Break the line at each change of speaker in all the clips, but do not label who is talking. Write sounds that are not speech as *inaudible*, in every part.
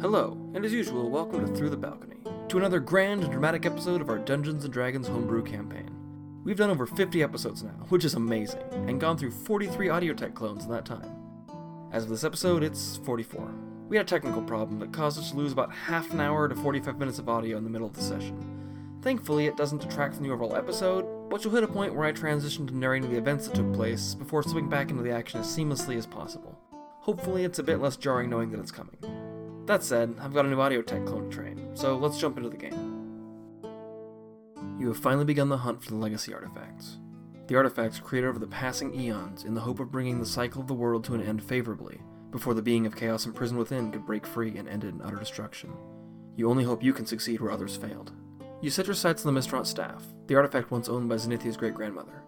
Hello, and as usual, welcome to Through the Balcony, to another grand and dramatic episode of our Dungeons and Dragons homebrew campaign. We've done over 50 episodes now, which is amazing, and gone through 43 audio tech clones in that time. As of this episode, it's 44. We had a technical problem that caused us to lose about half an hour to 45 minutes of audio in the middle of the session. Thankfully, it doesn't detract from the overall episode, but you'll hit a point where I transition to narrating the events that took place before slipping back into the action as seamlessly as possible. Hopefully, it's a bit less jarring knowing that it's coming. That said, I've got a new audio tech clone to train, so let's jump into the game. You have finally begun the hunt for the legacy artifacts. The artifacts created over the passing eons in the hope of bringing the cycle of the world to an end favorably, before the being of chaos imprisoned within could break free and end it in utter destruction. You only hope you can succeed where others failed. You set your sights on the Mistrant staff, the artifact once owned by Zenithia's great grandmother.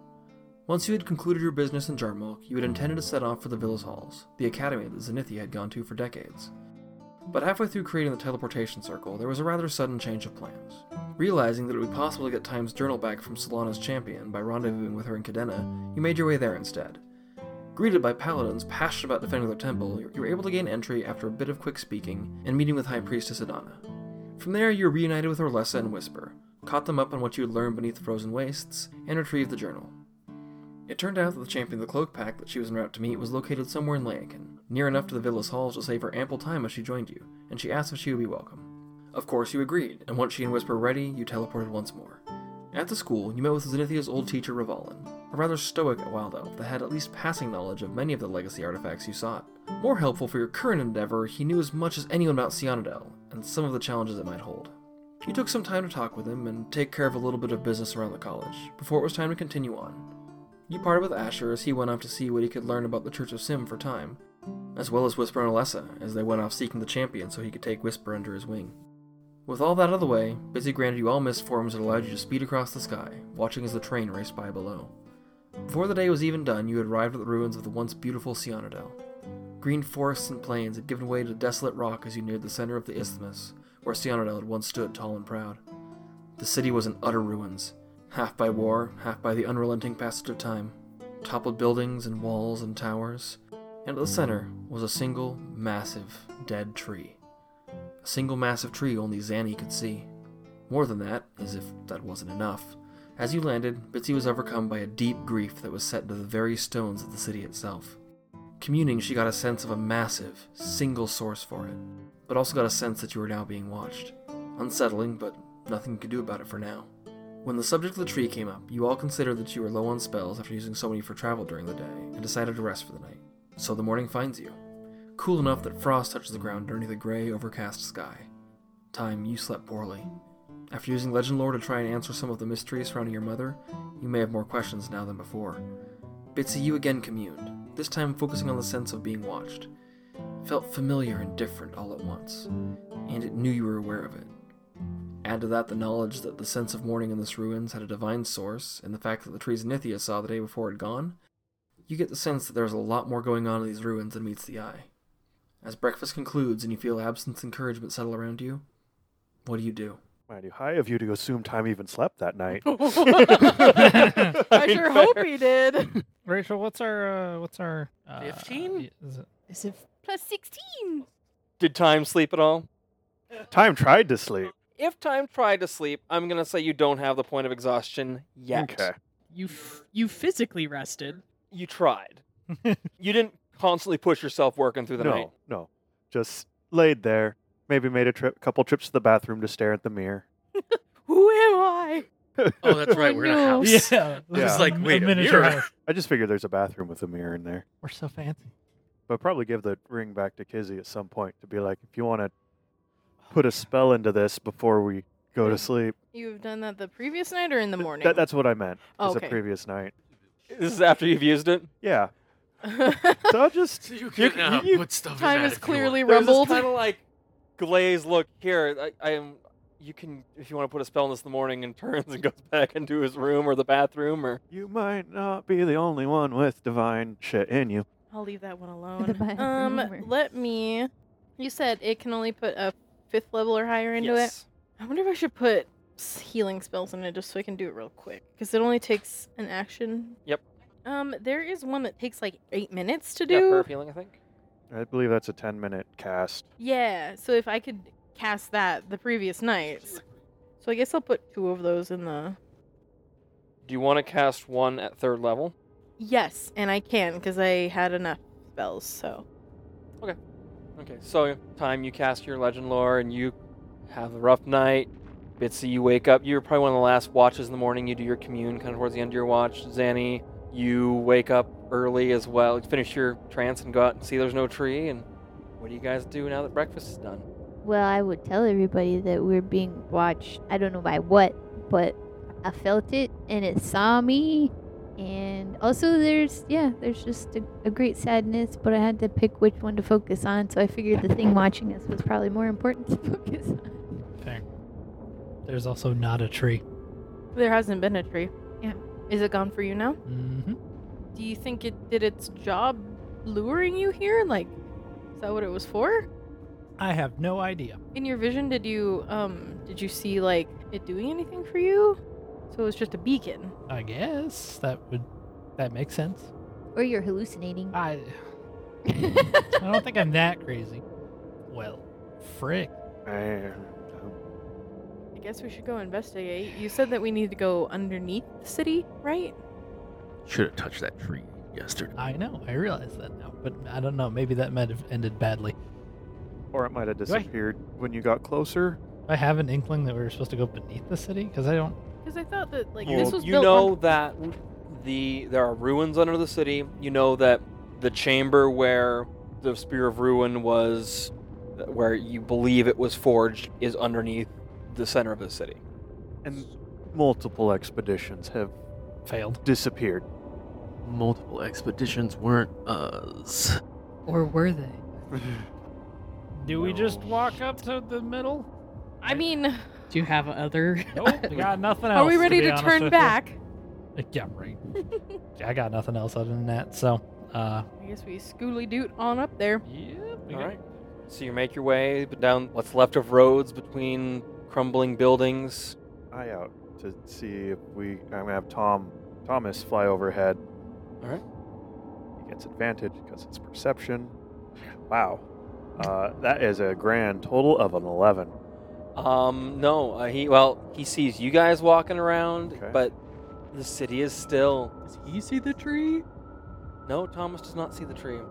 Once you had concluded your business in Jarmulk, you had intended to set off for the Villas Halls, the academy that Zenithia had gone to for decades. But halfway through creating the teleportation circle, there was a rather sudden change of plans. Realizing that it would be possible to get Time's journal back from Solana's champion by rendezvousing with her in Cadena, you made your way there instead. Greeted by paladins passionate about defending their temple, you were able to gain entry after a bit of quick speaking and meeting with High Priestess Adana. From there, you were reunited with Orlessa and Whisper, caught them up on what you had learned beneath the frozen wastes, and retrieved the journal. It turned out that the champion of the Cloak Pack that she was en route to meet was located somewhere in Layakin, near enough to the villa's halls to save her ample time as she joined you, and she asked if she would be welcome. Of course, you agreed, and once she and Whisper were ready, you teleported once more. At the school, you met with Zenithia's old teacher Ravalin, a rather stoic wild elf that had at least passing knowledge of many of the legacy artifacts you sought. More helpful for your current endeavor, he knew as much as anyone about Cyanodel and some of the challenges it might hold. You took some time to talk with him and take care of a little bit of business around the college before it was time to continue on. You parted with Asher as he went off to see what he could learn about the Church of Sim for time, as well as Whisper and Alessa as they went off seeking the champion so he could take Whisper under his wing. With all that out of the way, Busy granted you all misforms that allowed you to speed across the sky, watching as the train raced by below. Before the day was even done, you had arrived at the ruins of the once beautiful Cyanodel. Green forests and plains had given way to desolate rock as you neared the center of the isthmus, where Cyanodel had once stood tall and proud. The city was in utter ruins, half by war, half by the unrelenting passage of time. Toppled buildings and walls and towers, and at the center was a single, massive, dead tree. A single massive tree only Zanny could see. More than that, as if that wasn't enough. As you landed, Bitsy was overcome by a deep grief that was set into the very stones of the city itself. Communing, she got a sense of a massive, single source for it, but also got a sense that you were now being watched. Unsettling, but nothing you could do about it for now. When the subject of the tree came up, you all considered that you were low on spells after using so many for travel during the day, and decided to rest for the night. So the morning finds you. Cool enough that frost touches the ground underneath the gray, overcast sky. Time you slept poorly. After using legend lore to try and answer some of the mysteries surrounding your mother, you may have more questions now than before. Bitsy, you again communed, this time focusing on the sense of being watched. It felt familiar and different all at once, and it knew you were aware of it. Add to that the knowledge that the sense of mourning in this ruins had a divine source, and the fact that the trees Nithia saw the day before had gone, you get the sense that there's a lot more going on in these ruins than meets the eye. As breakfast concludes and you feel absence and encouragement settle around you, what do you do?
Mind you, high of you to assume time even slept that night.
*laughs*
*laughs*
I
mean,
sure hope
fair.
he did.
*laughs* Rachel, what's our uh, what's our uh,
15?
y- Is it
As if,
Plus 16.
Did time sleep at all?
Time tried to sleep.
If time tried to sleep, I'm gonna say you don't have the point of exhaustion yet.
Okay.
You f- you physically rested.
*laughs*
You tried. you didn't constantly push yourself working through the
no,
night.
no. Just laid there. Maybe made a trip, couple trips to the bathroom to stare at the mirror.
who am I?
Oh, that's right.
Oh,
We're in a
*laughs*
no.
*laughs*
house.
yeah?
I was
Yeah.
like,
A
wait a
miniature
mirror.
house.
I just figured there's a bathroom with a mirror in there.
We're so fancy.
But probably give the ring back to Kizzy at some point to be like, if you want to put a spell into this before we go to sleep.
You've done that the previous night or in the morning? *laughs*
That, that's *laughs* what I meant. Is
Okay.
the previous night.
This is after you've used it.
Yeah. So I'll just.
So *laughs* you can
you-
uh,
you-
put stuff in
Time
that
is
if you want.
clearly
There's this
rumbled.
kind of like glazed look here. I, I am. You can, if you want to put a spell on this in the morning, and *laughs* turns and goes back into his room or the bathroom or
You might not be the only one with divine shit in you.
I'll leave that one
The
alone.
bathroom
Um,
or-
let me. You said it can only put a fifth level or higher into it.
yes.
I wonder if I should put s- healing spells in it just so I can do it real quick because it only takes an action.
Yep.
Um, there is one that takes like eight minutes to
Yeah,
do.
prayer healing, I think.
I believe that's a 10 minute cast.
Yeah, so if I could cast that the previous nights. So I guess I'll put two of those in the.
Do you want to cast one at third level?
Yes, and I can because I had enough spells, so.
Okay, so time you cast your legend lore and you have a rough night. Bitsy, you wake up. You're probably one of the last watches in the morning. You do your commune kind of towards the end of your watch. Zanny, you wake up early as well. You finish your trance and go out and see there's no tree. And what do you guys do now that breakfast is done?
Well, I would tell everybody that we're being watched. I don't know by what, but I felt it and it saw me. And also, there's, yeah, there's just a, a great sadness, but I had to pick which one to focus on. So I figured the thing watching us was probably more important to *laughs* focus on.
Fair. There's also not a tree.
There hasn't been a tree. Yeah. Is it gone for you now?
Mm-hmm.
Do you think it did its job luring you here? Like, is that what it was for?
I have no idea.
In your vision, did you um did you see like it doing anything for you? So it was just a beacon.
I guess that would that makes sense.
Or you're *laughs* hallucinating.
I I don't think I'm that crazy. Well, frick.
Man,
I guess we should go investigate. You said that we need to go underneath the city, right?
Should have touched that tree yesterday.
I know. I realize that now, but I don't know. Maybe that might have ended badly.
Or it might have
Do I-
disappeared when you got closer.
Do I have an inkling that we were supposed to go beneath the city because I don't.
Because I thought that like
you,
this was
you
built
know
on-
that the there are ruins under the city. You know that the chamber where the spear of ruin was, where you believe it was forged, is underneath the center of the city.
And multiple expeditions have *laughs*
Failed.
disappeared.
Multiple expeditions weren't Uh, us.
Or were they?
Do we just walk up to the
*laughs*
middle? *laughs*
I mean,
Do you have other?
Nope. we got nothing else.
are we ready
be
to
honest
turn
with you.
back?
*laughs* Yeah,
*laughs*
right. I got nothing else other than that. So, uh,
I guess we schooly doot on up there.
yep.
All right.
*laughs*
So you make your way down what's left of roads between crumbling buildings.
Eye out to see if we. I'm gonna have Tom Thomas fly overhead.
All right.
He gets advantage because it's perception. Wow, uh, that is a grand total of an eleven.
Um, no, uh, he well he sees you guys walking around,
Okay.
but the city is still.
Does he see the tree?
No, Thomas does not see the tree.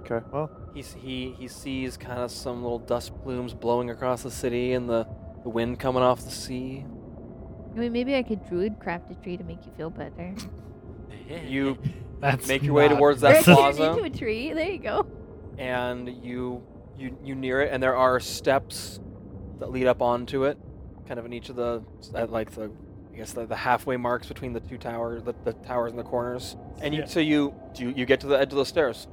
Okay, well,
He s- he he sees kind of some little dust plumes blowing across the city and the, the wind coming off the sea.
I mean, maybe I could druid craft a tree to make you feel better.
You
That's
Make your way
not-
towards that
Break
that's- *laughs*
it
plaza.
into a tree. There you go.
and you you you near it, and there are steps that lead up onto it, kind of in each of the at like the I guess the, the halfway marks between the two towers, the, the towers and the corners. And you, so you you you get to the edge of the stairs.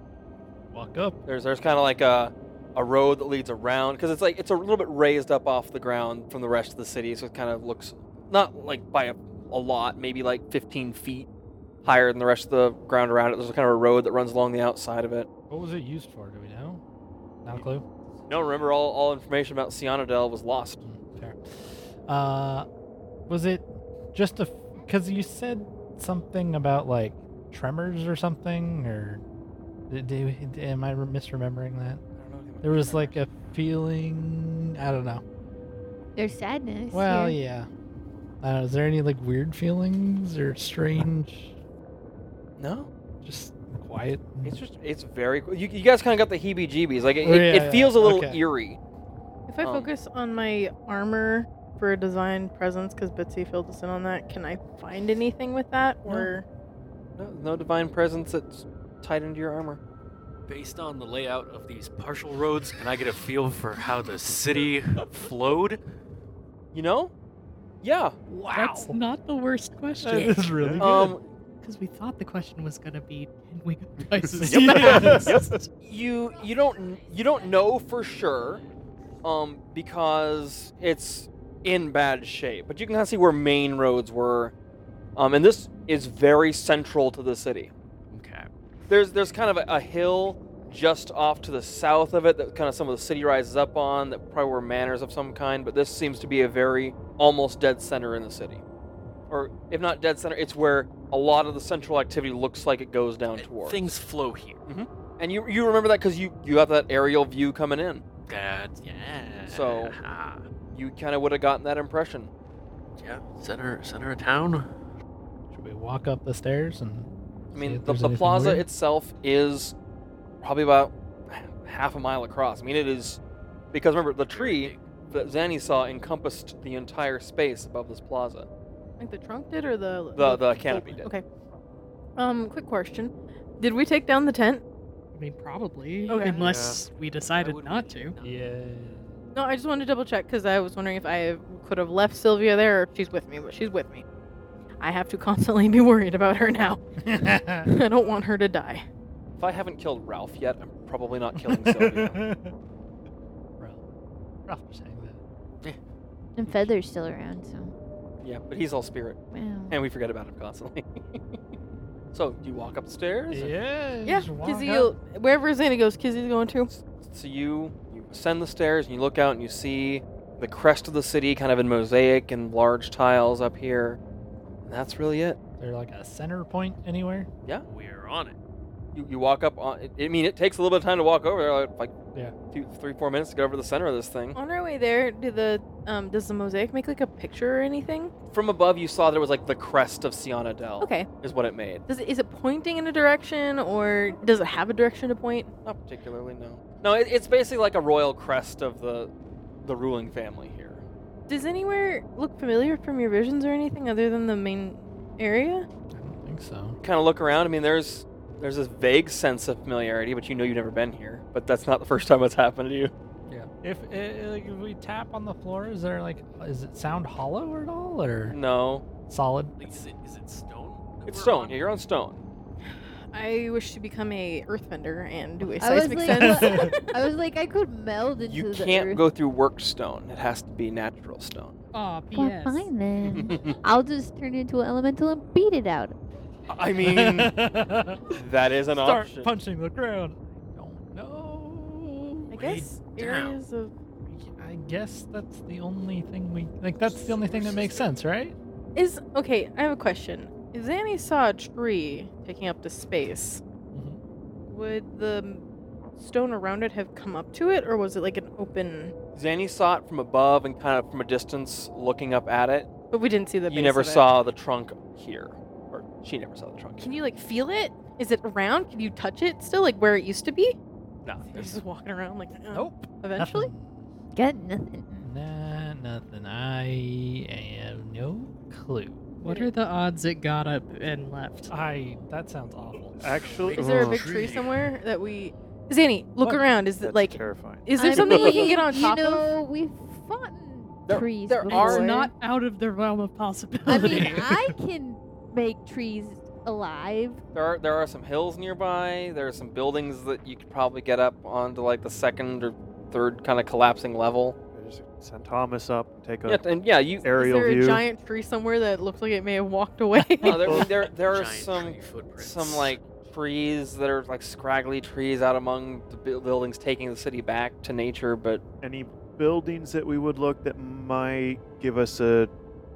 Walk up.
There's there's kind of like a a road that leads around because it's like it's a little bit raised up off the ground from the rest of the city, so it kind of looks not like by a, a lot, maybe like 15 feet higher than the rest of the ground around it. There's kind of a road that runs along the outside of it.
What was it used for? Do we know? Not a clue.
No, remember all, all information about Cianadel was lost.
Mm, Fair. Uh, was it just a? Because you said something about like tremors or something, or did, did, am I misremembering that? There was like a feeling. I don't know.
There's sadness.
Well,
here.
yeah. I don't know, is there any like weird feelings or strange,
no.
just quiet?
It's just it's very cool. You, you guys kind of got the heebie-jeebies. Like it,
Oh,
it,
yeah,
it
yeah,
feels a little
okay.
eerie.
If I
Um,
focus on my armor for design presence, because Betsy filled us in on that, can I find anything with that?
No.
Or
No, no divine presence that's tied into your armor.
Based on the layout of these partial roads, can I get a feel for how the city flowed?
You know? Yeah.
Wow.
That's not the
*laughs*
worst
That
question.
is really
Um,
Because we thought the question was gonna be, can we go places
Yep.
*laughs* fast?
you you don't you don't know for sure um because it's in bad shape but you can kind of see where main roads were um and this is very central to the city
Okay.
there's there's kind of a, a hill just off to the south of it that kind of some of the city rises up on that probably were manors of some kind but this seems to be a very almost dead center in the city or if not dead center it's where a lot of the central activity looks like it goes down
Uh,
towards
Things flow here.
And you you remember that because you you got that aerial view coming in.
That's yeah.
So- You kind of would have gotten that impression.
yeah, center center of town.
Should we walk up the stairs and?
I
see
mean,
if
the,
there's
the
anything
plaza
weird?
itself is probably about half a mile across. I mean, it is because remember the tree that Zanny saw encompassed the entire space above this plaza.
Like the trunk did or the
The the canopy did.
Okay. Um, quick question. Did we take down the tent?
I mean, probably.
Okay.
Unless we decided not to.
Yeah.
No, I just wanted to double check because I was wondering if I could have left Sylvia there or if she's with me, but she's with me. I have to *laughs* constantly be worried about her now. *laughs* I don't want her to die.
If I haven't killed Ralph yet, I'm probably
*laughs*
not *laughs* killing Sylvia.
Ralph. Ralph was saying that.
And Feather's still around, so.
yeah, but he's all spirit,
Wow.
and we forget about him constantly. *laughs* so you walk upstairs. and-
Yeah.
Yeah,
just walk
Kizzy,
up.
wherever Xana goes, Kizzy's going to.
So you you ascend the stairs and you look out and you see the crest of the city kind of in mosaic and large tiles up here. And that's really it.
Is there like a center point anywhere?
We're on it.
You, you walk up on it, I mean it takes a little bit of time to walk over there like, like
Yeah.
two, three four minutes to get over the center of this thing.
On our way there, do the um, does the mosaic make like a picture or anything?
From above you saw there was like the crest of Siana Dell
Okay.
is what it made.
Does it, is it pointing in a direction or does it have a direction to point?
Not particularly no. No, it, it's basically like a royal crest of the the ruling family here.
Does anywhere look familiar from your visions or anything other than the main area?
I don't think so.
Kind of look around. I mean there's there's this vague sense of familiarity, but you know you've never been here. But that's not the first time it's happened to you.
If, eh, like, if we tap on the floor, is there like is it sound hollow at all or
No.
solid?
Is it, is it stone? that
It's
we're
stone.
on?
Yeah, you're on stone.
I wish to become a earthbender and do a
I was
seismic
like-
*laughs*
sense.
*laughs* I was like,
*laughs*
I could meld into
You
the
can't
earth.
go through worked stone. It has to be natural
*laughs*
stone.
Aw,
Well,
BS.
fine then.
*laughs*
I'll just turn into an elemental and beat it out.
*laughs*
I mean, that is an
Start
option.
punching the ground. I don't know.
I
Way
guess
down.
areas of
I guess that's the only thing we like. That's the only thing that makes sense, right?
is okay. I have a question. If Zanny saw a tree taking up the space,
Mhm.
would the m- stone around it have come up to it, or was it like an open?
Zanny saw it from above and kind of from a distance, looking up at it.
But we didn't see the.
you
base
never
of it.
saw the trunk here, or she never saw the trunk.
Can you like feel it? Is it around? Can you touch it still, like where it used to be?
No,
*laughs* He's
there's-
just walking around like. uh,
Nope.
Eventually.
Nothing.
Got nothing.
Nah, nothing. I have no clue.
What are the odds it got up and left?
I. That sounds awful.
Actually,
Is there a
oh,
big tree somewhere that we? Zanny, look
What?
around. Is it
that's
like?
terrifying.
Is there
I
something we can
mean,
get on top
you
of?
know, We've fought in
There-
trees.
there
before.
are-
It's not out of the realm of
I
possibility. *laughs*
mean, I can make trees alive.
there are there are some hills nearby. There are some buildings that you could probably get up onto, like the second or third kind of collapsing level.
Just send Thomas up and take a
Yeah, and yeah, you.
Is
aerial
there
view.
a giant tree somewhere that looks like it may have walked *laughs* away?
No, *laughs* there, there,
*laughs*
there are
Giant
some
tree footprints.
some like trees that are like scraggly trees out among the bu- buildings taking the city back to nature but
Any buildings that we would look that might give us a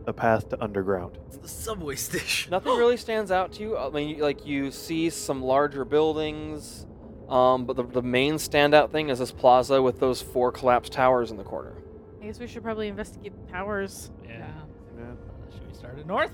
a path to underground.
It's the subway station.
*gasps*
nothing really stands out to you i mean you- like you see some larger buildings um, but the, the main standout thing is this plaza with those four collapsed towers in the corner
I guess we should probably investigate the towers.
Yeah.
Yeah.
Should we start at north?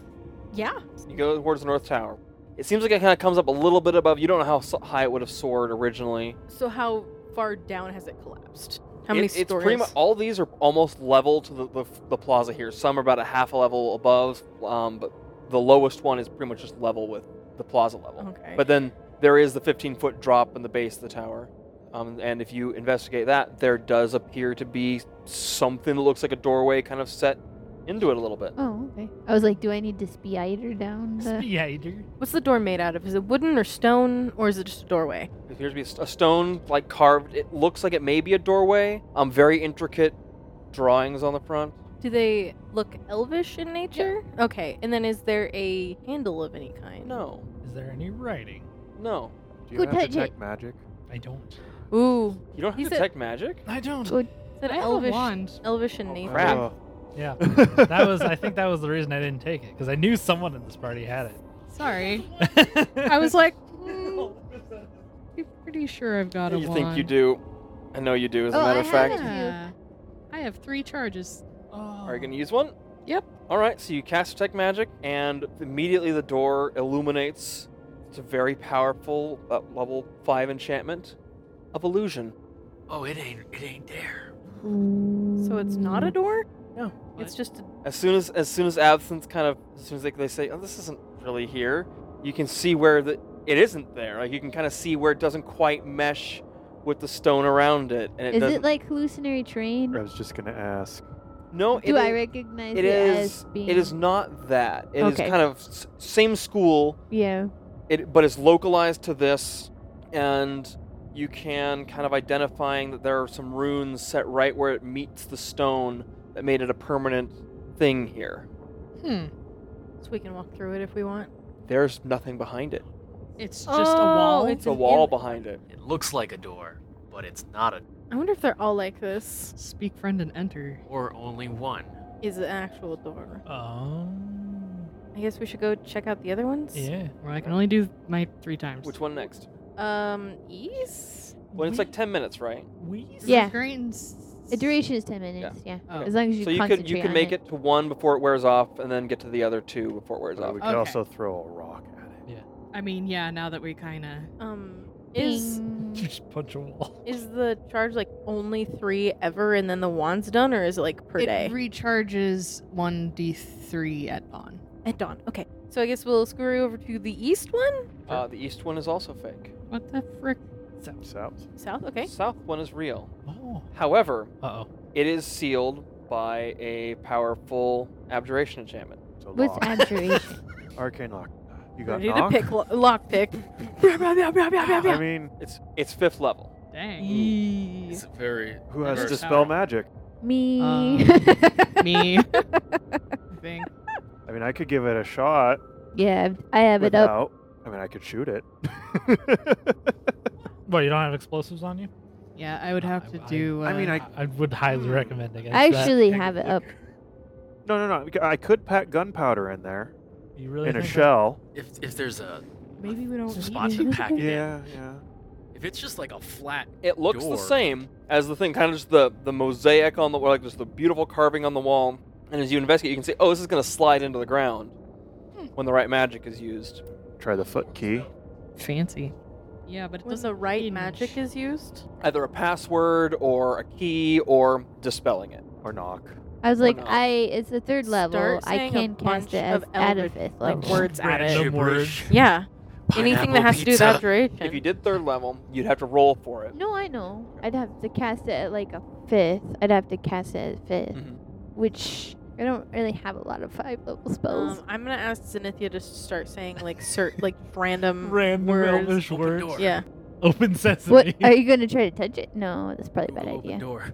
Yeah.
you go towards the north tower it seems like it kind of comes up a little bit above you don't know how so- high it would have soared originally
So how far down has it collapsed? How many
It- it's
stories?
pretty much all these are almost level to the, the, the plaza here. Some are about a half a level above, um, but the lowest one is pretty much just level with the plaza level.
okay.
But then there is the 15 foot drop in the base of the tower. Um, and if you investigate that, there does appear to be something that looks like a doorway kind of set into it a little bit.
Oh, okay. I was like, do I need to spider down *laughs* the?
Spider.
What's the door made out of? Is it wooden or stone, or is it just a doorway?
It appears to be a st- a stone, like carved. It looks like it may be a doorway. Um, very intricate drawings on the front.
Do they look elvish in nature? Okay. And then is there a handle of any kind?
No,
Is there any writing?
no.
Do you
Go
have
touch
detect
it.
magic?
I don't.
Ooh.
You don't have
He
to
said-
detect magic?
I don't.
Go-
Is that
I have a
elvish?
wand.
Elvish in nature.
crap.
Yeah.
*laughs* that
That was. I think that was the reason I didn't take it because I knew someone
*laughs*
in this party had *laughs*
Sorry.
it.
I was like,
Oh,
mm, hmm, Pretty sure I've got a
you
wand.
think you do? I know you do. As a
Oh,
matter
I
of
have
fact,
it.
Yeah. I have three charges.
are you gonna use one?
Yep.
All right. So you cast detect magic, and immediately the door illuminates. It's a very powerful uh, level five enchantment of illusion.
*gasps* Oh, it ain't it ain't there.
So it's not
mm.
a door?
No.
It's just a
As soon as as soon as absence kind of as soon as they, they say, "Oh, this isn't really here," you can see where the it isn't there. Like you can kind of see where it doesn't quite mesh with the stone around it, and it
Is
doesn't.
it like hallucinatory terrain?
I was just gonna ask.
no,
Do
it
I
is-
recognize
it
as
is.
being?
It is not that. It is
Okay.
kind of s- same school,
Yeah.
it, but it's localized to this, and you can kind of identifying that there are some runes set right where it meets the stone that made it a permanent thing here.
Hmm.
so we can walk through it if we want.
There's nothing behind it.
It's just a
Oh,
wall.
it's-
It's a
an
wall
in-
behind it.
It looks like a door, but it's not a
I wonder if they're all like this.
Speak friend and enter.
or only one.
Is the actual door?
Um.
I guess we should go check out the other ones.
Yeah.
Or I can only do my three times.
Which one next?
Um, east.
Well, it's like ten minutes, right?
Wheeze?
Yeah.
Grains.
The duration is ten minutes. Yeah.
Oh.
As long as you
so you could
concentrate
you could
on
make it. to one before it wears off, and then get to the other two before it wears
But
off.
we could
Okay.
also throw a rock at it.
I mean, yeah. Now that we kind of.
Um, is
You just punch a wall.
is the charge like only three ever, and then the wand's done, or is it like per
it
day?
recharges one d three at dawn.
At dawn. Okay. So I guess we'll scurry over to the east one,
Uh, the east one is also fake.
What the frick?
So
south. Okay.
South one is real.
Oh.
However,
Uh oh.
it is sealed by a powerful abjuration enchantment.
it's a
What's
lock.
abjuration?
*laughs* Arcane lock. You got
Ready
knock? *laughs*
to pick lo- lock pick.
I mean,
It's it's fifth level.
*laughs* Dang.
Eee.
It's very
who has
Very
dispel
powerful.
magic?
Me.
Um, Me. I think.
I mean, I could give it a shot
*laughs* yeah, I've- I have it up.
without. I mean, I could shoot it. *laughs*
Well, you don't have explosives on you.
Yeah, I would have to
I-
do. Uh,
I mean, I
I would
Hmm.
highly recommend against
I
that.
actually have it up.
no, no, no. we c- I could pack gunpowder in there
You really
in a
think that-
shell.
if if there's a
Maybe we don't
spot
need
to
it.
*laughs*
pack it in.
Yeah, yeah.
If it's just like a flat
It looks
Door.
the same as the thing, kind of just the the mosaic on the like just the beautiful carving on the wall. And as you investigate, you can see, oh, this is gonna slide into the ground when the right magic is used.
Try the foot key.
fancy. Yeah, but it
When
doesn't.
the right
hinge.
magic is used.
Either a password or a key or dispelling it.
Or knock.
I was like,
no.
I. It's the third level.
Start
I
saying a
can cast
bunch
it as
of
out of
Eldritch,
fifth
like,
level.
words at it.
Random words.
Yeah. Anything that
Pineapple
has to do with
pizza.
abjuration.
If you did third level, you'd have to roll for it.
No, I know. I'd have to cast it at like a fifth. I'd have to cast it at 5th
Mhm.
which I don't really have a lot of five level spells.
Um, I'm gonna ask Zenithia to start saying like cert like
*laughs*
random
Random
words.
Elvish
Open
words.
door.
Yeah.
Open sesame. *laughs*
what are you gonna try to touch it? No, that's probably a bad
Ooh, open
idea.
door.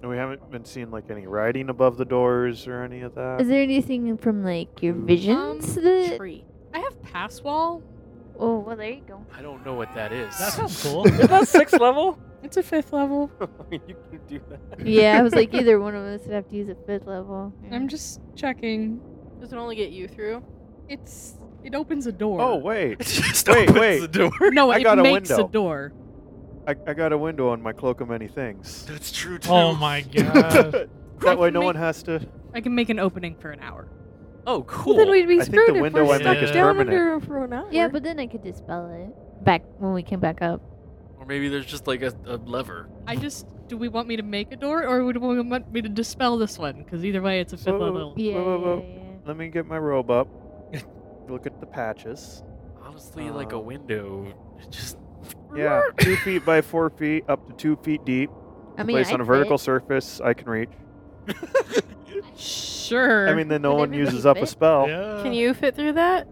And we haven't been seeing like any writing above the doors or any of that.
Is there anything from like your visions that?
Um, Tree.
I have pass wall.
Oh well, there you go.
I don't know what that is.
That sounds
*laughs*
cool.
Is
*laughs*
that sixth level?
It's a fifth level.
you can do that.
Yeah, I was *laughs* like, either one of us would have to use a fifth level.
I'm just checking.
Does it only get you through?
It's it opens a door.
oh
*laughs*
wait,
It just
Wait,
opens
wait. *laughs*
the door.
no!
I
it
got a
makes
window.
a door.
I, I got a window on my cloak of many things.
That's true too.
oh
*laughs*
my
Uh,
god.
*laughs* that way,
can
no
make-
one has to.
I can make an opening for an hour.
Oh cool.
Well, then we'd be
I think the
screwed if
window
we're
I
stuck
make is
down
permanent.
under for an hour.
Yeah, but then I could dispel it back when we came back up.
or maybe there's just like a, a lever.
I just do we want me to make a door or would we want me to dispel this one? Because either way, it's a fifth
Whoa, whoa,
level.
Yeah,
Whoa, whoa,
yeah, yeah.
Let me get my robe
*laughs*
up. Look at the patches.
Honestly, like a
Uh,
window. It Just *laughs*
Yeah, two feet by four feet, up to two feet deep.
I mean,
placed
I
on a vertical
fit.
surface, I can reach.
Sure.
I mean, then no
Would
one
everybody
uses up a
fit?
spell.
Yeah.
Can you fit through that?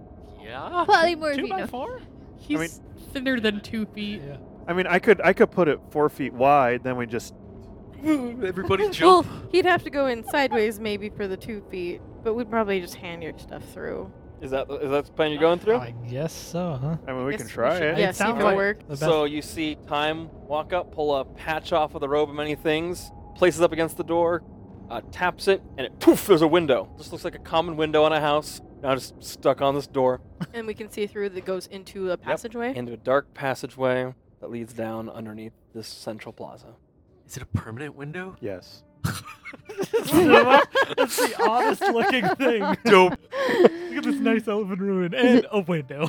yeah.
Probably more
Two
if you
by
know.
four?
he's thinner than two feet.
Yeah.
I mean, I could I could put it four feet wide. Then we just
Everybody
Well,
jump.
he'd have to go in sideways maybe for the two feet, but we'd probably just hand your stuff through. *laughs*
Is that is that the plan you're going through?
I guess so, huh?
I mean, we can
Yes, we
try
should
it.
Yeah,
It
see
sounds
if it'll
like
work.
the best-
So you see Time walk up, pull a patch off of the robe of many things, places it up against the door, uh, taps it, and it poof, there's a window. Just looks like a common window on a house. Now just stuck on this door
and we can see through that goes into a passageway.
into a dark passageway that leads down underneath this central plaza.
Is it a permanent window?
Yes.
That's the oddest looking thing.
Dope.
*laughs*
Look at this nice elephant ruin
*laughs*
and a window.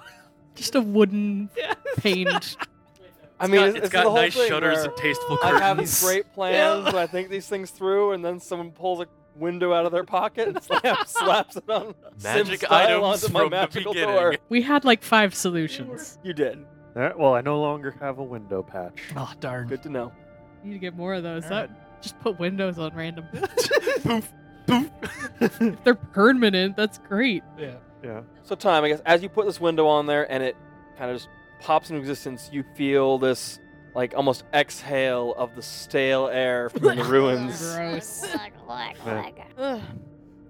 Just a wooden pained.
I mean,
got-
it's,
it's
the
got
whole
nice
thing
shutters
where
and tasteful
I
curtains.
have these great plans, and I think these things through, and then someone pulls a window out of their pocket and *laughs* slaps, slaps it on Sim
*laughs* magic
style
items
onto
from
my
the
magical
beginning.
door.
we had like five
*laughs*
solutions.
You did.
Alright, Eh, well, I no longer have a window *sighs* patch.
Oh darn.
Good to know.
You need to get more of those.
Alright.
That just put windows on random.
Boom, boom.
*laughs* if they're permanent, that's great.
Yeah.
Yeah.
So, time, I guess, as you put this window on there and it kind of just pops into existence, you feel this, like, almost exhale of the stale air
*laughs*
from the ruins.
Gross.
*laughs*
Ugh.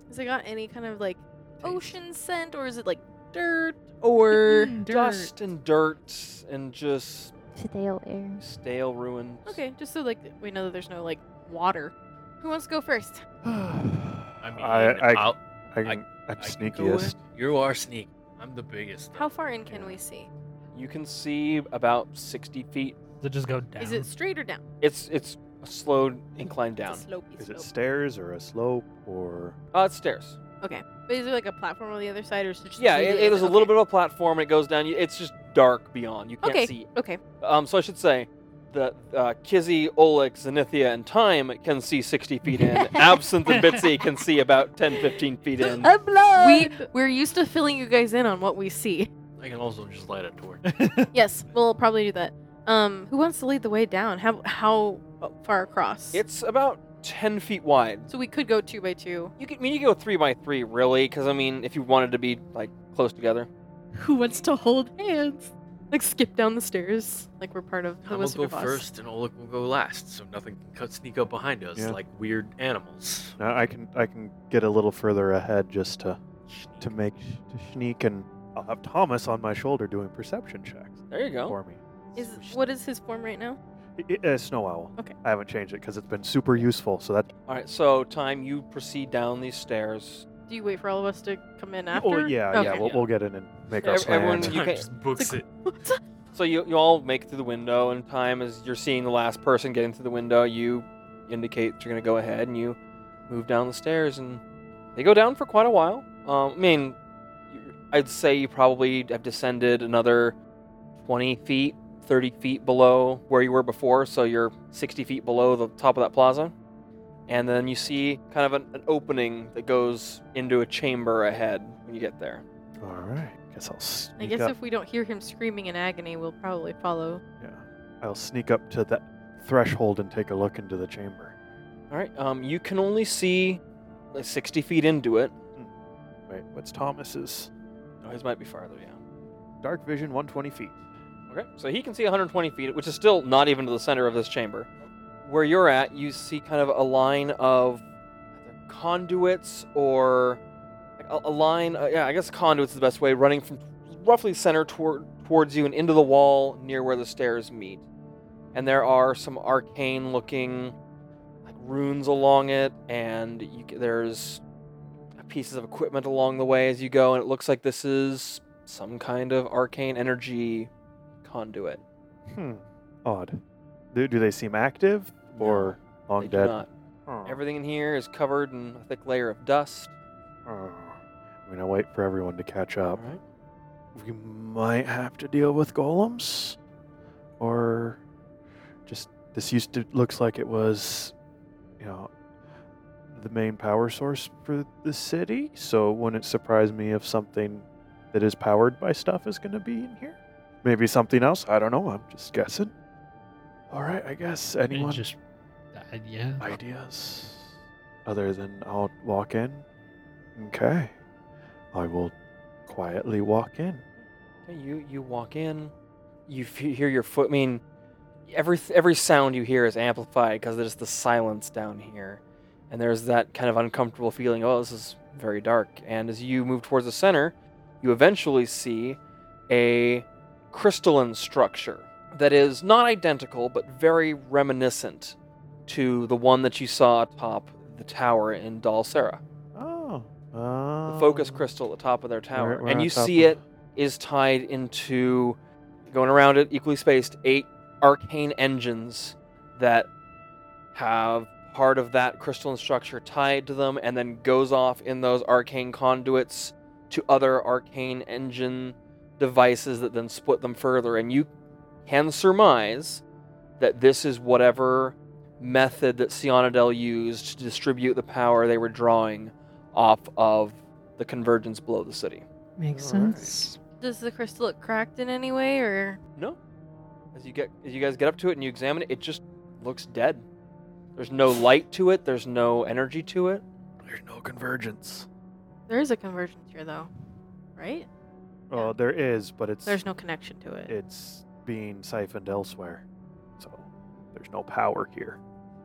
Has it got any kind of like ocean scent, or is it like dirt or?
Mm, dirt.
Dust and dirt and just
Stale air.
stale ruins.
okay, just so like we know that there's no like water. Who wants to go first?
I
I mean,
I- I-
I'll-
can, I, am
I can do it.
sneakiest.
You are sneak. I'm the biggest.
How far in can we see?
You can see about 60 feet.
Does it just go down?
Is it straight or down?
It's it's a slow incline down.
It's a slopey
Is
slope.
it stairs or a slope or
Uh, it's stairs.
okay, but is there like a platform on the other side, or is it just?
Yeah, it,
really-
it is a
okay.
little bit of a platform. It goes down. You- It's just dark beyond. You can't
Okay.
see.
Okay.
Um, so I should say that uh, Kizzy, Oleg, Zenithia, and Time can see 60 feet in. Absinthe and Bitsy can see about 10, 15 feet in.
A blood.
We *laughs* we're used to filling you guys in on what we *laughs* see.
I can also just light a *laughs* torch.
yes, we'll probably do that. Um, who wants to lead the way down? How how far across?
It's about 10 feet wide.
so we could go two by two.
You can, I mean, you can go three by three, really, because I mean, if you wanted to be like close together.
Who wants to hold hands?
Like skip down the stairs, like we're part of the
Tom will
Wizard
go
of Oz.
first, and Oleg will go last, so nothing can cut, sneak up behind us
Yeah.
like weird animals.
no, I can I can get a little further ahead just to to make to sneak and I'll have Thomas on my shoulder doing perception checks
There you go.
for me.
Is what is his form right now?
I- I- uh, snow owl.
Okay.
I haven't changed it because it's been super useful. So that.
All right, so Time, you proceed down these stairs.
Do you wait for all of us to come in after?
Oh yeah, yeah.
Okay.
We'll, we'll get in and make our
Ev-
plan.
everyone,
and-
you can,
just books it.
So you, you all make it through the window, and time as you're seeing the last person getting through the window, you indicate that you're going to go ahead, and you move down the stairs, and they go down for quite a while. Um, I mean, you- I'd say you probably have descended another 20 feet, 30 feet below where you were before, so you're 60 feet below the top of that plaza. And then you see kind of an, an opening that goes into a chamber ahead when you get there.
All right. Guess I'll sneak
I guess
up.
if we don't hear him screaming in agony, we'll probably follow.
Yeah. I'll sneak up to the threshold and take a look into the chamber.
All right, um, you can only see like 60 feet into it.
Wait, what's Thomas's?
Oh, his might be farther, yeah.
Dark vision, 120 feet.
Okay, so he can see 120 feet, which is still not even to the center of this chamber. Where you're at, you see kind of a line of either conduits or like, a, a line, uh, yeah, I guess conduits is the best way, running from roughly center toward, towards you and into the wall near where the stairs meet. And there are some arcane looking like runes along it, and you, c- there's pieces of equipment along the way as you go, and it looks like this is some kind of arcane energy conduit.
Hmm. Odd. Do, do they seem active or long
They do
dead?
not.
Huh.
Everything in here is covered in a thick layer of dust.
Huh. I mean, I'll wait for everyone to catch up.
Alright.
We might have to deal with golems, or just this used to looks like it was, you know, the main power source for the city. So wouldn't it surprise me if something that is powered by stuff is going to be in here? Maybe something else. I don't know. I'm just guessing. All right, I guess
It
anyone
just uh, yeah.
ideas other than I'll walk in? Okay. I will quietly walk in.
Okay, You you walk in, you f- hear your foot. I mean, every every sound you hear is amplified because there's the silence down here, and there's that kind of uncomfortable feeling. Oh, this is very dark. And as you move towards the center, you eventually see a crystalline structure that is not identical but very reminiscent to the one that you saw atop the tower in Dalsera.
Oh. Uh,
The focus crystal at the top of their tower,
We're- we're
and
on
you
top
see
of-
it is tied into going around it equally spaced eight arcane engines that have part of that crystalline structure tied to them and then goes off in those arcane conduits to other arcane engine devices that then split them further and you can surmise that this is whatever method that Cionadel used to distribute the power they were drawing off of the convergence below the city.
Makes
Alright.
sense.
Does the crystal look cracked in any way, or
No. As you get as you guys get up to it and you examine it, it just looks dead. There's no light to it, there's no energy to it.
There's no convergence.
there is a convergence here, though, right?
Well, there is, but it's
There's no connection to it.
it's being siphoned elsewhere. So there's no power here.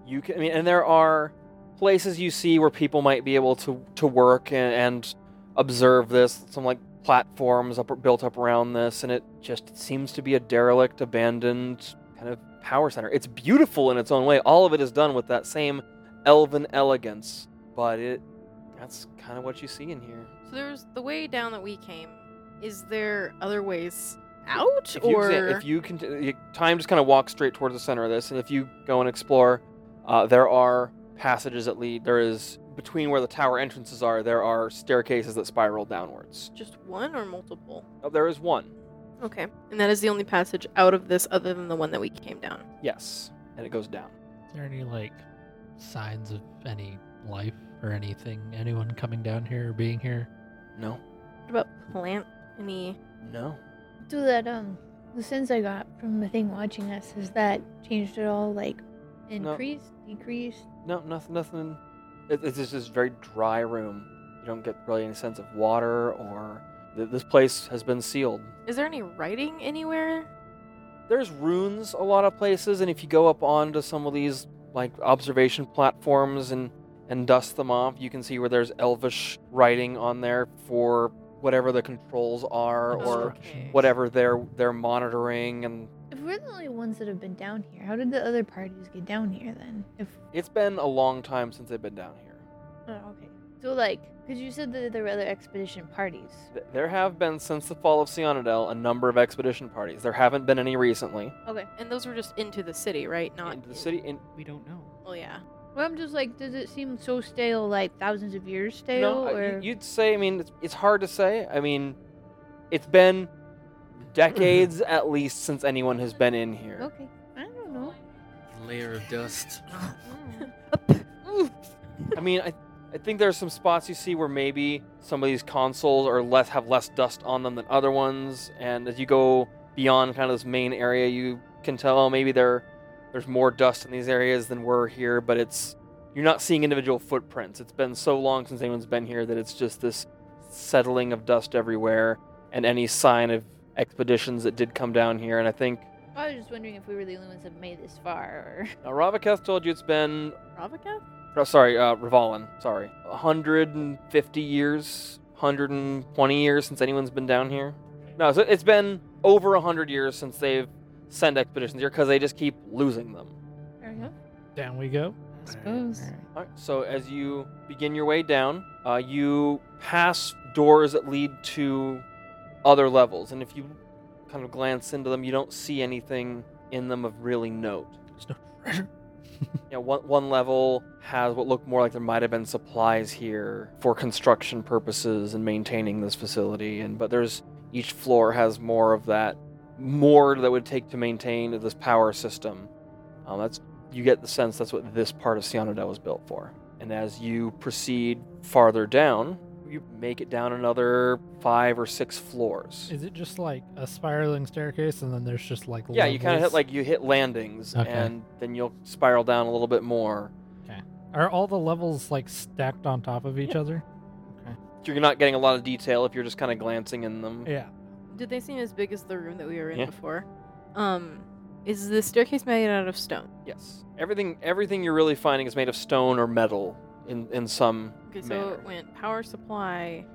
You can I mean and there are places you see where people might be able to to work and, and observe this, some like platforms up built up around this and it just seems to be a derelict abandoned kind of power center. It's beautiful in its own way. All of it is done with that same elven elegance, but it that's kind of what you see in here.
So there's the way down that we came. Is there other ways out,
if you,
or
exa- if you can, time just kind of walks straight towards the center of this, and if you go and explore, uh, there are passages that lead. There is between where the tower entrances are, there are staircases that spiral downwards.
just one or multiple?
Oh, there is one.
Okay, and that is the only passage out of this, other than the one that we came down.
Yes, and it goes down.
Is there any like signs of any life or anything? Anyone coming down here or being here?
No,
What about plant? Any?
no.
Do that, um, the sense I got from the thing watching us is that changed at all, like increased, decreased.
No, nothing. Nothing. It, it's just this very dry room. You don't get really any sense of water or th- this place has been sealed.
Is there any writing anywhere?
There's runes a lot of places, and if you go up onto some of these like observation platforms and and dust them off, you can see where there's elvish writing on there for whatever the controls are or
Instructions.
whatever they're they're monitoring and
If we're the only ones that have been down here, how did the other parties get down here then? If
it's been a long time since they've been down here.
oh, okay, so like, because you said that there were other expedition parties.
Th- There have been since the fall of Cionadel a number of expedition parties. There haven't been any recently.
Okay,
And those were just into the city, right? Not
Into the
in-
city in,
We don't know.
Well, yeah.
well, I'm just like, does it seem so stale, like thousands of years stale?
No, I-
or
you'd say. I mean, it's, it's hard to say. I mean, it's been decades at least since anyone has been in here.
okay, I don't know.
Layer of dust.
*laughs*
I mean, I, I think there's some spots you see where maybe some of these consoles are less have less dust on them than other ones, and as you go beyond kind of this main area, you can tell oh, maybe there there's more dust in these areas than were here, but it's you're not seeing individual footprints. It's been so long since anyone's been here that it's just this settling of dust everywhere, and any sign of expeditions that did come down here. And I think
I was just wondering if we were the only ones that made this far, or
now Ravaketh told you it's been
Ravaka?
Oh, sorry, uh, Revalin. Sorry. 150 years, 120 years since anyone's been down here. No, so it's been over 100 years since they've sent expeditions here because they just keep losing them.
fair enough.
Down we go.
I suppose.
All right, so as you begin your way down, uh, you pass doors that lead to other levels, and if you kind of glance into them, you don't see anything in them of really note.
There's no *laughs* treasure.
Yeah, one, one level has what looked more like there might have been supplies here for construction purposes and maintaining this facility, and but there's each floor has more of that more that would take to maintain this power system. Um, that's you get the sense that's what this part of Cionadel was built for. And as you proceed farther down, you make it down another five or six floors.
Is it just like a spiraling staircase and then there's just like
Yeah, you kind of
levels?
hit like you hit landings,
Okay.
and then you'll spiral down a little bit more.
are all the levels like stacked on top of each other?
You're not getting a lot of detail if you're just kind of glancing in them.
Yeah.
Did they seem as big as the room that we were in
Yeah.
before? Um, is the staircase made out of stone?
Yes, everything everything you're really finding is made of stone or metal in in some
Okay, so
manner.
it went power supply.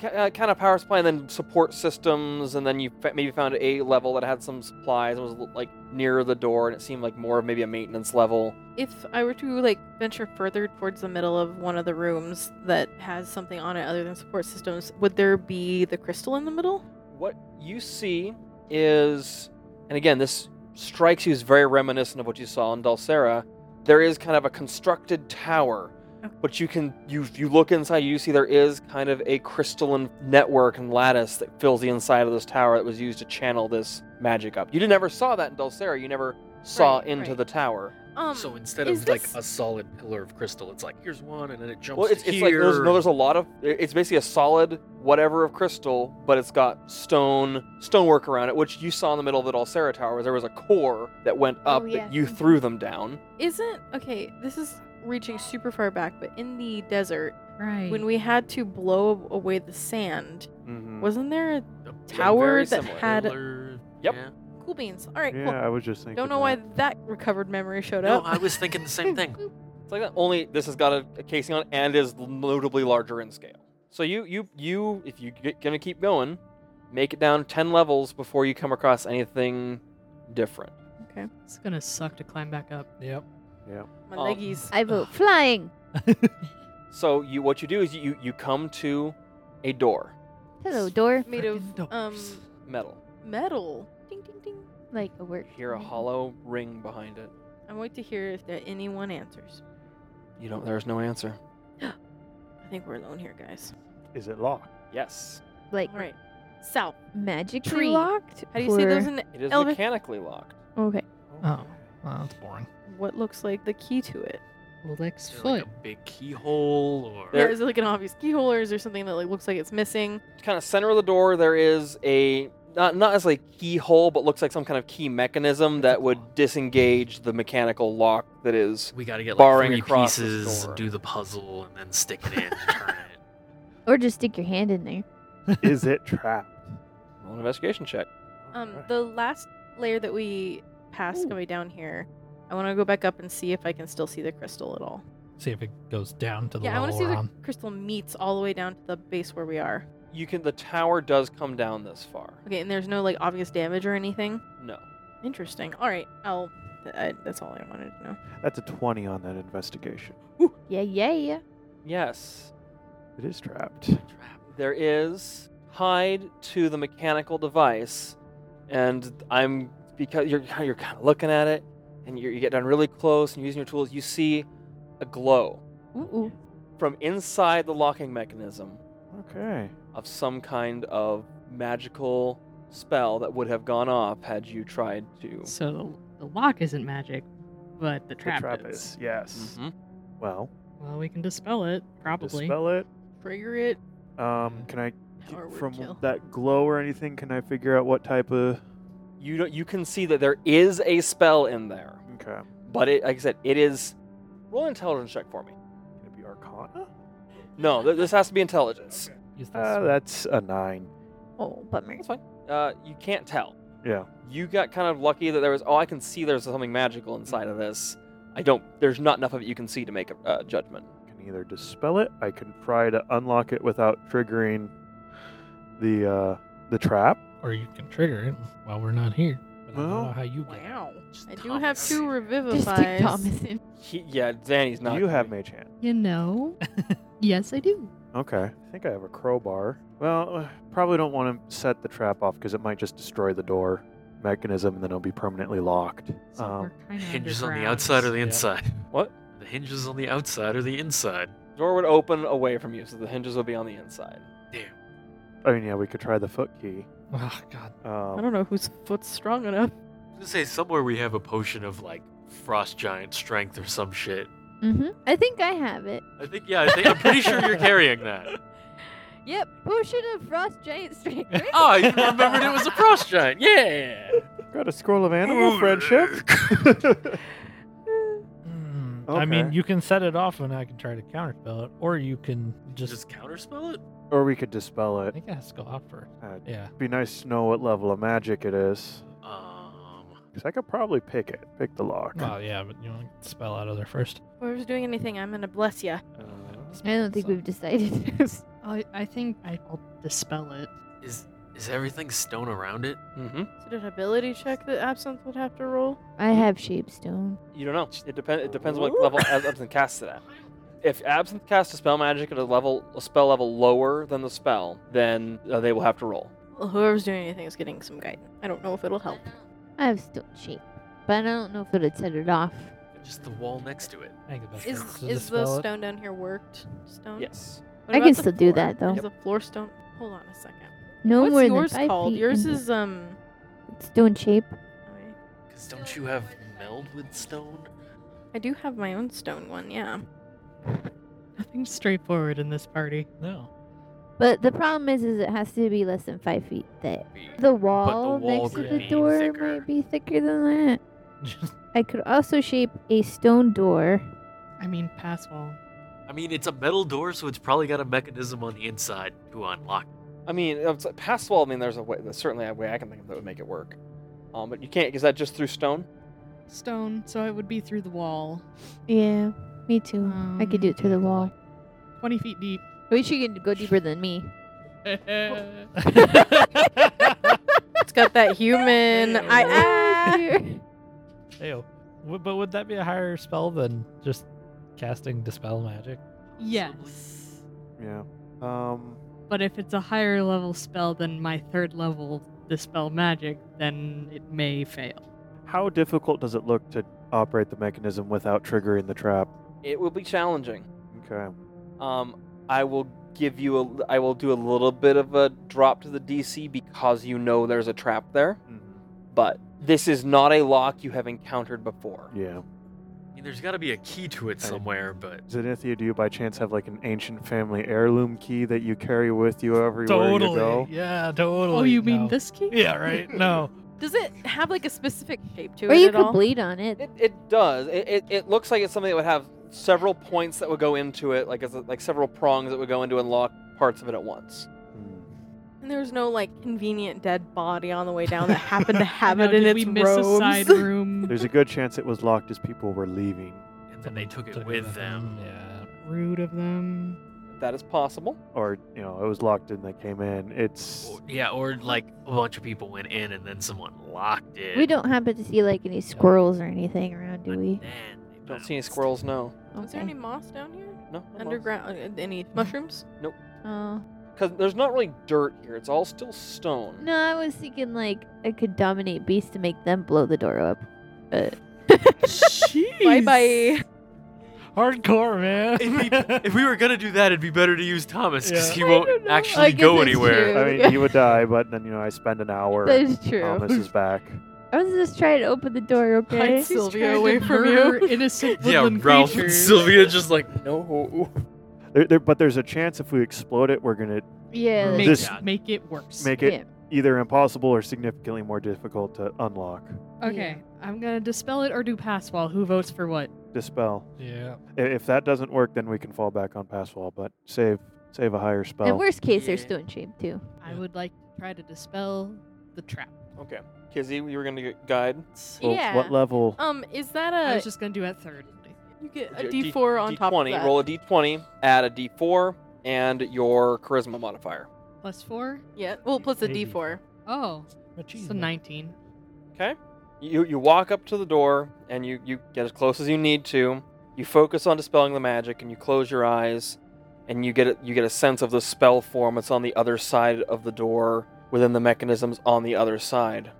kind of uh, power supply and then support systems and then you fa- maybe found a level that had some supplies and was like nearer the door and it seemed like more of maybe a maintenance level
If I were to like venture further towards the middle of one of the rooms that has something on it other than support systems, would there be the crystal in the middle?
what you see is and again this strikes you as very reminiscent of what you saw in Dulcera there is kind of a constructed tower but you can you you look inside you see there is kind of a crystalline network and lattice that fills the inside of this tower that was used to channel this magic up you did- never saw that in Dulcera you never saw
Right,
into
right.
the tower
Um,
so instead
is
of like
this-
a solid pillar of crystal, it's like here's one, and then it jumps
Well, it's,
to
it's
here.
like there's, no, there's a lot of. It's basically a solid whatever of crystal, but it's got stone stonework around it, which you saw in the middle of the Dulcera Tower. There was a core that went
Oh,
up
yeah.
that you threw them down.
isn't okay. This is reaching super far back, but in the desert,
Right.
when we had to blow away the sand,
Mm-hmm.
wasn't there a
a
tower
very
that
similar.
had
pillar.
Yep.
Yeah.
cool beans? All right,
yeah,
cool.
I was just thinking.
Don't know
that.
why that recovered memory showed
No,
up.
I was thinking the same *laughs* thing.
It's like that. Only this has got a, a casing on it and is notably larger in scale. So you you you if you're gonna keep going, make it down ten levels before you come across anything different.
It's gonna suck to climb back up.
Yep.
My
Um,
leggies.
*laughs* I vote flying.
So you what you do is you you come to a door,
Hello, door.
made of
Frickin'
um
doors.
metal.
metal. Ding ding ding.
Like a
You
work.
hear a
maybe.
hollow ring behind it.
I want to hear if there anyone answers.
You don't. There's no answer.
I think we're alone here, guys.
Is it locked?
Yes.
Like
All right, south.
magic
Tree.
tree locked.
How do you say
or-
there's an
It is
Elvis-
mechanically locked.
Okay.
Oh, well, that's boring.
what looks like the key to it?
Lex
Is there,
foot.
Like a big keyhole or
Yeah,
There-
is it like an obvious keyhole, or is there something that like looks like it's missing?
Kind of center of the door, there is a not not as like keyhole, but looks like some kind of key mechanism that would disengage the mechanical lock that is.
we got to get like
Barring
three
across the
pieces,
door.
and do the puzzle, and then stick it in, and turn it.
Or just stick your hand in there.
Is it trapped?
Roll an investigation check.
*laughs* Um,
Alright.
the last layer that we passed coming down here, I want to go back up and see if I can still see the crystal at all.
See if it goes down to the
yeah, I want
level
to see
we're
the
on.
crystal meets all the way down to the base where we are.
You can. The tower does come down this far.
Okay, and there's no like obvious damage or anything.
No.
Interesting. All right, I'll. th- I, that's all I wanted to know.
That's a 20 on that investigation.
Yeah, yeah, yeah.
Yes.
It is trapped.
Trap.
There is hide to the mechanical device, and I'm because you're you're kind of looking at it, and you're, you get down really close and you're using your tools. You see a glow
Ooh,
from inside the locking mechanism.
Okay.
of some kind of magical spell that would have gone off had you tried to.
So the, the lock isn't magic, but the trap,
the trap
is.
is. Yes.
Mhm.
Well,
Well, we can dispel it probably.
Dispel it.
Trigger it.
Um, can I,
Or
from
kill.
that glow or anything, can I figure out what type of.
You don't, you can see that there is a spell in there,
Okay.
but it, like I said, it is. Roll an intelligence check for me.
Can it be Arcana?
No, th- this has to be intelligence.
Use this
Uh,
one.
that's a nine.
Oh, bummer.
That's fine. Uh, you can't tell.
Yeah.
You got kind of lucky that there was. Oh, I can see there's something magical inside of this. I don't. There's not enough of it you can see to make a uh, judgment.
can either dispel it. I can try to unlock it without triggering the uh, the trap.
or you can trigger it while we're not here. But I
Well,
don't know how you get.
Wow.
Just
I do
Thomas.
have two
Just stick
revivifies.
Thomas in.
He, yeah, Zanny's not.
you have
gonna-
mage hand.
You know? *laughs* yes, I do.
Okay. I think I have a crowbar. Well, uh, probably don't want to set the trap off because it might just destroy the door mechanism and then it'll be permanently locked.
So we're
um,
kind of
Hinges on the outside or the
Yeah.
inside?
What?
The hinges on the outside or the inside?
Door would open away from you, so the hinges would be on the inside.
Damn.
I mean, yeah, we could try the foot key.
Oh God.
I don't
Um,
know whose foot's strong enough.
I'm gonna say somewhere we have a potion of like frost giant strength or some shit.
hmm I think I have it.
I think yeah, I think I'm pretty sure you're carrying that.
Yep. Potion of frost giant *laughs* strength.
*laughs* Oh, you remembered it was a frost giant. Yeah.
got a scroll of animal friendship.
Mm, I mean,
Okay.
you can set it off, and I can try to counterspell it, or you can just.
Just counterspell it?
or we could dispel
I
it.
think it has to go off first.
Uh,
*clears throat*
Yeah.
be nice to know what level of magic it is.
Um
Because I could probably pick it, pick the lock.
Well, yeah, but you want to spell out other first.
Whoever's doing anything, I'm gonna bless ya.
Uh,
I don't think
So-
we've decided. *laughs*
I, I think I- I'll dispel it.
Is is everything stone around it?
Mm-hmm.
Is it an ability check that Absinthe would have to roll?
I have shapestone.
You don't know. It depends. It depends what level Ab- Absinthe casts it at. If Absinthe casts a spell magic at a level, a spell level lower than the spell, then uh, they will have to roll.
Well, whoever's doing anything is getting some guidance. I don't know if it'll help.
I have stone shape, but I don't know if it'd set it off.
Just the wall next to it.
I think the best
Is
thing to
is the
dispel it.
stone down here worked stone?
Yes.
What
I
about
can
the
still do
floor?
that, though.
Is the floor stone? Hold on a second.
No
What's
more
yours
than five
called?
feet
Yours
in
is um.
stone shape.
I-
Cause don't you have meld with stone?
I do have my own stone one. Yeah.
Nothing's straightforward in this party.
No.
But the problem is, is it has to be less than five feet thick. The wall,
wall
next to
could
the
be
door
thicker.
might be thicker than that.
Just
I could also shape a stone door.
I mean, pass wall.
I mean, it's a metal door, so it's probably got a mechanism on the inside to unlock.
I mean, it's like past wall. I mean, there's a way. There's certainly a way I can think of that would make it work. Um, but you can't. Is that just through stone?
Stone, so it would be through the wall.
Yeah, me too. I could do it through the wall.
20 feet deep. *laughs*
I wish you could go deeper than me.
*laughs* Oh. It's got that
*laughs*
human. I ah! *laughs*
Here.
*laughs* Ew. W- But would that be a higher spell than just casting dispel magic?
yes.
Yeah. Um.
But if it's a higher level spell than my third level dispel magic, then it may fail.
How difficult does it look to operate the mechanism without triggering the trap?
It will be challenging.
Okay.
Um, I will give you a. I will do a little bit of a drop to the DC because you know there's a trap there.
Mm-hmm.
But this is not a lock you have encountered before.
Yeah.
I mean, there's got to be a key to it
Okay.
somewhere, but
Zenithia, do you by chance have like an ancient family heirloom key that you carry with you everywhere you go?
Yeah, totally.
Oh, you mean
No.
this key?
*laughs* Yeah, right. No.
Does it have like a specific shape to
Or
it
you
at
could
all?
bleed on it.
It, it does. It, it, it looks like it's something that would have several points that would go into it, like as a, like several prongs that would go into and lock parts of it at once.
Hmm.
and there's no like convenient dead body on the way down that happened to have
Now,
it in
did
its
we miss
robes. *laughs*
a side
*laughs*
room?
There's a good chance it was locked as people were leaving.
and *laughs* then they took it
Took
with them.
Yeah.
Rude of them.
That is possible.
Or, you know, it was locked and they came in. It's
Or- yeah, or like a bunch of people went in and then someone locked it.
We don't happen to see like any squirrels or anything around, do
and
we?
then they
Don't see any
bounced.
squirrels. No.
Oh, Is there
Okay.
any moss down here?
No. no moss.
Underground? uh, Any mushrooms?
Oh.
Because there's not really dirt here. It's all still stone.
No, I was thinking like I could dominate beasts to make them blow the door up. But
Jeez.
Bye *laughs* bye.
Hardcore, man.
If, we- if we were gonna do that, it'd be better to use Thomas because
Yeah.
he
I *laughs* don't
won't
know. I
actually
guess
go
it's
anywhere.
true.
I
*laughs*
mean, you would die, but then you know, I spend an hour.
that
and
is true. *laughs*
Thomas is back.
I was just trying to open the door, okay?
Hide Sylvia away from you. *laughs* Innocent
Yeah,
woodland
Ralph and
creatures.
Sylvia just like
No.
There, there, but there's a chance if we explode it, we're gonna
Yeah.
Make,
This-
make it worse.
make it
Yeah.
either impossible or significantly more difficult to unlock.
okay, I'm gonna dispel it or do pass wall. Who votes for what?
Dispel.
yeah.
I- If that doesn't work, then we can fall back on pass wall, but save save a higher spell.
In worst case, there's
Yeah.
stone shape too.
I would like to try to dispel the trap.
Okay. Kizzy, you were gonna get guide.
Well, What level?
Oh,
Um, is that
I
a
was just gonna do it third.
you get a
J-
D four on
D20,
top of that?
Roll a d20, add a d4, and your charisma modifier.
Plus four.
Yeah. Well, plus a
Maybe.
D four.
Oh, so
Machismo.
nineteen.
Okay. You you walk up to the door and you you get as close as you need to. You focus on dispelling the magic and you close your eyes, and you get a, you get a sense of the spell form that's on the other side of the door within the mechanisms on the other side,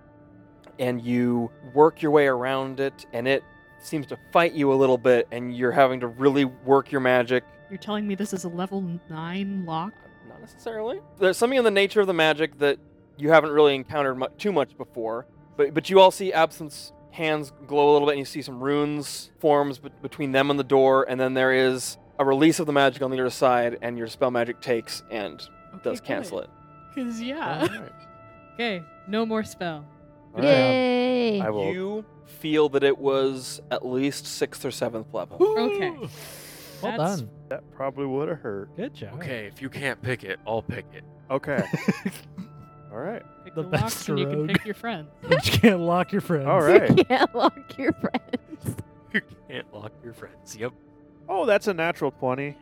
and you work your way around it, and it seems to fight you a little bit, and you're having to really work your magic
You're telling me this is a level nine lock?
Not necessarily. There's something in the nature of the magic that you haven't really encountered mu- too much before, but but you all see Absinthe's hands glow a little bit, and you see some runes forms bet between them and the door, and then there is a release of the magic on the other side, and your spell magic takes and
Okay,
does cancel it.
Cause
*laughs*
yeah.
Alright.
Okay, no more spell.
Alright.
Yay! *laughs*
I will.
You feel that it was at least sixth or seventh level.
Okay.
Well
That's-
done.
That probably would have hurt.
Good job.
Okay, if you can't pick it, I'll pick it.
Okay. All right.
Pick
The
the, locks
best
and you can
rogue.
pick your friends.
you can't lock your friends.
All
You
right.
can't lock your friends.
You can't lock your friends. Yep.
Oh.
Oh, that's a natural 20.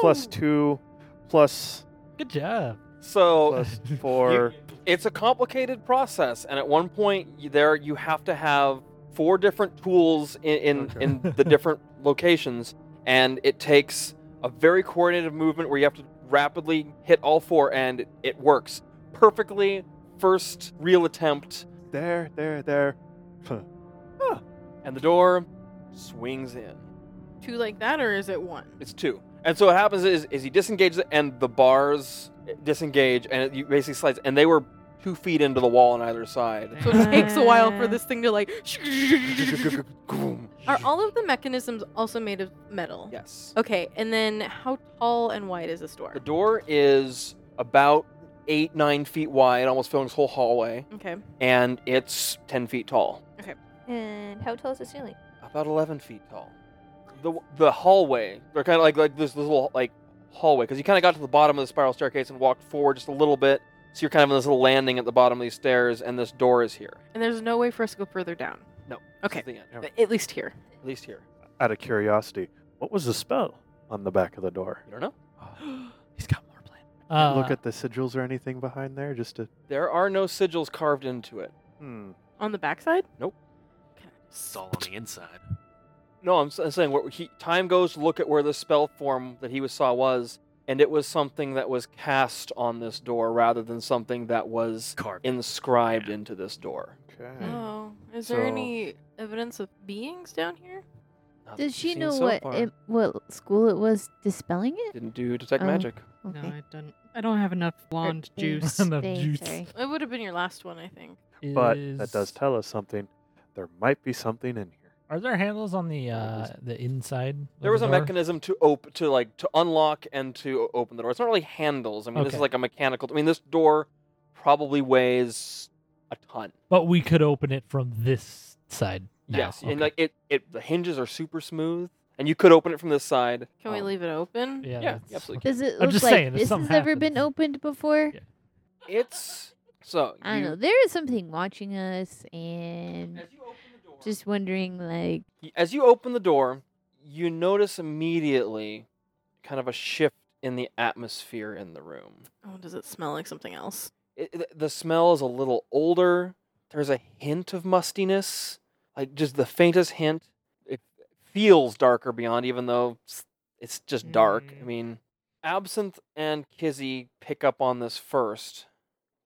Plus two, plus
Good job. *laughs*
So
plus
*gasps*
four.
it's a complicated process, and at one point you, there you have to have four different tools in in,
Okay.
in the different locations, and it takes a very coordinated movement where you have to rapidly hit all four, and it, it works perfectly. First real attempt,
there, there, there.
and the door swings in.
Two like that, or is it one?
It's two. And so what happens is, is he disengages it, and the bars disengage, and it you basically slides. And they were two feet into the wall on either side.
So it takes a while for
Uh.
this thing to
*laughs*
like. Are all of the mechanisms also made of metal?
yes.
Okay, and then how tall and wide is this door?
The door is about eight, nine feet wide, almost filling this whole hallway,
Okay.
and it's ten feet tall,
And how tall is the ceiling?
about eleven feet tall. The the hallway, they're kind of like like this little like hallway, because you kind of got to the bottom of the spiral staircase and walked forward just a little bit. So you're kind of in this little landing at the bottom of these stairs, and this door is here.
And there's no way for us to go further down.
No. This
Okay.
is the end,
Yep.
At least here.
at least here.
Out of curiosity, what was the spell on the back of the door?
You don't know.
He's got more plan. Uh,
Look at the sigils or anything behind there, just to.
There are no sigils carved into it.
Hmm.
On the backside?
It's all on the inside.
No, I'm, s am saying what he, time goes to look at where the spell form that he was saw was, and it was something that was cast on this door rather than something that was
Carved.
inscribed into this door.
Okay.
Oh. Is there
Hmm. So-
any evidence of beings down here?
Not that
Does she
you've
know
seen so
what
far.
it, what school it was dispelling it?
Didn't do detect
Oh.
magic.
No,
Okay.
I don't. I don't have enough
*laughs*
wand
Thirteen.
juice.
Enough
Dang,
juice.
sorry.
It would have been your last one, I think.
But that
is-
does tell us something. There might be something in here.
Are there handles on the uh the inside? of
There was
the
a
door?
mechanism to op- to like to unlock and to o- open the door. It's not really handles. I mean, this is
Okay.
like a mechanical. I mean, this door probably weighs a ton.
But we could open it from this side. now.
Yes, and
Okay.
like it, it the hinges are super smooth, and you could open it from this side.
Can we
Um,
leave it open?
yeah,
yeah,
that's-
absolutely.
Does it
I'm
look
just
like
saying, if
this has
something
ever been
happens-
opened before?
Yeah.
It's so
I don't
you-
know. There is something watching us, and
As you open the door,
just wondering, like,
Y- as you open the door, you notice immediately kind of a shift in the atmosphere in the room.
Oh, does it smell like something else?
It, th- the smell is a little older. There's a hint of mustiness, like just the faintest hint. It feels darker beyond, even though s- it's just dark. I
Mm.
mean, Absinthe and Kizzy pick up on this first.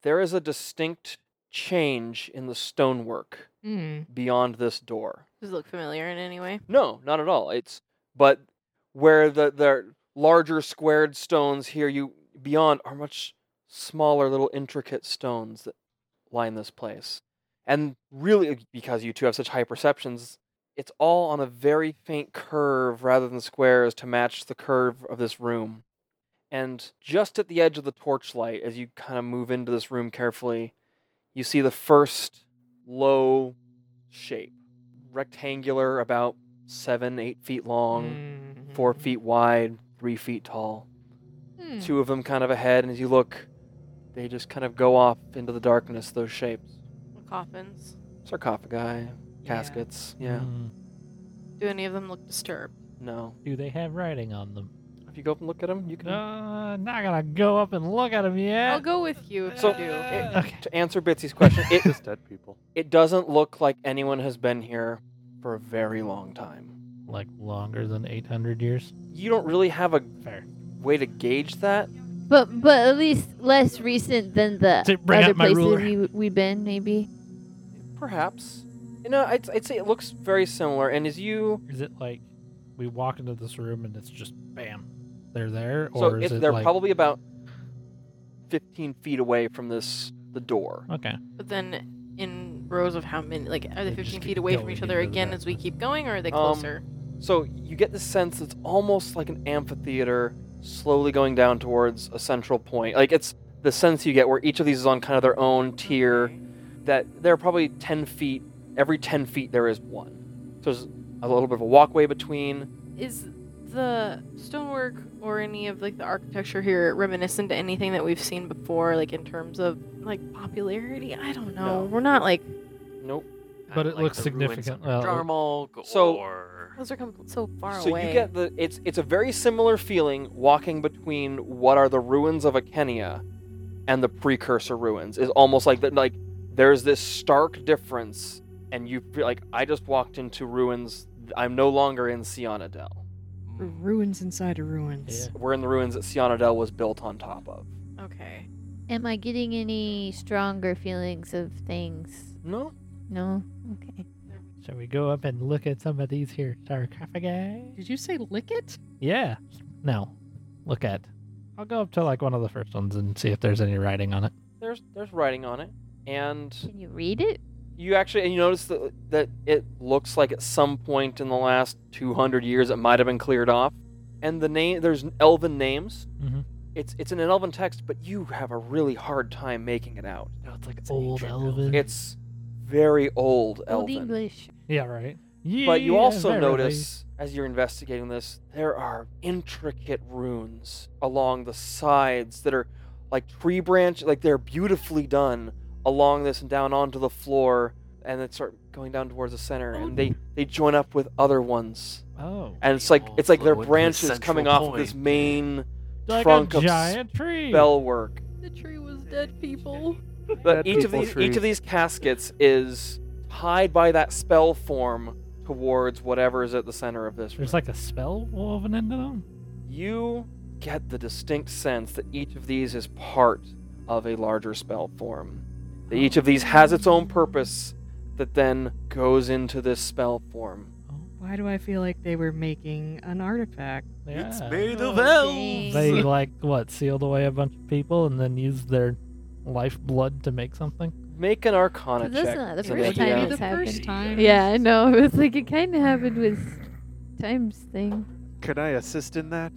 There is a distinct change in the stonework
Hmm.
beyond this door.
Does it look familiar in any way?
No, not at all. It's but where the the larger squared stones here you beyond are much smaller little intricate stones that line this place. And really because you two have such high perceptions, it's all on a very faint curve rather than squares to match the curve of this room. And just at the edge of the torchlight as you kind of move into this room carefully, you see the first low shape rectangular, about seven, eight feet long, four
Hmm.
feet wide, three feet tall.
Hmm.
Two of them kind of ahead, and as you look, they just kind of go off into the darkness, those shapes.
Coffins.
Sarcophagi,
Yeah.
caskets. Yeah.
Mm.
Do any of them look disturbed?
No.
Do they have writing on them?
If you go up and look at them, you can.
Uh, not gonna go up and look at them yet.
I'll go with you if
So-
you do.
it-
okay.
To answer Bitsy's question, it,
Just dead people.
it doesn't look like anyone has been here for a very long time.
Like longer than 800 years.
You don't really have a
Fair.
way to gauge that.
but but at least less recent than the
To bring
other
out my
places
ruler.
we we've been, maybe.
Perhaps. You know, I'd, I'd say it looks very similar, and as you
Is it like we walk into this room and it's just bam, they're there, or
So
is
it's,
it
they're
like
probably about 15 feet away from this the door.
okay?
But then in rows of how many? Like, are they
They just
15
keep
feet away from
going
each other
into the
again as we
darkness.
keep going, or are they
Um,
closer?
So you get the sense it's almost like an amphitheater slowly going down towards a central point. Like it's the sense you get where each of these is on kind of their own tier that they're probably 10 feet every 10 feet there is one. So there's a little bit of a walkway between.
Is the stonework or any of like the architecture here reminiscent to anything that we've seen before, like in terms of like popularity? I don't know.
No.
We're not like
Nope.
Kinda
But it
like
looks
the ruins of
significant- well, it-
Jarmalk
So-
or
Those are com- so far
so
away.
you get the it's it's a very similar feeling walking between what are the ruins of Akenia and the precursor ruins. It's almost like that like there's this stark difference and you feel like I just walked into ruins I'm no longer in Cianadel.
Ruins inside of ruins.
We're in the ruins that Cianadel was built on top of.
okay.
Am I getting any stronger feelings of things?
No?
No? Okay.
Shall we go up and look at some of these here sarcophagi?
Did you say lick it?
Yeah. No. Look at. I'll go up to like one of the first ones and see if there's any writing on it.
There's there's writing on it. And
Can you read it?
you actually and you notice that, that it looks like at some point in the last 200 years it might have been cleared off and the name there's elven names
Mhm.
it's it's in an elven text but you have a really hard time making it out
No, it's like it's
Old
ancient
Elven.
it's very old
Old
elven
English.
Yeah, right.
but you
Yeah,
also
very
notice as you're investigating this there are intricate runes along the sides that are like tree branch like they're beautifully done along this and down onto the floor and then start going down towards the center and they
Oh.
they join up with other ones
lovely. Oh.
and it's like
They all
it's like their
flow into the
branches coming
central
off of this
point.
main
Like
trunk
a
of
giant tree.
bell work
The tree was dead
*laughs*
people.
But
Dead
each of
people
these each
tree.
of these caskets is tied by that spell form towards whatever is at the center of this room.
There's like a spell woven into them.
you get the distinct sense that each of these is part of a larger spell form. That each of these has its own purpose that then goes into this spell form.
Why do I feel like they were making an artifact?
Yeah.
It's made
Oh,
of elves.
dang.
*laughs*
They like what sealed away a bunch of people and then used their lifeblood to make something.
Make an Arcana
That's
check.
not the
to
first
make
time
out.
it's
the first
happened.
time.
Yeah, I know. *laughs* It was like it kind of happened with Time's thing.
Can I assist in that?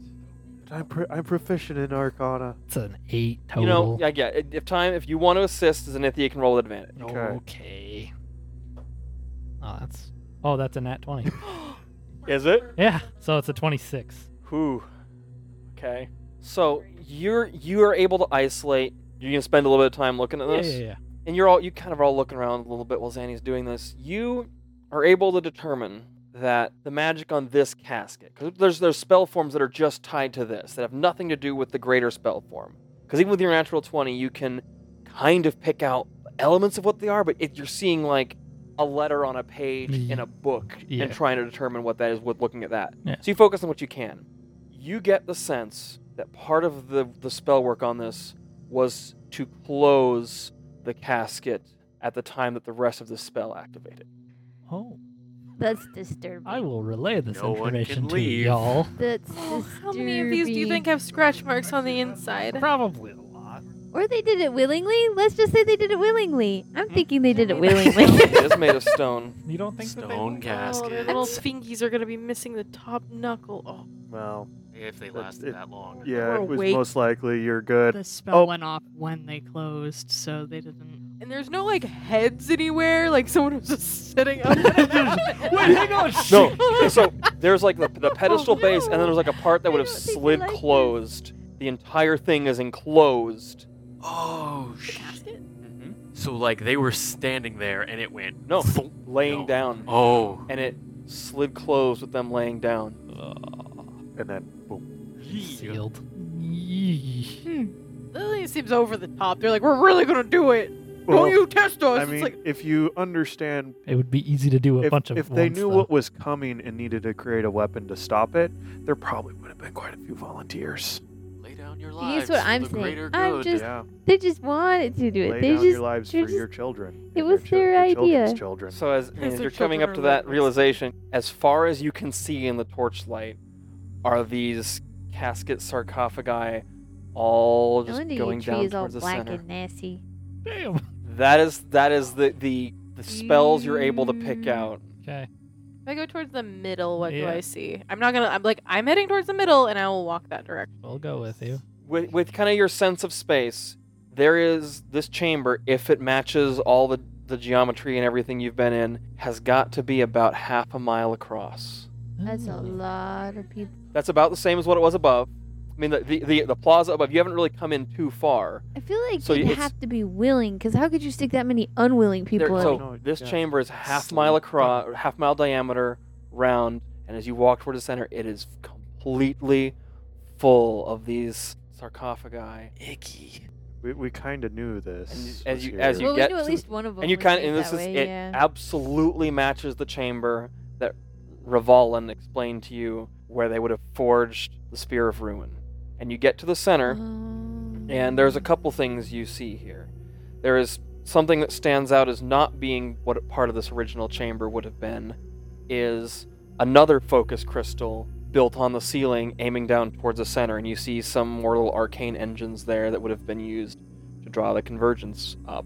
I'm, pro- I'm proficient in Arcana.
It's an eight total.
You know, yeah, yeah. If time, if you want to assist as an Ithia, you can roll with advantage.
Okay.
Okay. Oh, that's. Oh, that's a
*laughs*
nat twenty.
Is it?
yeah. So it's a twenty-six.
Whew. Okay. So you're you are able to isolate. You're gonna spend a little bit of time looking at
Yeah,
this,
yeah, yeah.
and you're all you kind of are all looking around a little bit while Zanny's doing this. You are able to determine that the magic on this casket, because there's there's spell forms that are just tied to this that have nothing to do with the greater spell form. Because even with your natural twenty, you can kind of pick out elements of what they are, but it, you're seeing like a letter on a page
Mm.
in a book
Yeah.
and trying to determine what that is with looking at that.
Yeah.
So you focus on what you can. You get the sense that part of the, the spell work on this was to close the casket at the time that the rest of the spell activated.
Oh,
That's disturbing.
I will relay this
No one can
information to
leave.
y'all.
That's
Oh,
disturbing.
how many of these do you think have scratch marks on the inside?
Probably a lot.
Or they did it willingly? Let's just say they did it willingly. I'm
Hmm.
thinking they did it
it *laughs*
willingly. *laughs*
is made of stone.
You don't think that they
Stone
Oh, their little
caskets.
fingies are gonna be missing the top knuckle. Oh,
Well,
If they
That's-
lasted
it-
that long.
yeah,
Or
it was
wait.
most likely you're good.
The spell
Oh.
went off when they closed, so they didn't.
and there's no like heads anywhere. Like someone was just sitting up.
Wait, hang
*laughs*
on.
No, so there's like the, the pedestal base, and then there's like a part that
I
would have
don't think I
slid
like this.
closed. The entire thing is enclosed.
Oh shit. So like they were standing there and it went
No,
thump.
laying
No.
down.
Oh.
And it slid closed with them laying down.
And then, boom.
Sealed.
Lily seems over the top. They're like, we're really gonna do it.
Well,
Don't you test us.
I
it's
mean,
like,
if you understand,
It would be easy to do a
if,
bunch of.
if they
once,
knew
though.
what was coming and needed to create a weapon to stop it, there probably would have been quite a few volunteers.
Lay down your lives.
Here's what
for
I'm
the
saying.
greater
I'm
good.
just-
yeah,
they just wanted to do it.
lay
they
down
just
your lives for
they're
your
just-
children.
it
and
was
their,
their
chil- their
idea.
Children.
So as,
Because
as
their
you're coming
children
up
are
to that
reckless.
realization, as far as you can see in the torchlight, are these casket sarcophagi all
No
just
wonder your
going
tree
down
is all
towards the
black
center?
and nasty.
Damn.
That is that is the, the the spells you're able to pick
Mm.
out.
Okay.
if I go towards the middle, what do
Yeah.
I see? I'm not gonna. I'm like, I'm heading towards the middle, and I will walk that direction.
We'll go with you.
With with kind of your sense of space, there is this chamber. If it matches all the the geometry and everything you've been in, has got to be about half a mile across.
That's a
Ooh.
Mm.
lot of people.
That's about the same as what it was above. I mean, the the, the, the plaza above. You haven't really come in too far.
I feel like
So
you'd
it's-
have to be willing, because how could you stick that many unwilling people
There-
in?
so
No,
this
yeah.
chamber is half
Slow
mile
down.
across, half mile diameter, round. And as you walk toward the center, it is completely full of these sarcophagi.
Icky.
We, we kind of knew this.
And
was
as you- as you
here.
well,
get
we knew
to
at
the-
least one of them.
and you
was
kind of,
shaped
and this
that
is
way,
it
yeah.
absolutely matches the chamber that Ravalan explained to you where they would have forged the spear of ruin. And you get to the center,
Um,
and there's a couple things you see here. There is something that stands out as not being what a part of this original chamber would have been is another focus crystal built on the ceiling aiming down towards the center and you see some more little arcane engines there that would have been used to draw the convergence up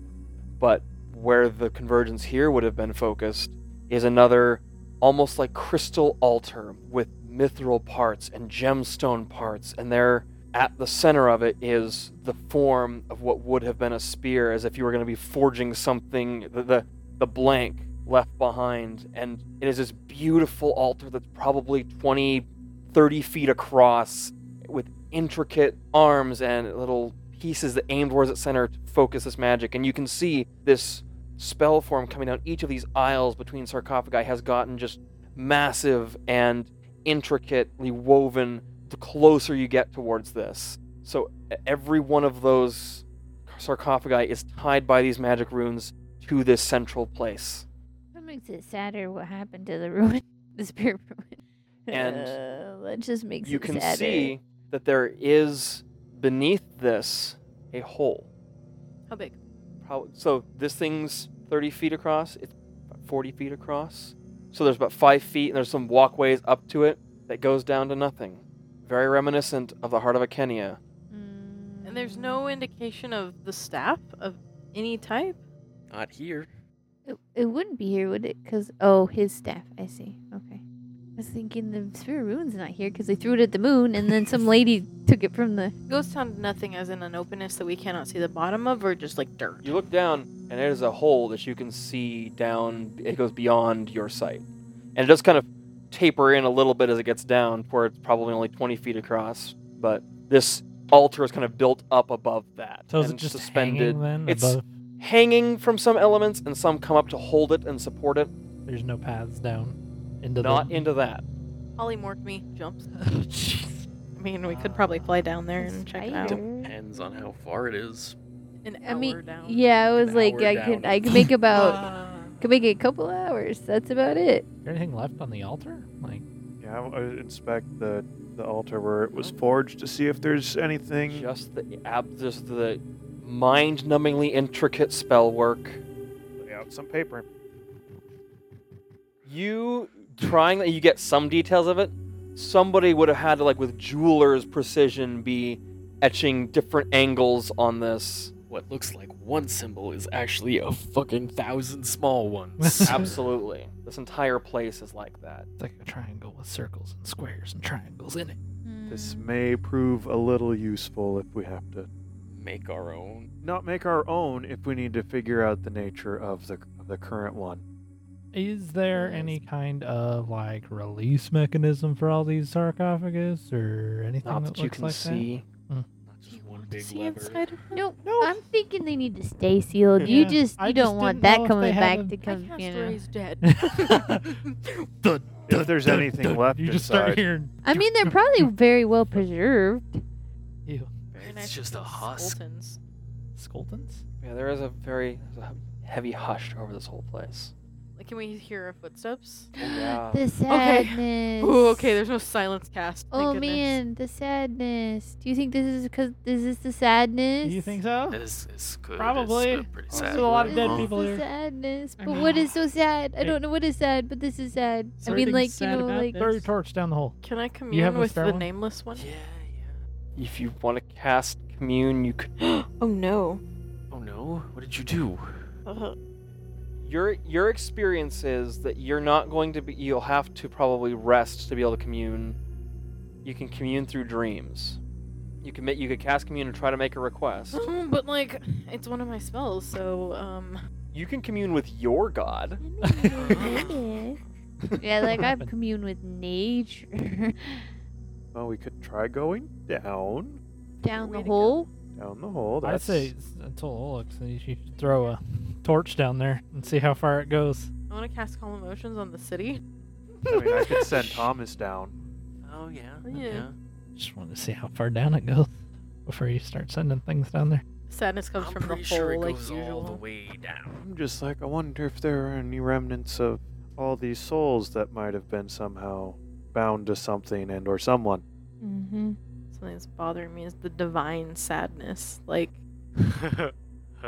but where the convergence here would have been focused is another almost like crystal altar with mithril parts and gemstone parts and there at the center of it is the form of what would have been a spear as if you were going to be forging something the, the the blank left behind and it is this beautiful altar that's probably 20 30 feet across with intricate arms and little pieces that aim towards its center to focus this magic and you can see this spell form coming down each of these aisles between sarcophagi has gotten just massive and intricately woven the closer you get towards this so e- every one of those sarcophagi is tied by these magic runes to this central place.
That makes it sadder what happened to the ruin, *laughs* the spirit ruin.
And
uh, *laughs* that just makes
you
it
can
sadder.
see that there is beneath this a hole.
How big?
Prob- So this thing's 30 feet across, it's about 40 feet across. So there's about five feet, and there's some walkways up to it that goes down to nothing. Very reminiscent of the heart of a Kenya.
Mm.
And there's no indication of the staff of any type.
Not here.
It, it wouldn't be here, would it? Because oh, his staff. I see. Okay. I was thinking the sphere rune's not here because they threw it at the moon, and then some lady took it from the.
Goes down to nothing, as in an openness that we cannot see the bottom of, or just like dirt.
You look down, and there's a hole that you can see down. It goes beyond your sight. And it does kind of taper in a little bit as it gets down, where it's probably only 20 feet across. But this altar is kind of built up above that.
So is
and
it just
suspended?
hanging then?
It's-
above?
Hanging from some elements, and some come up to hold it and support it.
There's no paths down into *laughs*
Not
the...
into that.
Polymorph me jumps.
Jeez.
I mean, we could probably fly down *laughs* there and check it out.
Spider.
Depends on how far it is.
An
I
hour
mean,
down.
yeah, I was
An
like,
hour
I could,
down.
I
*laughs*
could make
*laughs*
about,
Ah.
could make a couple hours. That's about it.
Is there anything left on the altar? Like, *laughs*
Yeah, I would inspect the the altar where it was forged to see if there's anything.
Just the ab- just the mind-numbingly intricate spell work.
Lay out some paper.
You trying you get some details of it. Somebody would have had to like with jeweler's precision be etching different angles on this.
What looks like one symbol is actually a fucking thousand small
*laughs*
ones.
Absolutely. This entire place is like that.
it's like a triangle with circles and squares and triangles in it.
Hmm.
This may prove a little useful if we have to
Make our own.
not make our own if we need to figure out the nature of the of the current one.
Is there any kind of like release mechanism for all these sarcophagus or anything
Not
that,
that you
looks
can
like
see.
Not just
You
one
want to
big
see
lever.
inside of-
Nope.
No.
I'm thinking they need to stay sealed. You
Yeah,
just,
I
you
just
don't want
didn't know
that
if
coming
they
back
had
to
a-
My
come. You know.
castawary's
*laughs*
dead.
that? Dun,
If there's
dun,
anything
dun.
left
you just start
inside.
hearing.
I mean, they're
*laughs*
probably very well preserved.
Ew.
Very
It's
nice
just
looking
a husk.
skeletons.
Skeletons?
Yeah, there is a very there's a heavy hush over this whole place.
Like, can we hear our footsteps?
yeah.
The sadness.
Ooh, okay. There's no silence cast. thank
Oh
goodness.
man, the sadness. Do you think this is because is this the sadness?
You think so?
This is good.
Probably.
It's pretty
This
sad.
is a lot
This
of dead
is
people
the
here.
Sadness.
I
But what
mean-
is so sad? I
Hey.
don't know what is sad, but this is sad. I mean,
Something's
like you
sad
know,
about
like *laughs*
this.
Throw your torch down the hole.
Can I
have
commune
a
with
spare
the
one?
nameless one?
Yeah, yeah.
If you want to cast commune, you could
Oh no.
Oh no. What did you do?
Uh, *laughs*
your your experience is that you're not going to be you'll have to probably rest to be able to commune you can commune through dreams you can ma- you could cast commune and try to make
*gasps*
a request
but like, it's one of my spells, so um.
you can commune with your god
yeah, like
*laughs*
I
Happened.
commune with nature *laughs*
Well, we could try going down
down the
Way to go.
hole.
down the hole.
I
Oh, That's
say s- until Olyx, you should throw a torch down there and see how far it goes.
I want to cast calm emotions on the city.
*laughs* I mean, I could send Thomas down.
Oh yeah.
Yeah.
Just want to see how far down it goes before you start sending things down there.
Sadness comes
I'm
from the
pretty
whole,
sure it
like
goes
usual.
all the way down.
I'm just like, I wonder if there are any remnants of all these souls that might have been somehow bound to something and or someone.
Mm-hmm.
Something that's bothering me is the divine sadness. Like,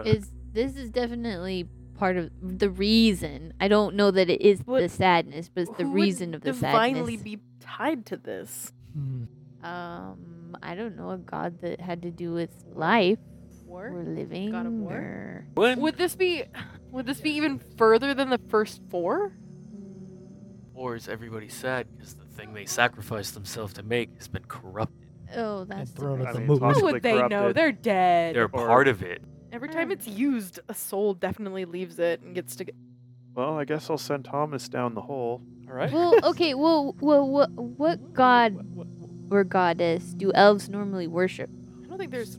Is this is definitely part of the reason. I don't know that it is the
What-
sadness, but it's the
who would
reason of the
divinely
sadness.
be tied to this?
Hmm.
um, I don't know a god that had to do with life
War?
or living.
God of war?
Or...
Would,
Would this be? Would this be even further than the first four?
or is everybody sad because the thing they sacrificed themselves to make has been corrupted?
Oh, that's
throw it
the
at the
person.
moon.
How
Possibly
would they know?
corrupted.
They're dead.
They're
Or-
part of it.
Every time it's used, a soul definitely leaves it and gets to. Get...
Well, I guess I'll send Thomas down the hole.
All right.
well, okay. Well, well, what, what god
Wha- wha-
or goddess do elves normally worship?
I don't think there's.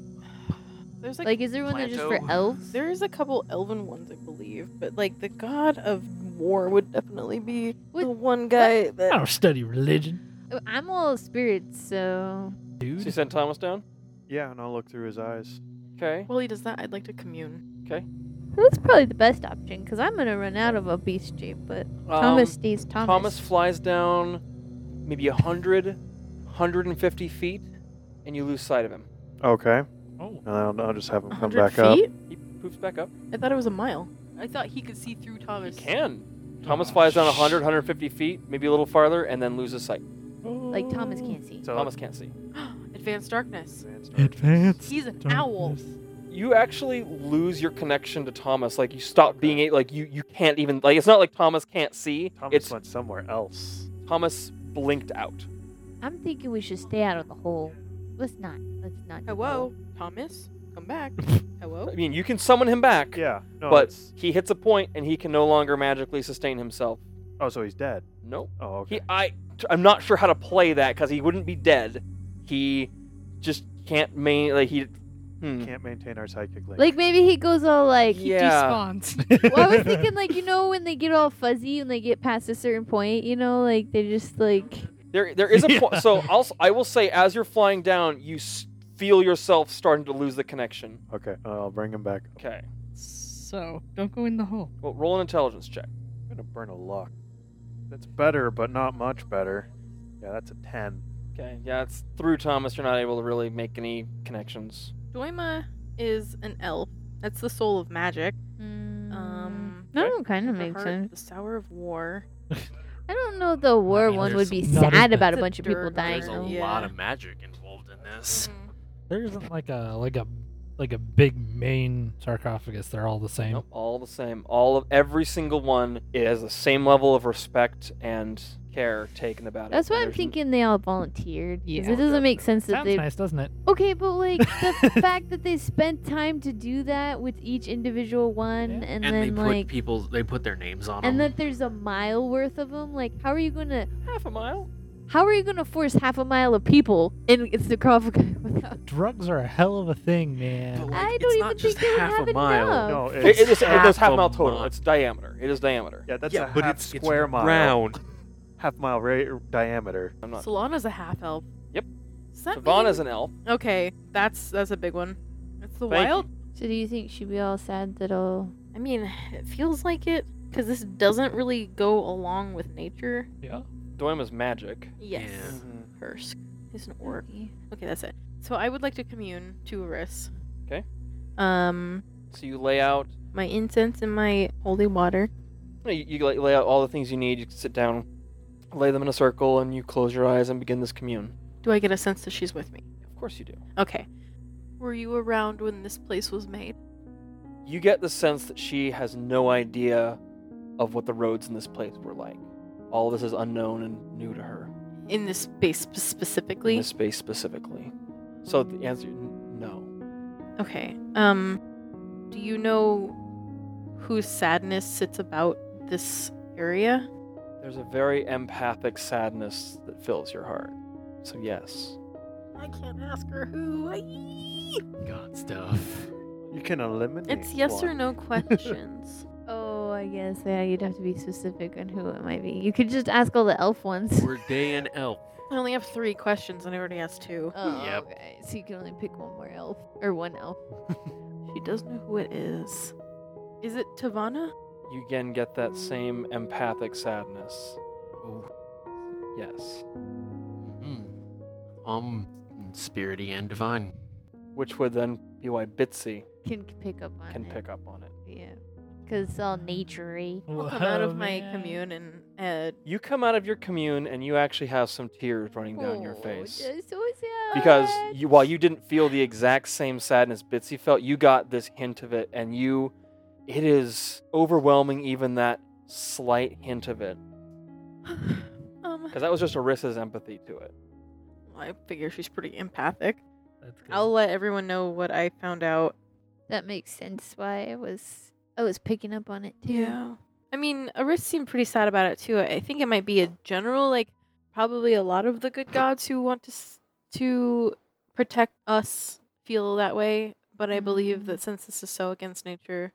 There's like,
Like, is there one that's just for
Planto.
elves?
there's a couple elven ones I believe, but like the god of war would definitely be
Would-
the one guy that.
I don't study religion,
Uh, I'm all spirits, so
dude.
So you sent Thomas down?
Yeah, and I'll look through his eyes.
Okay.
While he does that, I'd like to commune.
that's probably the best option because I'm gonna run out of a beast shape. But Thomas stays Thomas.
Thomas flies down maybe 100, 150 feet, and you lose sight of him.
Okay.
oh,
And I'll, I'll just have him come
100
back up.
feet?
He poops back up.
I thought it was a mile. I thought he could see through
He
Thomas.
can. Thomas flies down 100, 150 feet, maybe a little farther, and then loses sight.
Like Thomas can't see.
So
Thomas can't see.
*gasps* Advanced darkness.
Advanced
Advanced
He's an
*laughs*
owl.
darkness.
You actually lose your connection to Thomas. Like you stop being a like you you can't even like it's not like Thomas can't see.
Thomas
it's
went somewhere else.
Thomas blinked out.
I'm thinking we should stay out of the hole. Let's not. Let's not. do the
Hello,
hole.
Thomas. Come *laughs* back. Hello.
I mean, you can summon him back,
Yeah. No,
but
it's-
he hits a point and he can no longer magically sustain himself.
oh, so he's dead.
Nope.
Oh, okay.
He I I'm not sure how to play that because he wouldn't be dead. He just can't main like he. Hmm.
Can't maintain our psychic link.
Like maybe he goes all like.
Yeah.
Despawns.
Well, I was
*laughs*
thinking like you know when they get all fuzzy and they get past a certain point, you know, like they just like.
There
*laughs*
there is a point. So I'll I will say as you're flying down, you s- feel yourself starting to lose the connection.
okay, I'll bring him back.
Okay.
so don't go in the hole.
Well, roll an intelligence check.
I'm gonna burn a luck. That's better, but not much better. Yeah, that's a ten.
Okay, yeah, it's through Thomas. You're not able to really make any connections.
Doima is an elf. That's the soul of magic. Um,
Mm. that one kind of
her
makes
heart,
sense.
The Sour of War.
I don't know the war
mean,
one would
there's
be
not as
sad about a
bad-
bunch of people
Dirk,
dying.
There's
I
a
know.
though.
lot
Yeah.
of magic involved in
Mm.
this.
Mm-hmm.
There isn't like a like a like a big main sarcophagus. They're all the same.
Nope, all the same. All of every single one it has the same level of respect and care taken about it.
That's why
and
I'm
there's n-
thinking they all volunteered. 'cause
Yeah.
it doesn't make sense that
Sounds
they.
nice, doesn't it?
Okay, but like
*laughs*
the fact that they spent time to do that with each individual one,
Yeah.
and,
And, they
then
put
like,
people, they put their names on
and
them.
that there's a mile worth of them. Like, how are you gonna,
half a mile.
how are you gonna force half a mile of people in it's the sarcophagus *laughs* without?
Drugs are a hell of a thing,
But,
man.
like,
I
it's
don't
not
even
just
think they would
half a
have
mile.
enough.
No,
It-
it's
it is
half
there's half
a
mile total.
mile.
It's diameter. It is diameter.
yeah, that's
yeah,
a
but
half
it's it's
square mile,
round.
*laughs*
half mile ra- diameter.
I'm not.
Solana's a half elf.
Yep.
Does that
Savannah's
mean-
an elf.
Okay, that's that's a big one. It's the
Thank you.
wild.
So do you think she'd be all sad that all?
I mean, it feels like it because this doesn't really go along with nature.
Yeah.
Doima's magic.
Yes.
Yeah.
Mm-hmm.
Kursk. He's an orc. Okay, that's it. So I would like to commune to Eris.
'Kay.
Um,
So you lay out.
my incense and my holy water.
You, you lay- lay out all the things you need. You sit down, lay them in a circle, and you close your eyes and begin this commune.
Do I get a sense that she's with me?
Of course you do.
Okay. Were you around when this place was made?
You get the sense that she has no idea of what the roads in this place were like. All this is unknown and new to her.
In this space sp-
in
specifically?
this space specifically. So the answer n- no.
Okay. Um, do you know whose sadness sits about this area?
There's a very empathic sadness that fills your heart. So yes.
I can't ask her who.
God stuff.
You can eliminate.
It's yes or
one.
no questions.
Oh, I guess. Yeah, you'd have to be specific on who it might be. You could just ask all the elf ones.
We're day and elf.
I only have three questions and I already asked two.
*laughs*
*laughs*
Oh,
Yep.
okay. So you can only pick one more elf or one elf.
Uh, She does know who it is. Is it Tavana?
You again get that same empathic sadness. Yes.
Mm-hmm.
Um, spirity and divine.
Which would then be why Bitsy
Can c- pick up on
can
Mm-hmm.
it.
pick up on it.
Yeah. Because it's all naturey.
I'll come out of
Whoa,
my
man.
commune and uh,
You come out of your commune and you actually have some tears running down your
Oh,
face.
that's so sad.
Because you, while you didn't feel the exact same sadness Bitsy felt, you got this hint of it, and you. It is overwhelming, even that slight hint of it.
uh, *sighs* um,
Because that was just Arissa's empathy to it.
I figure she's pretty empathic.
That's good.
I'll let everyone know what I found out.
That makes sense why I was I was picking up on it too.
I mean, Aris seemed pretty sad about it too. I think it might be a general, like, probably a lot of the good gods who want to s- to protect us feel that way. But I believe that since this is so against nature,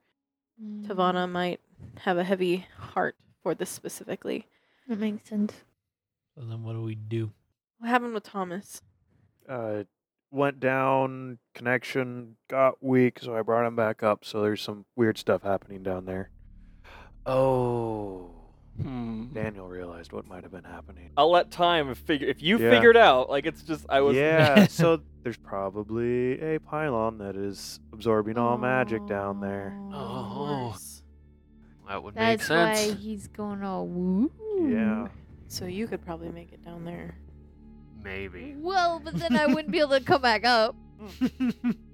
Mm,
Tavana might have a heavy heart for this specifically.
That makes sense.
So then what do we *laughs* do?
What happened with Thomas?
Uh, went down, connection got weak, so I brought him back up. So there's some weird stuff happening down there. Oh,
Hmm.
Daniel realized what might have been happening.
I'll let time figure. If you
Yeah.
figured out, like it's just I was. *laughs*
yeah, so there's probably a pylon that is absorbing all magic down there.
Oh, that would
That's
make sense.
why he's going all woo.
Yeah.
So you could probably make it down there.
Maybe.
Well, but then I wouldn't be able to come back up.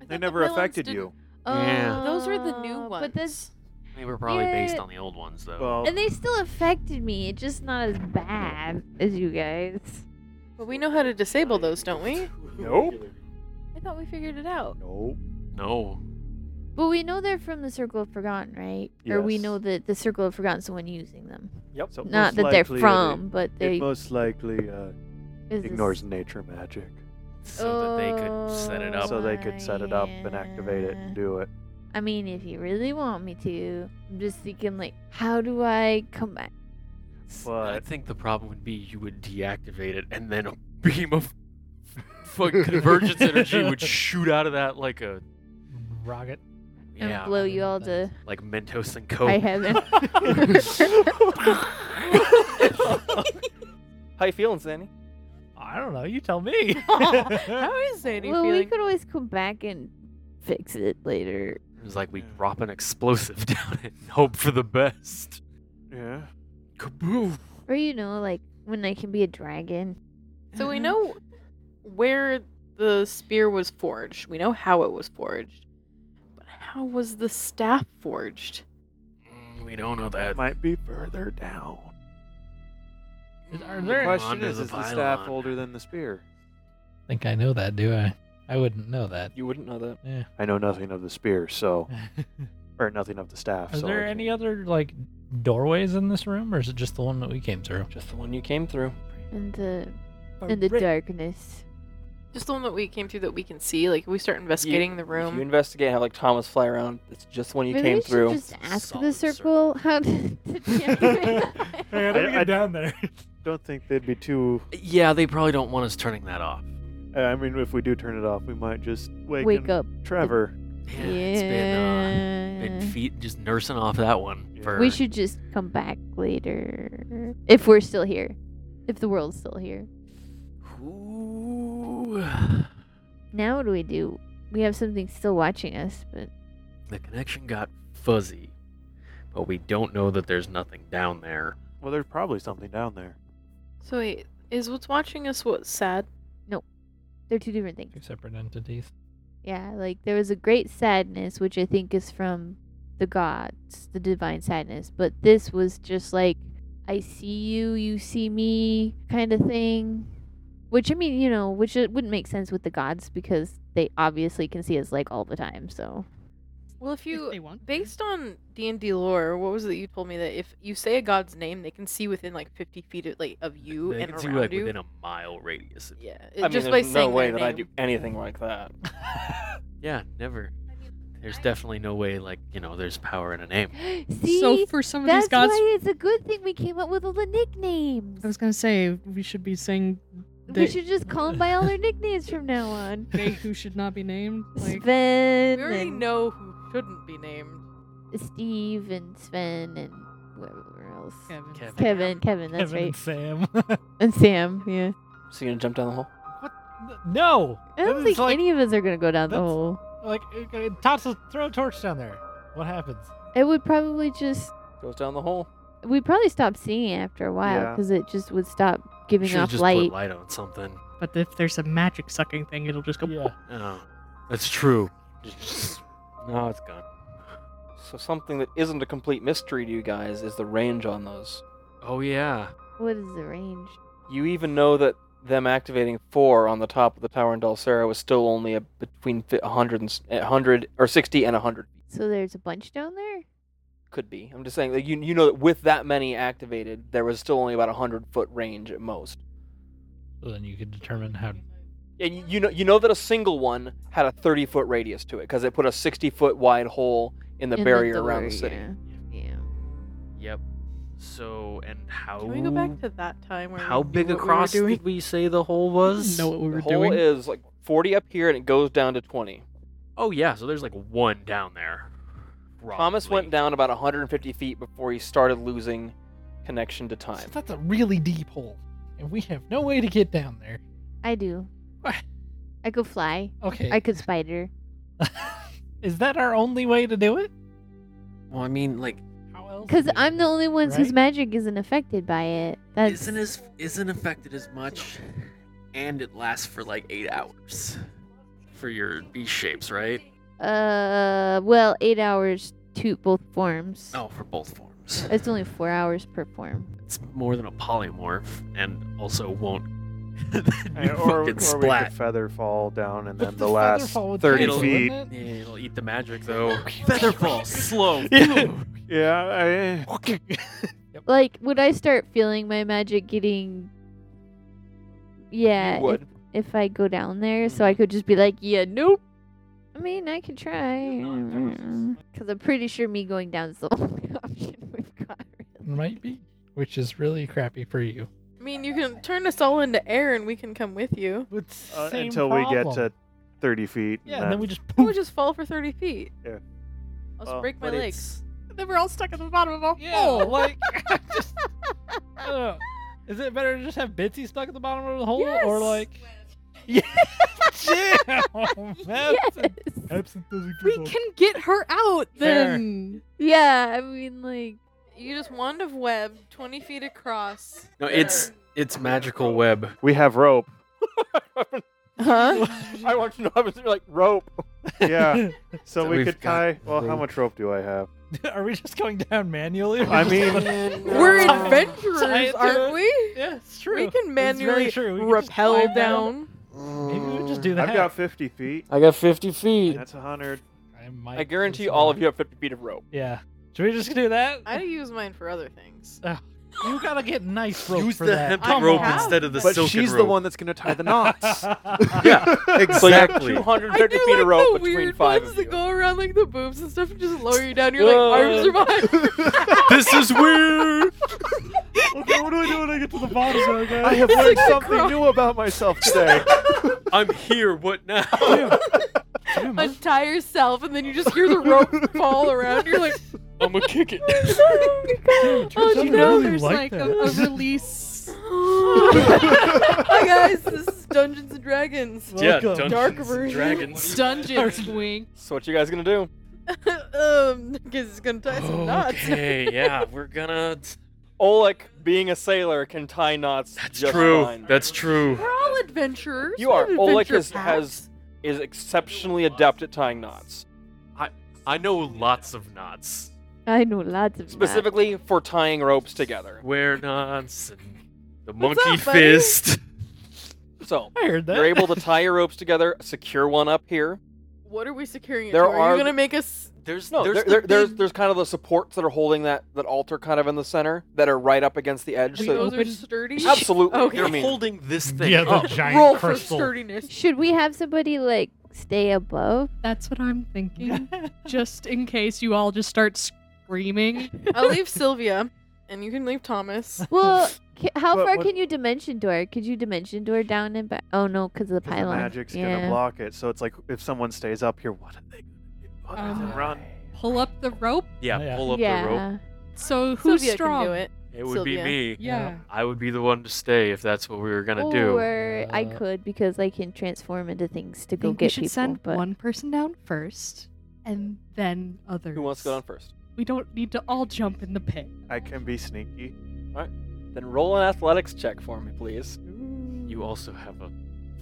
They never affected you.
Yeah.
Those are the new
Uh,
ones.
But that's
They were probably based
Yeah.
on the old ones, though.
Well,
and they still affected me. It's just not as bad as you guys.
But we know how to disable those, don't we?
nope.
I thought we figured it *laughs* out.
Nope.
no.
But we know they're from the Circle of Forgotten, right? Or we
Yes.
know that the Circle of Forgotten is the one using them.
Yep.
So most
not that they're
likely it-
from, but they
It most likely uh,
is this-
ignores nature magic.
So that they could set it
Oh
up.
So they could set it up and activate it and do it.
I mean, if you really want me to, I'm just thinking like, how do I come back?
I
But
think the problem would be you would deactivate it, and then *laughs* a beam of fucking convergence
*laughs*
energy would shoot out of that like a
*laughs*
Rocket.
And
yeah,
blow
I
you
don't
all
know
to
if
like Mentos and Coke.
I haven't.
*laughs*
How you feeling, Sandy?
I don't know. You tell
*laughs*
me. *laughs*
How is Sadie
well, we
feeling?
could always come back and fix it later.
It was like we drop an explosive *laughs* down it and hope for the best.
yeah,
Kaboof!
Or you know, like when I can be a dragon.
So we know where the spear was forged. We know how it was forged. But how was the staff forged?
Mm, We don't know
it
that.
might be further down.
Is- are
Mm,
there-
come
Question
onto
is:
the
Is the staff
pylon.
older than the spear?
think I know that, do I? I wouldn't know that.
You wouldn't know that.
*laughs* Yeah.
I know nothing of the spear, so or nothing of the staff.
Are
so
there
I
any
can't-
other like doorways in this room, or is it just the one that we came through?
Just the one you came through.
In the in the darkness.
Just the one that we came through that we can see. Like, if we start investigating the
If
room.
you investigate, have like Thomas fly around. It's just the one you
Maybe
came
we should
through.
just ask the
Solid
circle how to. *laughs* to
*laughs*
*laughs* deactivate that.
Hey,
gotta I- get I-
down there.
Don't think they'd be too. uh,
Yeah, they probably don't want us turning that off.
I mean, if we do turn it off, we might just wake,
Wake
and-
up.
Trevor.
Yeah, it's been, uh, been feet just nursing off that one
Yeah.
for
We should just come back later. If we're still here. If the world's still here.
Ooh.
Now what do we do? We have something still watching us, but
The connection got fuzzy, but we don't know that there's nothing down there.
Well, there's probably something down there.
So wait, is what's watching us what's sad?
they're two different things.
Two separate entities.
Yeah, like there was a great sadness, which I think is from the gods, the divine sadness. But this was just like, I see you, you see me kind of thing. Which I mean, you know, which it wouldn't make sense with the gods because they obviously can see us like all the time. So *gasps*
Well, if
If
you
they want to.
based on D and D lore, what was it you told me that if you say a god's name, they can see within like fifty feet of, like of you
they
and
can
around
see like
you?
within a mile radius. of-
Yeah,
I
it-
mean,
just by
there's
saying
no way
their
that I
name.
do anything like that.
Yeah, never. There's definitely no way, like, you know, there's power in a name.
See,
so for some of
that's
these gods,
why it's a good thing we came up with all the nicknames.
I was gonna say we should be saying
we
they,
should just call them by all their nicknames from now *laughs* on.
they who should not be named. *laughs* Like,
Sven
We already
and
know who shouldn't be named.
Steve and Sven and whoever else.
Kevin.
Kevin.
Kevin, Kevin, that's
Kevin
right.
and Sam. *laughs*
And Sam, yeah.
So you gonna jump down the hole?
no,
I don't
This
think
is like-
any of us are gonna go down the
that's-
hole.
like uh, toss a, throw a torch down there. What happens?
It would probably just
Goes down the hole.
we probably stopped seeing it after a while
Yeah.
because it just would stop giving
Should've
off
just
light.
put light on something.
But if there's a magic sucking thing, it'll just go. *laughs*
Yeah.
Oh, that's true. no, it's gone.
So something that isn't a complete mystery to you guys is the range on those.
Oh yeah.
What is the range?
You even know that them activating four on the top of the tower in Dulcera was still only a, between fi- 100 and s- 100 or 60 and 100
So there's a bunch down there.
could be. I'm just saying like you you know that with that many activated, there was still only about a 100 foot range at most.
Well, then you could determine how.
And you, you know you know that a single one had a 30 foot radius to it because it put a 60 foot wide hole in the
in
barrier
door,
around the city.
Yeah. yeah.
Yep. So and how?
Can we go back to that time where
how
we
big
knew what
across
we were doing?
did we say the hole was?
Know what we
The
were
hole
doing?
is like 40 up here and it goes down to 20.
Oh yeah. So there's like one down there.
Thomas
Probably.
went down about 150 feet before he started losing connection to
So
time.
that's a really deep hole, and we have no way to get down there.
I do.
What?
I could fly.
Okay.
I could spider.
*laughs* Is that our only way to do it?
Well, I mean, like,
How else?
Because
do we-
I'm the only ones whose
Right?
magic isn't affected by it. That's
isn't as isn't affected as much, and it lasts for like eight hours.
for your B shapes, right?
uh well eight hours to both forms.
Oh, for both forms.
It's only four hours per form.
It's more than a polymorph, and also won't. *laughs*
And- Uh, or or we
you fucking
could
splat.
feather fall down and then
But the
the
feather
last
fall would
30
kill it,
feet.
wouldn't
Yeah,
it?
it'll eat the magic
*laughs*
though.
Featherfall,
*laughs*
slow.
Yeah, I,
Like would I start feeling my magic getting Yeah,
You
if-
would.
If, I go down there, so I could just be like, Yeah, nope. I mean I could
*laughs*
try. Cause I'm pretty sure me going down is the *laughs* only option we've got.
Might be, which is really crappy for you.
I mean, you can turn us all into air and we can come with you.
But
uh,
same
until we get
problem.
to 30 feet.
yeah, and then we just
Or we just fall for 30 feet.
Yeah.
I'll
Well,
break my
But
legs.
it's
Then we're all stuck at the bottom of a
yeah,
Oh.
*laughs*
like *laughs* just. I don't
*laughs*
know. Is it better to just have Bitsy stuck at the bottom of the hole, or
Yes! *laughs*
like? Yeah, that's a-
Yes.
Absent doesn't
We
kill.
can get her out
Fair.
then.
*laughs* Yeah, I mean like
You just wand of web 20 feet across.
No, it's it's magical web.
We have rope.
Huh?
I want to know. I was like rope.
Yeah. So,
So
we
we've
could
got
tie. Well, how
rope.
much rope do I have?
*laughs* Are we just going down manually? or
I
just
mean-
*laughs*
gonna- *laughs*
We're
Uh, tie it
adventurers,
to
aren't
it.
we?
yeah, it's true.
We can
It's very
manually
true. We can just
rappel
climb
down.
Maybe we would just do that.
I've got 50 feet.
I got 50 feet.
That's 100.
I, might
I guarantee
just
all
not.
of you have 50 feet of rope.
Yeah. Should we just do that?
I use mine for other things.
*laughs* You gotta get nice rope
Use
for
the
that.
hemp
Come
rope
on.
instead
*laughs*
of the
But
silken
she's
rope.
the one that's going to tie the knots. *laughs*
Yeah,
So you have
exactly.
250 feet of rope between five
ones
of
that
you.
go around like the boobs and stuff and just lower you down.
*laughs*
You're like arms are behind.
this is weird.
okay, what do I do when I get to the bottom
guys?
I have learned something
cross.
new about *laughs* myself today.
I'm here. What now?
Untie yourself, and then you just hear the rope fall around. You're like,
I'm gonna kick it.
Oh, do
Something
you know
really
there's
like
like, a, a
that.
release?
hi guys, this is Dungeons and Dragons. *laughs*
yeah,
Welcome.
Dungeons
Dark
and
version.
Dragons.
Dungeons wing.
So what you guys gonna do?
um, because it's gonna tie some knots.
Okay, yeah, we're gonna.
Oleg, being a sailor, can tie knots.
That's
just
true.
Fine.
That's true.
We're all adventurers.
You
We
are.
have
Oleg
adventure
is- has-
packs.
Is exceptionally adept at tying knots,
I know lots of knots.
I know lots of math.
specifically for tying ropes together.
Wear knots and the
What's
monkey
up, buddy?
fist.
So
I heard that.
you're able to tie your ropes together, secure one up here.
What are we securing? It
There
to? Are
are-
you gonna make us?
There's
No, there's, there, there's there's kind of the supports that are holding that, that altar kind of in the center that are right up against the edge.
Have
So
Those are
open-
sturdy.
*laughs* absolutely,
Okay.
they're
I mean,
holding this thing
yeah, the
up.
giant
Roll for
crystal.
sturdiness.
Should we have somebody like stay
*laughs*
above?
That's what I'm
*laughs*
thinking.
*laughs*
just in case you all just start screaming.
*laughs* *laughs* I'll leave Sylvia, and you can leave Thomas.
Well, ca- how
But
far
what-
can you dimension door? Could you dimension door down and back? Oh no, because of the
'Cause the
*laughs* pylon.
magic's
yeah.
gonna block it. So it's like if someone stays up here, what are they gonna do? What
Um,
they run?
Pull up the rope.
Yeah,
Yeah.
pull up the rope.
yeah.
So who's
Sylvia
strong?
can do it.
It would be
Sylvia.
me.
Yeah.
I would be the one to stay if that's what we were gonna do.
Or I
Uh,
could because I can transform into things to
I
go
think
get
we should
people.
send
but
one person down first, and then others.
Who wants to go down first?
We don't need to all jump in the pit.
I can be sneaky.
Then roll an athletics check for me, please.
You also have a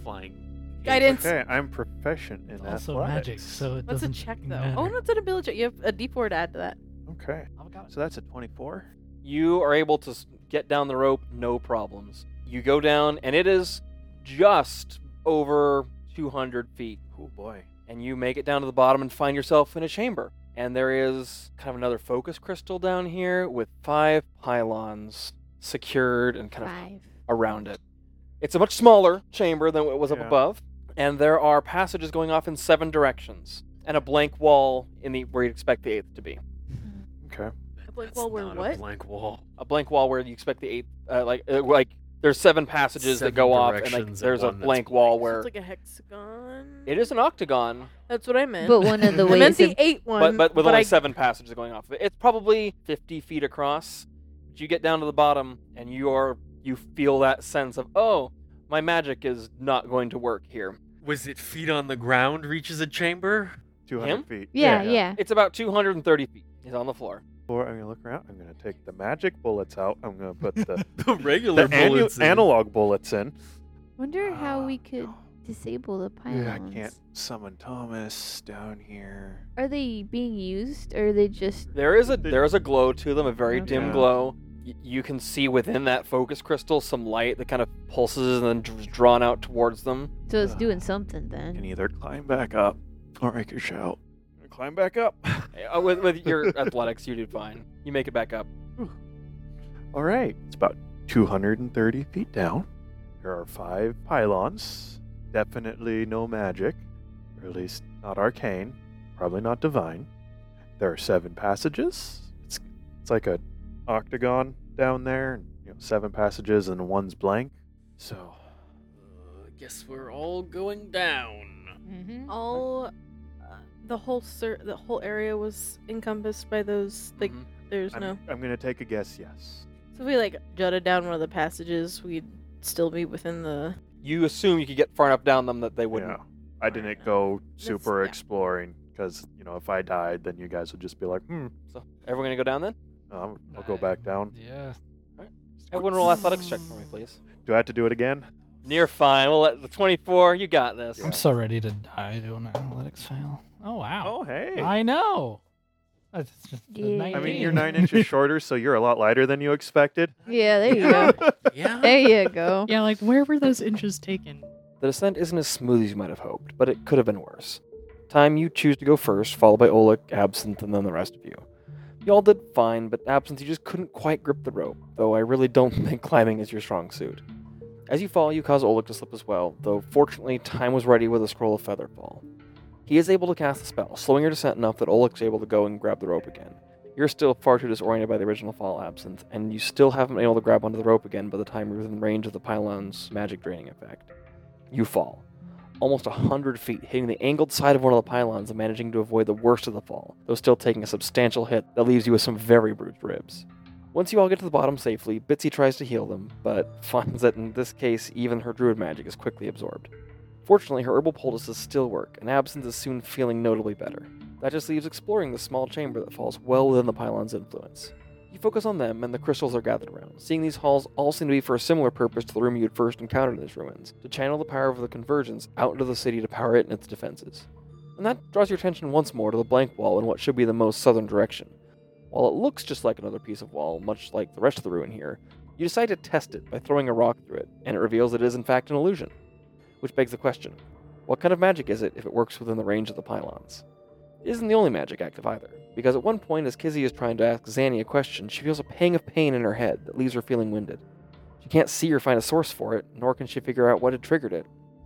flying
Guidance.
Okay, I'm proficient in
It's
athletics.
also magic, so it
That's a
doesn't
check though.
matter.
Oh no, it's an ability check. You have a deep word to add to that.
Okay, so that's a 24.
You are able to s- get down the rope, no problems. You go down, and it is just over 200 feet.
Cool Oh, boy.
and you make it down to the bottom and find yourself in a chamber. And there is kind of another focus crystal down here with five pylons secured and kind of
five.
around it. It's a much smaller chamber than what was up
Yeah.
above, and there are passages going off in seven directions and a blank wall in the where you'd expect the eighth to be.
Okay.
Like,
That's
well, we're
not
what?
A blank wall.
A blank wall where you expect the eighth, uh, like uh, like there's seven passages that
Seven
go off, and like
directions and
there's a
one that's
blank wall
So
where
it's like a hexagon.
it is an octagon,
That's what I meant.
But one
*laughs*
of the
I meant
ways
the
of-
eight one.
but but with only
I,
seven passages going off. of it. It's probably fifty feet across. But you get down to the bottom, and you are you feel that sense of oh, my magic is not going to work here.
Was it feet on the ground reaches
*laughs*
a chamber?
200
Him?
feet.
Yeah, yeah.
It's about two hundred and thirty feet. He's on the floor.
Or I'm gonna look around. I'm gonna take the magic bullets out. I'm gonna put *laughs*
*laughs*
the,
The regular
the annu-
bullets. in.
analog bullets in.
Wonder how
Ah,
we could disable the pylons.
Yeah, I can't summon Thomas down here.
Are they being used or are they just
There is a there is a glow to them, a very dim
Okay.
glow. Y- You can see within that focus crystal some light that kind of pulses and then dr- is drawn out towards them.
so it's
Ugh.
doing something
I can
then?
either climb back up or I could shout. Climb back up.
*laughs* Uh, With, with your
*laughs*
athletics, you did fine. You make it back up.
All right. It's about 230 feet down. There are five pylons. Definitely no magic, or at least not arcane. Probably not divine. There are seven passages. It's it's like a octagon down there. And, you know, seven passages and one's blank. So
Uh, guess we're all going down.
Mm-hmm.
all uh, the whole cir- the whole area was encompassed by those like
Mhm.
there's
I'm,
no
I'm gonna take a guess. Yes.
so if we like jutted down one of the passages we'd still be within the
You assume you could get far enough down them that they wouldn't.
Yeah. I didn't go super
yeah.
exploring because you know if I died, then you guys would just be like, hmm.
So everyone gonna go down then?
I'll, I'll go back down.
Yeah.
Everyone roll athletics check for me, please.
Do I have to do it again?
Near fine. We'll let the 24. You got this.
Yeah.
I'm so ready to die to an analytics fail. Oh wow.
Oh hey.
I know. That's just the
Yeah.
I mean,
19.
you're nine *laughs*
*laughs*
inches shorter, so you're a lot lighter than you expected.
Yeah, there you
*laughs*
go.
Yeah.
there you go.
Yeah, like where were those inches taken?
The descent isn't as smooth as you might have hoped, but it could have been worse. Time you choose to go first, followed by Oleg, Absinthe, and then the rest of you. You all did fine, but Absinthe, you just couldn't quite grip the rope, though I really don't *laughs* think climbing is your strong suit. As you fall, you cause Oleg to slip as well, though fortunately time was ready with a scroll of feather fall. He is able to cast the spell, slowing your descent enough that Oleg's able to go and grab the rope again. You're still far too disoriented by the original fall, Absinthe, and you still haven't been able to grab onto the rope again by the time you're within range of the pylon's magic draining effect. You fall, almost a hundred feet, hitting the angled side of one of the pylons and managing to avoid the worst of the fall, though still taking a substantial hit that leaves you with some very bruised ribs. Once you all get to the bottom safely, Bitsy tries to heal them, but *laughs* finds that in this case, even her druid magic is quickly absorbed. Fortunately, her herbal poultices still work, and Absinthe is soon feeling notably better. That just leaves exploring the small chamber that falls well within the pylon's influence. You focus on them, and the crystals are gathered around. Seeing these halls all seem to be for a similar purpose to the room you had first encountered in these ruins to channel the power of the convergence out into the city to power it and its defenses. And that draws your attention once more to the blank wall in what should be the most southern direction. While it looks just like another piece of wall, much like the rest of the ruin here, you decide to test it by throwing a rock through it, and it reveals that it is in fact an illusion. Which begs the question what kind of magic is it if it works within the range of the pylons? It isn't the only magic active either, because at one point, as Kizzy is trying to ask Zanny a question, she feels a pang of pain in her head that leaves her feeling winded. She can't see or find a source for it, nor can she figure out what had triggered it.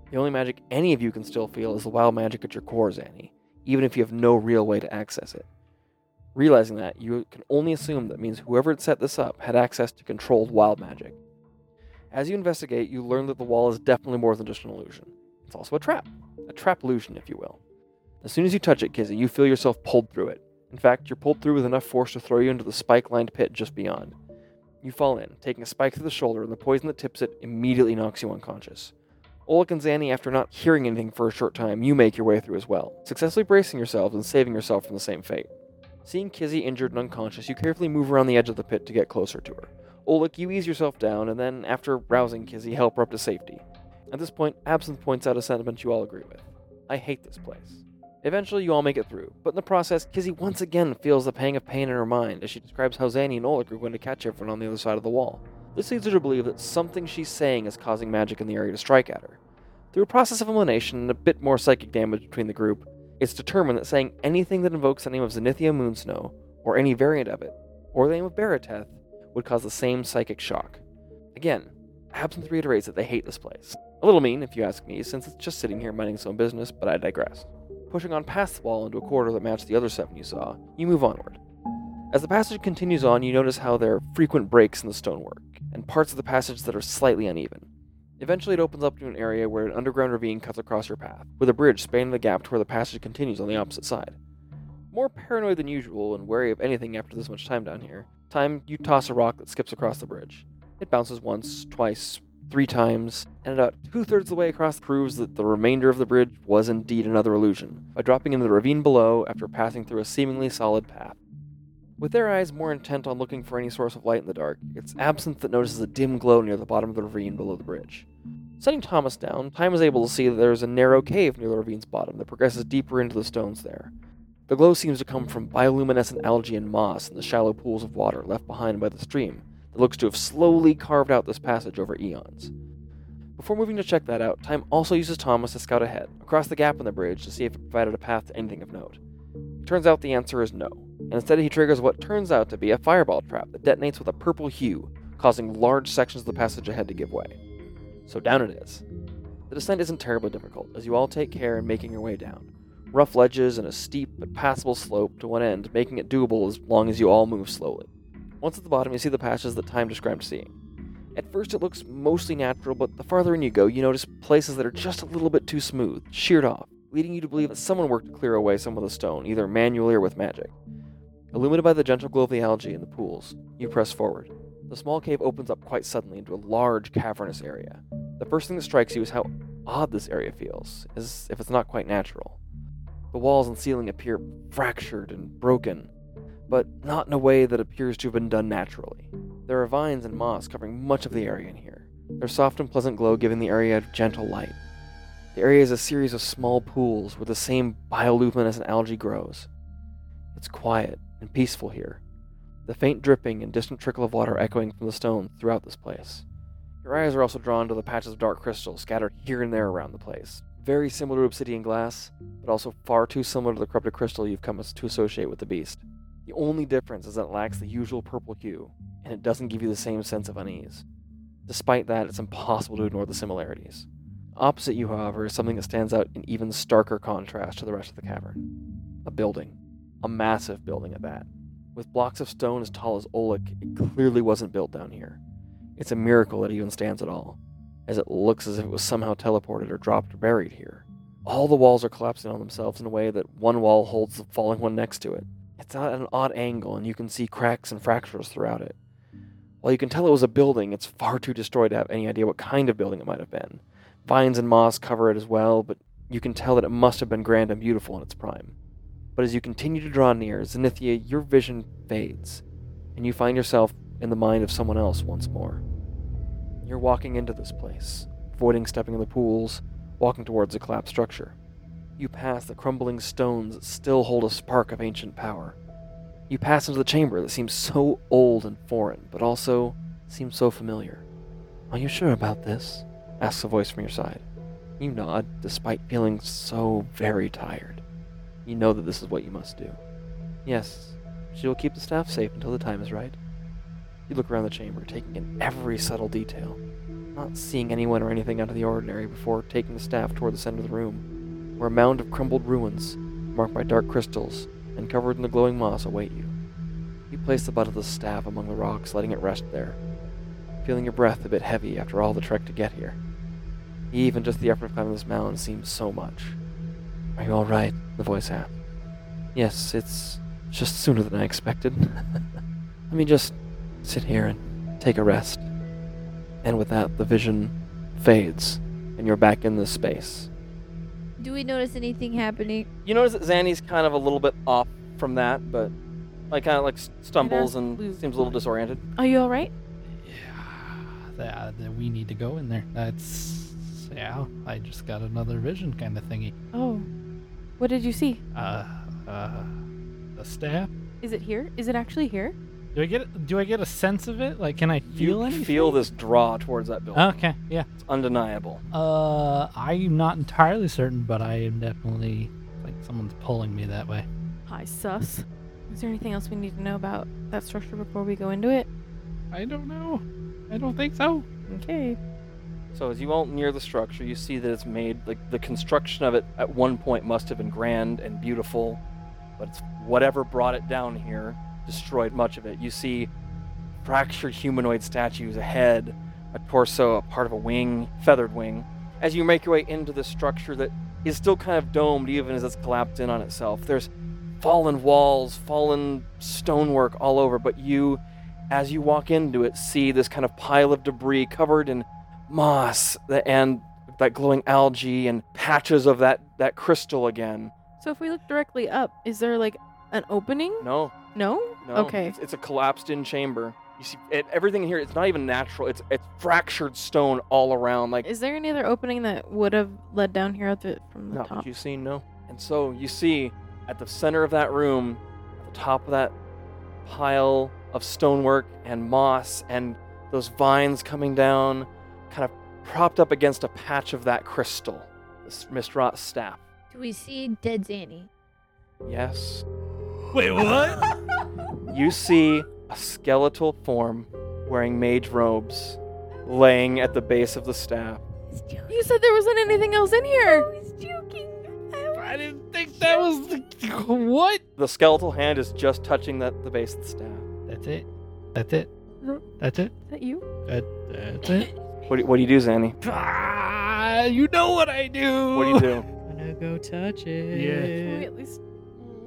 The only magic any of you can still feel is the wild magic at your core, Zanny, even if you have no real way to access it. Realizing that, you can only assume that means whoever had set this up had access to controlled wild magic. As you investigate, you learn that the wall is definitely more than just an illusion. It's also a trap. A trap illusion, if you will. As soon as you touch it, Kizzy, you feel yourself pulled through it. In fact, you're pulled through with enough force to throw you into the spike lined pit just beyond. You fall in, taking a spike through the shoulder, and the poison that tips it immediately knocks you unconscious. Oleg and Zanny, after not hearing anything for a short time, you make your way through as well, successfully bracing yourselves and saving yourself from the same fate. Seeing Kizzy injured and unconscious, you carefully move around the edge of the pit to get closer to her. Oleg, you ease yourself down, and then, after rousing Kizzy, help her up to safety. At this point, Absinthe points out a sentiment you all agree with I hate this place. Eventually, you all make it through, but in the process, Kizzy once again feels the pang of pain in her mind as she describes how Zanny and Oleg are going to catch everyone on the other side of the wall. This leads her to believe that something she's saying is causing magic in the area to strike at her. Through a process of elimination and a bit more psychic damage between the group, it's determined that saying anything that invokes the name of Zenithia Moonsnow, or any variant of it, or the name of Barateth, would cause the same psychic shock. Again, Absinthe reiterates that they hate this place. A little mean, if you ask me, since it's just sitting here minding its own business, but I digress. Pushing on past the wall into a corridor that matched the other seven you saw, you move onward. As the passage continues on, you notice how there are frequent breaks in the stonework, and parts of the passage that are slightly uneven. Eventually, it opens up to an area where an underground ravine cuts across your path, with a bridge spanning the gap to where the passage continues on the opposite side. More paranoid than usual and wary of anything after this much time down here, time you toss a rock that skips across the bridge. It bounces once, twice, three times, and about two thirds of the way across proves that the remainder of the bridge was indeed another illusion, by dropping into the ravine below after passing through a seemingly solid path. With their eyes more intent on looking for any source of light in the dark, it's Absinthe that notices a dim glow near the bottom of the ravine below the bridge. Setting Thomas down, Time is able to see that there is a narrow cave near the ravine's bottom that progresses deeper into the stones there. The glow seems to come from bioluminescent algae and moss in the shallow pools of water left behind by the stream that looks to have slowly carved out this passage over eons. Before moving to check that out, Time also uses Thomas to scout ahead, across the gap in the bridge, to see if it provided a path to anything of note. Turns out the answer is no, and instead he triggers what turns out to be a fireball trap that detonates with a purple hue, causing large sections of the passage ahead to give way. So down it is. The descent isn't terribly difficult, as you all take care in making your way down. Rough ledges and a steep but passable slope to one end, making it doable as long as you all move slowly. Once at the bottom, you see the patches that Time described seeing. At first, it looks mostly natural, but the farther in you go, you notice places that are just a little bit too smooth, sheared off, leading you to believe that someone worked to clear away some of the stone, either manually or with magic. Illuminated by the gentle glow of the algae in the pools, you press forward. The small cave opens up quite suddenly into a large, cavernous area. The first thing that strikes you is how odd this area feels, as if it's not quite natural. The walls and ceiling appear fractured and broken, but not in a way that appears to have been done naturally. There are vines and moss covering much of the area in here, their soft and pleasant glow giving the area a gentle light. The area is a series of small pools where the same bioluminescent algae grows. It's quiet and peaceful here, the faint dripping and distant trickle of water echoing from the stones throughout this place. Your eyes are also drawn to the patches of dark crystal scattered here and there around the place, very similar to obsidian glass, but also far too similar to the corrupted crystal you've come as- to associate with the beast. The only difference is that it lacks the usual purple hue, and it doesn't give you the same sense of unease. Despite that, it's impossible to ignore the similarities. Opposite you, however, is something that stands out in even starker contrast to the rest of the cavern a building. A massive building at that. With blocks of stone as tall as Olek, it clearly wasn't built down here. It's a miracle it even stands at all, as it looks as if it was somehow teleported or dropped or buried here. All the walls are collapsing on themselves in a way that one wall holds the falling one next to it. It's at an odd angle, and you can see cracks and fractures throughout it. While you can tell it was a building, it's far too destroyed to have any idea what kind of building it might have been. Vines and moss cover it as well, but you can tell that it must have been grand and beautiful in its prime. But as you continue to draw near Zenithia, your vision fades, and you find yourself in the mind of someone else once more. You're walking into this place, avoiding stepping in the pools, walking towards the collapsed structure. You pass the crumbling stones that still hold a spark of ancient power. You pass into the chamber that seems so old and foreign, but also seems so familiar. Are you sure about this? asks a voice from your side. You nod, despite feeling so very tired. You know that this is what you must do. Yes, she will keep the staff safe until the time is right. You look around the chamber, taking in every subtle detail. not seeing anyone or anything out of the ordinary before taking the staff toward the center of the room, where a mound of crumbled ruins, marked by dark crystals and covered in the glowing moss, await you. You place the butt of the staff among the rocks, letting it rest there, feeling your breath a bit heavy after all the trek to get here. Even just the effort of climbing this mountain seems so much. Are you all right? The voice asked. Yes, it's just sooner than I expected. *laughs* Let me just sit here and take a rest. And with that, the vision fades, and you're back in this space.
Do we notice anything happening?
You notice that Zanny's kind of a little bit off from that, but like kind of like s- stumbles and
we-
seems a little disoriented.
Are you all right?
Yeah, that, that we need to go in there. That's yeah. I just got another vision kind of thingy.
Oh, what did you see?
Uh, uh, the staff.
Is it here? Is it actually here?
Do I get do I get a sense of it? Like, can I feel
you
anything?
feel this draw towards that building.
Okay, yeah.
It's undeniable.
Uh, I'm not entirely certain, but I am definitely like someone's pulling me that way.
*laughs* Hi, sus. Is there anything else we need to know about that structure before we go into it?
I don't know. I don't think so.
Okay.
So as you all near the structure, you see that it's made like the construction of it at one point must have been grand and beautiful, but it's whatever brought it down here destroyed much of it. You see fractured humanoid statues, a head, a torso, a part of a wing, feathered wing. As you make your way into the structure that is still kind of domed even as it's collapsed in on itself, there's fallen walls, fallen stonework all over, but you as you walk into it see this kind of pile of debris covered in moss tha- and that glowing algae and patches of that, that crystal again.
So if we look directly up, is there like an opening?
No,
No?
no.
Okay.
It's, it's a collapsed in chamber. You see it, everything here. It's not even natural. It's it's fractured stone all around. Like
Is there any other opening that would have led down here at the, from the
not
top?
what you've seen. No. And so you see at the center of that room, at the top of that pile of stonework and moss and those vines coming down, kind of propped up against a patch of that crystal, this Mistrat staff.
Do we see dead Zanny?
Yes,
Wait, what?
*laughs* you see a skeletal form wearing mage robes laying at the base of the staff.
He's joking.
You said there wasn't anything else in here.
He's joking.
I didn't think that was the what.
The skeletal hand is just touching the, the base of the staff.
That's it. That's it. That's it.
Is that you?
That, that's it.
What do, what do you do, Zanny?
Ah, you know what I do.
What do you
*laughs*
do?
I'm gonna go touch
Can
it.
we at least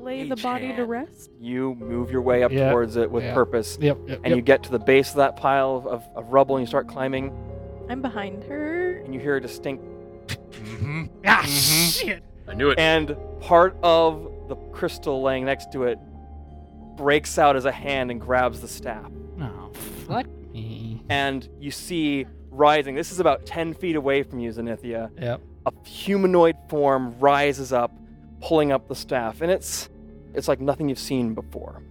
lay the body to
H-hand.
rest?
You move your way up
Yeah,
towards it with
yeah.
purpose,
Yep. yep,
and you get to the base of that pile of, of, of rubble, and you start climbing,
I'm behind her.
and you hear a distinct,
Mm-hmm.
Ah,
Mhm.
shit.
I knew it.
and part of the crystal laying next to it breaks out as a hand and grabs the staff.
Oh, fuck me.
and you see rising. This is about 10 feet away from you, Zenithia.
Yep.
A humanoid form rises up, pulling up the staff, and it's it's like nothing you've seen before.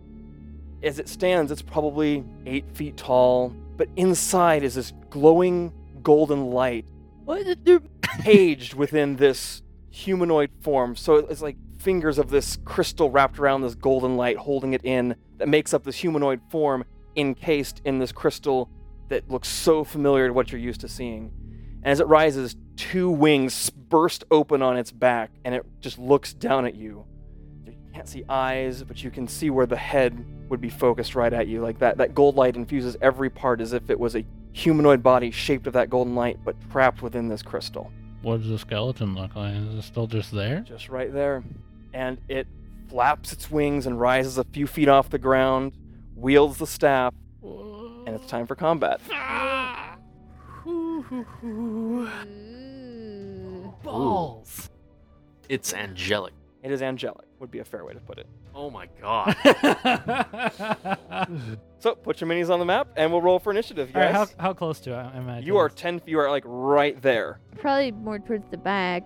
As it stands, it's probably eight feet tall, but inside is this glowing golden light
What?
caged within this humanoid form. So it's like fingers of this crystal wrapped around this golden light, holding it in, that makes up this humanoid form encased in this crystal that looks so familiar to what you're used to seeing. And as it rises, two wings burst open on its back, and it just looks down at you. You can't see eyes, but you can see where the head would be focused right at you. Like that, that gold light infuses every part as if it was a humanoid body shaped of that golden light, but trapped within this crystal.
What does the skeleton look like? Is it still just there?
Just right there. And it flaps its wings and rises a few feet off the ground, wields the staff, and it's time for combat.
*laughs* Balls.
It's angelic.
It is angelic, would be a fair way to put it.
Oh my god.
So put your minis on the map and we'll roll for initiative,
All right,
guys.
how, how close to I- am I? to
you are
this?
10 you are like right there.
Probably more towards the back.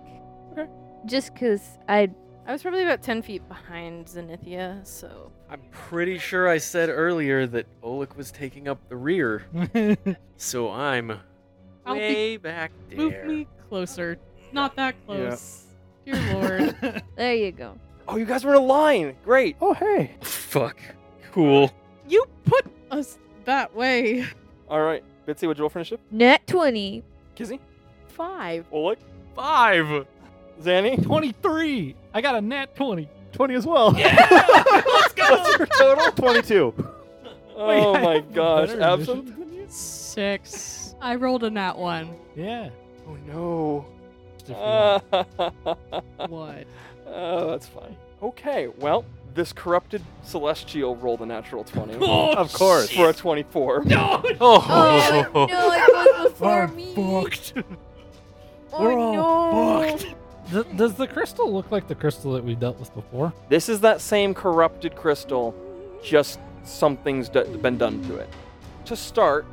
Okay.
Just because I.
I was probably about 10 feet behind Zenithia, so.
*laughs* I'm pretty sure I said earlier that Olik was taking up the rear,
*laughs*
so I'm
I'll be-
way back
Move
there.
me closer. Not that close. Dear lord.
There you go.
Oh, you guys were in a line. Great.
Oh, hey.
Fuck. Cool.
you put us that way.
All right. Bitsy, would you roll for initiative?
Net 20.
Kizzy?
Five.
Oleg?
Five.
Zanny?
23. I got a nat 20.
20 as well. *laughs*
Let's go! What's your total?
22.
Oh
*laughs* Wait, I
my
have
gosh.
better
Absent?
initiative than you?
Six. I rolled a nat one.
Yeah.
Oh no.
*laughs*
Uh, *laughs*
What?
oh, that's fine. Okay, well, this corrupted celestial rolled a natural
*laughs*
20.
Of course.
For a 24.
Oh,
Oh, no,
*laughs*
it was before
I'm
me.
fucked. *laughs*
Oh,
We're all
no.
Th- does the crystal look like the crystal that we dealt with before?
This is that same corrupted crystal, just something's d- been done to it. To start,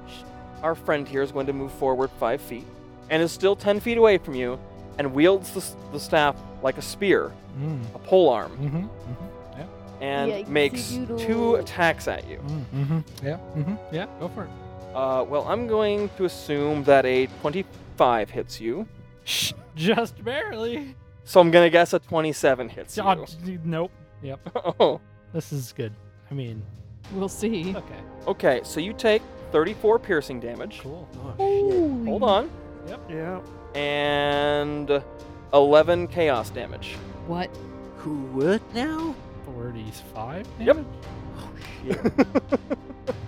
our friend here is going to move forward five feet and is still 10 feet away from you and wields the, s- the staff like a spear,
Mm.
a pole arm,
Mm-hmm.
and
Yikesy
makes two
doodle.
attacks at you.
Mm-hmm. Yeah. Mm-hmm. Yeah. Go for it.
Uh, well, I'm going to assume that a 25 hits you.
Just barely.
So I'm going to guess a 27 hits you.
Oh, d- nope. Yep.
Oh,
This is good. I mean,
We'll see.
okay.
*laughs* okay, so you take 34 piercing damage.
Cool.
Hold on.
Yeah.
and 11 chaos damage.
What?
Who would now?
45?
Yep.
damage?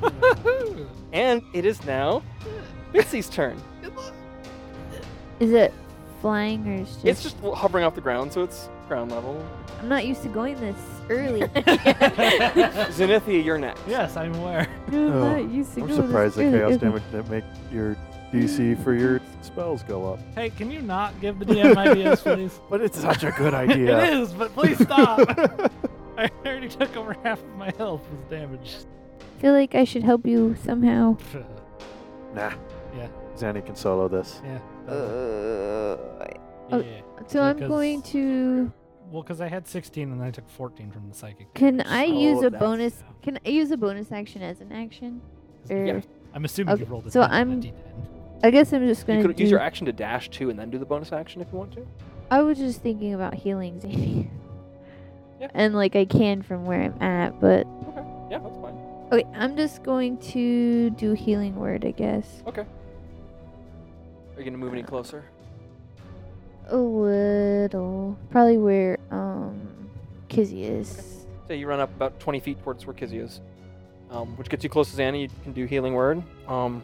Oh,
And it is now Mitzi's turn.
Is it flying or is just,
It's just hovering off the ground, so it's ground level.
I'm not used to going this *laughs*
*laughs*
early.
Zenithia, you're next.
*laughs* yes, I'm aware.
I'm
Oh,
not used to
I'm
going
surprised the
this early.
chaos damage didn't make your DC for your spells go up.
Hey, can you not give the DM ideas, please?
But it's such a
*laughs*
good idea.
It is, but please stop. *laughs* I already took over half of my health with damage. *laughs*
I feel like I should help you somehow.
*laughs* Nah.
Yeah.
Zanny can solo this.
yeah.
oh,
yeah.
So I'm going
Because-
to.
Well, because I had 16 and I took 14 from the psychic.
Can
damage,
I
so-
use
Oh,
a
that's-
bonus? Can I use a bonus action as an action? Or
Yeah.
I'm assuming
Okay,
you rolled a
so
10 and a
I'm-
D10.
I guess I'm just
You
going to
could
do.
use your action to dash too and then do the bonus action if you want to.
I was just thinking about healing Zanny.
Yeah.
*laughs* And like I can from where I'm at, but
Yeah, that's fine.
okay, I'm just going to do healing word, I guess.
Are you going to move any closer?
A little, probably where um Kizzy is.
So you run up about 20 feet towards where Kizzy is, um, which gets you close to Zanny. You can do Healing Word. Um,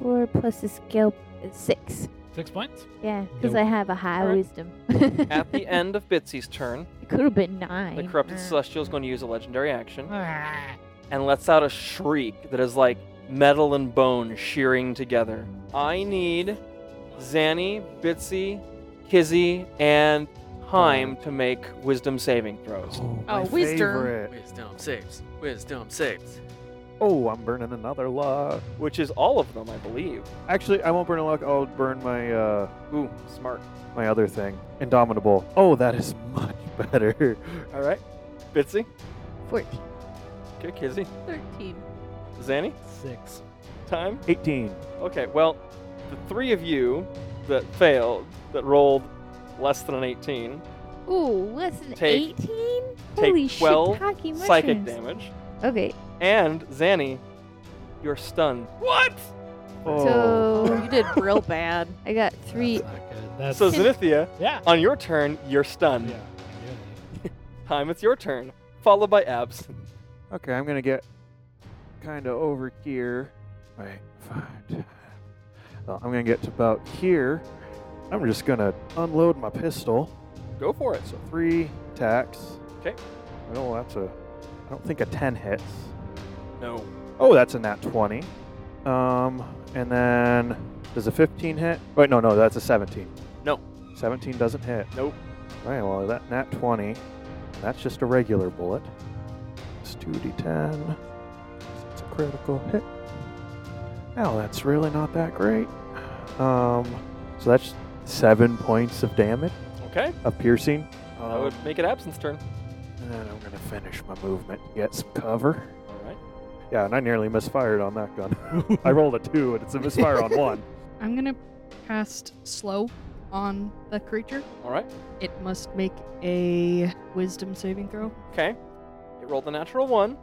Four plus the scale is six.
Six points?
Yeah, because
Dope.
I have a high
Alright.
wisdom.
at
*laughs*
the end of Bitsy's turn,
it could have been nine.
the Corrupted
Uh,
Celestial is going to use a legendary action.
Ah.
and lets out a shriek that is like metal and bone shearing together. I need Zanny, Bitsy, Kizzy, and Heim to make wisdom saving throws.
Oh, wisdom.
Wisdom saves. Wisdom saves.
Oh, I'm burning another luck.
Which is all of them, I believe.
Actually, I won't burn a luck. I'll burn my uh,
Ooh, smart.
my other thing, Indomitable. Oh, that is much *laughs* better.
All right. Bitsy,
Fourteen.
okay, Kizzy,
Thirteen.
Zanny,
Six.
time.
18.
Okay, well, the three of you that failed, that rolled less than an 18,
Ooh, less than
Take-
eighteen.
take
Holy
12
shit, Taki
psychic
mushrooms.
damage.
Okay,
And Zanny, you're stunned. What?
Oh.
*laughs*
so
You did real bad.
I got three.
That's not good. That's,
So Zenithia,
yeah.
On your turn, you're stunned.
Yeah. I knew it.
Time, it's your turn. Followed by absent.
Okay, I'm gonna get kind of over here. Wait, fine. Well, I'm gonna get to about here. I'm just gonna unload my pistol.
Go for it. So
Three attacks.
'Kay.
Oh, that's a. I don't think a 10 hits.
no.
Oh, that's a nat 20. Um, and then does a 15 hit? Wait, no, no, that's a 17.
No.
17 doesn't hit.
Nope.
All right, well, that nat 20, that's just a regular bullet. It's 2d10. It's a critical hit. Now, that's really not that great. Um, so that's seven points of damage,
Okay.
a piercing. Um,
I would make it absent's turn.
And then I'm going to finish my movement to get some cover.
All right.
Yeah, and I nearly misfired on that *laughs* gun. I rolled a two, and it's a misfire on *laughs* one.
I'm gonna cast slow on the creature.
All right.
It must make a wisdom saving throw.
Okay. It rolled a natural one,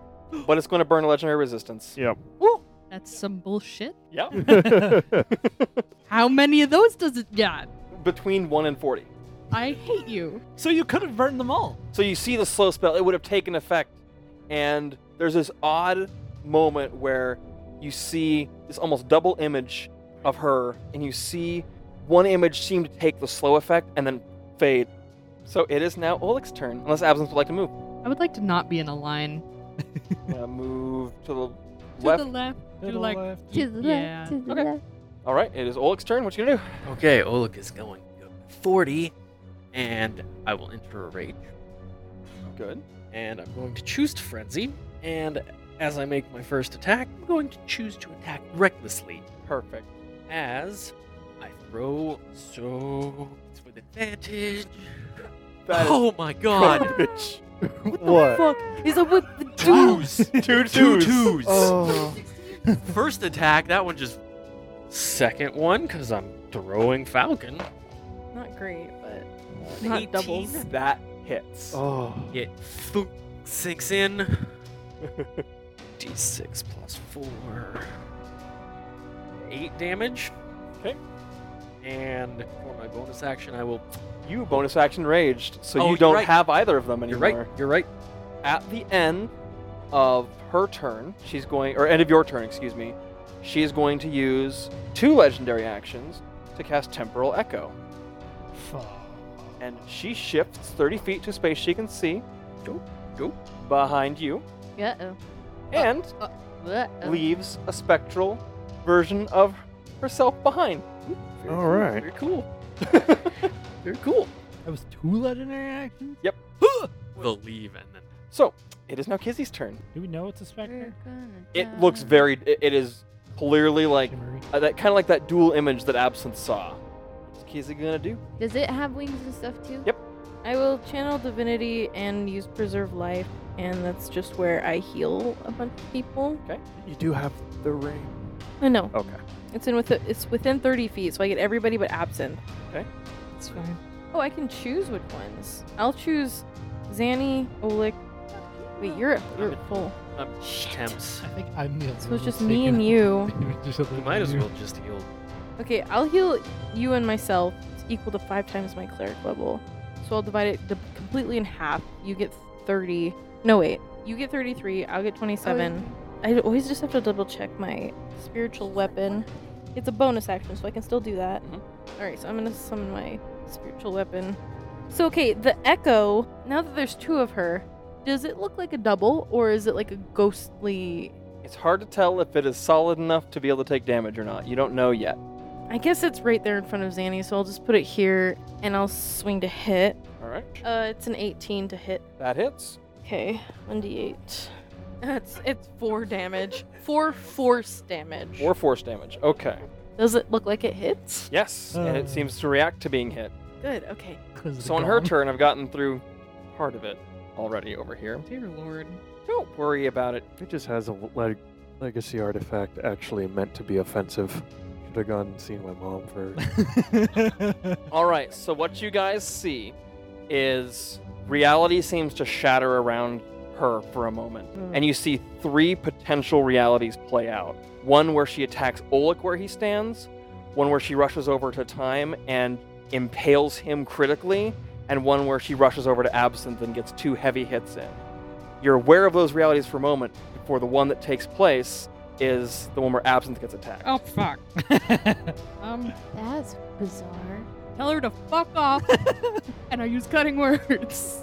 but it's going to burn a legendary resistance.
Yep.
Woo!
That's some bullshit.
Yep.
How many of those does it got?
Between 1 and 40.
I hate you.
So you could have burned them all.
So you see the slow spell, it would have taken effect. And there's this odd moment where you see this almost double image of her, and you see one image seem to take the slow effect and then fade. So it is now Oleg's turn, unless Absinthe would like to move.
I would like to not be in a line.
Uh, move to the
To
left.
the left.
To
You're
the
like-
left.
To the
Yeah.
left, to the
Okay.
left.
All right, it is Oleg's turn. What you gonna do?
Okay, Oleg is going to go 40, and I will enter a rage.
Good.
And I'm going to choose to frenzy, and as I make my first attack, I'm going to choose to attack recklessly
Perfect.
as I throw so it's with advantage.
*gasps*
That is
oh my god! *laughs*
Bitch. What?
Fuck. Is up with the
Twos!
*laughs* Two
Two twos!
Oh.
First attack, that one just. Second one, because I'm throwing Falcon.
Not great, but not
18.
doubles.
that hits.
Oh.
It thunk sinks in. *laughs* D6 plus 4. 8 damage.
Okay.
And for my bonus action, I will.
You bonus action raged, so
Oh,
you
you're
don't
right.
have either of them
You're
anymore.
right, you're right.
At the end of her turn, she's going, or end of your turn, excuse me, she is going to use two legendary actions to cast Temporal Echo.
Fuck.
And she shifts 30 feet to space she can see.
Go, go. Uh,
Behind you.
Uh-oh.
And
Uh-oh.
leaves a spectral version of herself behind.
All right.
Very
*laughs*
cool. Very cool.
That was two legendary actions?
Yep.
The leave and then
So, it is now Kizzy's turn.
Do we know it's a specter?
We're gonna
It looks
die.
very, it- it is clearly like
Shimmery.
Uh, that kind of like that dual image that Absinthe saw. What's Kizzy gonna do?
Does it have wings and stuff too?
Yep.
I will channel divinity and use preserve life, and that's just where I heal a bunch of people.
You do have the ring.
I know
Okay.
it's in with it's within thirty feet, so I get everybody but absent.
It's fine.
Oh, I can choose which ones. I'll choose Zanny, Oleg. Wait, you're you're at full.
I'm temps.
I think I'm the only
So it's
one
just
taking
me and
it.
you.
Just a
You
little
might as
you.
well just heal.
Okay, I'll heal you and myself. It's equal to five times my cleric level. So I'll divide it d- completely in half. You get 30. No, wait. You get 33. I'll get
Oh,
27. I always just have to double check my spiritual weapon. It's a bonus action, so I can still do that.
Mhm.
Alright, so I'm going to summon my spiritual weapon. So, okay, the Echo, now that there's two of her, does it look like a double or is it like a ghostly.
It's hard to tell if it is solid enough to be able to take damage or not. You don't know yet.
I guess it's right there in front of Zanny, so I'll just put it here and I'll swing to hit.
All right,
Uh, it's an 18 to hit.
that hits.
Okay, 1d8. It's it's four damage. Four force damage.
Or force damage. Okay.
Does it look like it hits?
Yes, and
Uh.
it seems to react to being hit.
Good. Okay.
'Cause of the
So on her
gong.
turn, I've gotten through part of it already over here.
Dear lord.
Don't worry about it.
It just has a l- leg- legacy artifact actually meant to be offensive. Should have gone and seen my mom for.
*laughs*
All right. So what you guys see is reality seems to shatter around her for a moment, and you see three potential realities play out. One where she attacks Oleg where he stands, one where she rushes over to Time and impales him critically, and one where she rushes over to Absinthe and gets two heavy hits in. You're aware of those realities for a moment before the one that takes place is the one where Absinthe gets attacked.
Oh fuck. um,
That's bizarre.
tell her to fuck *laughs* off. and I use cutting words.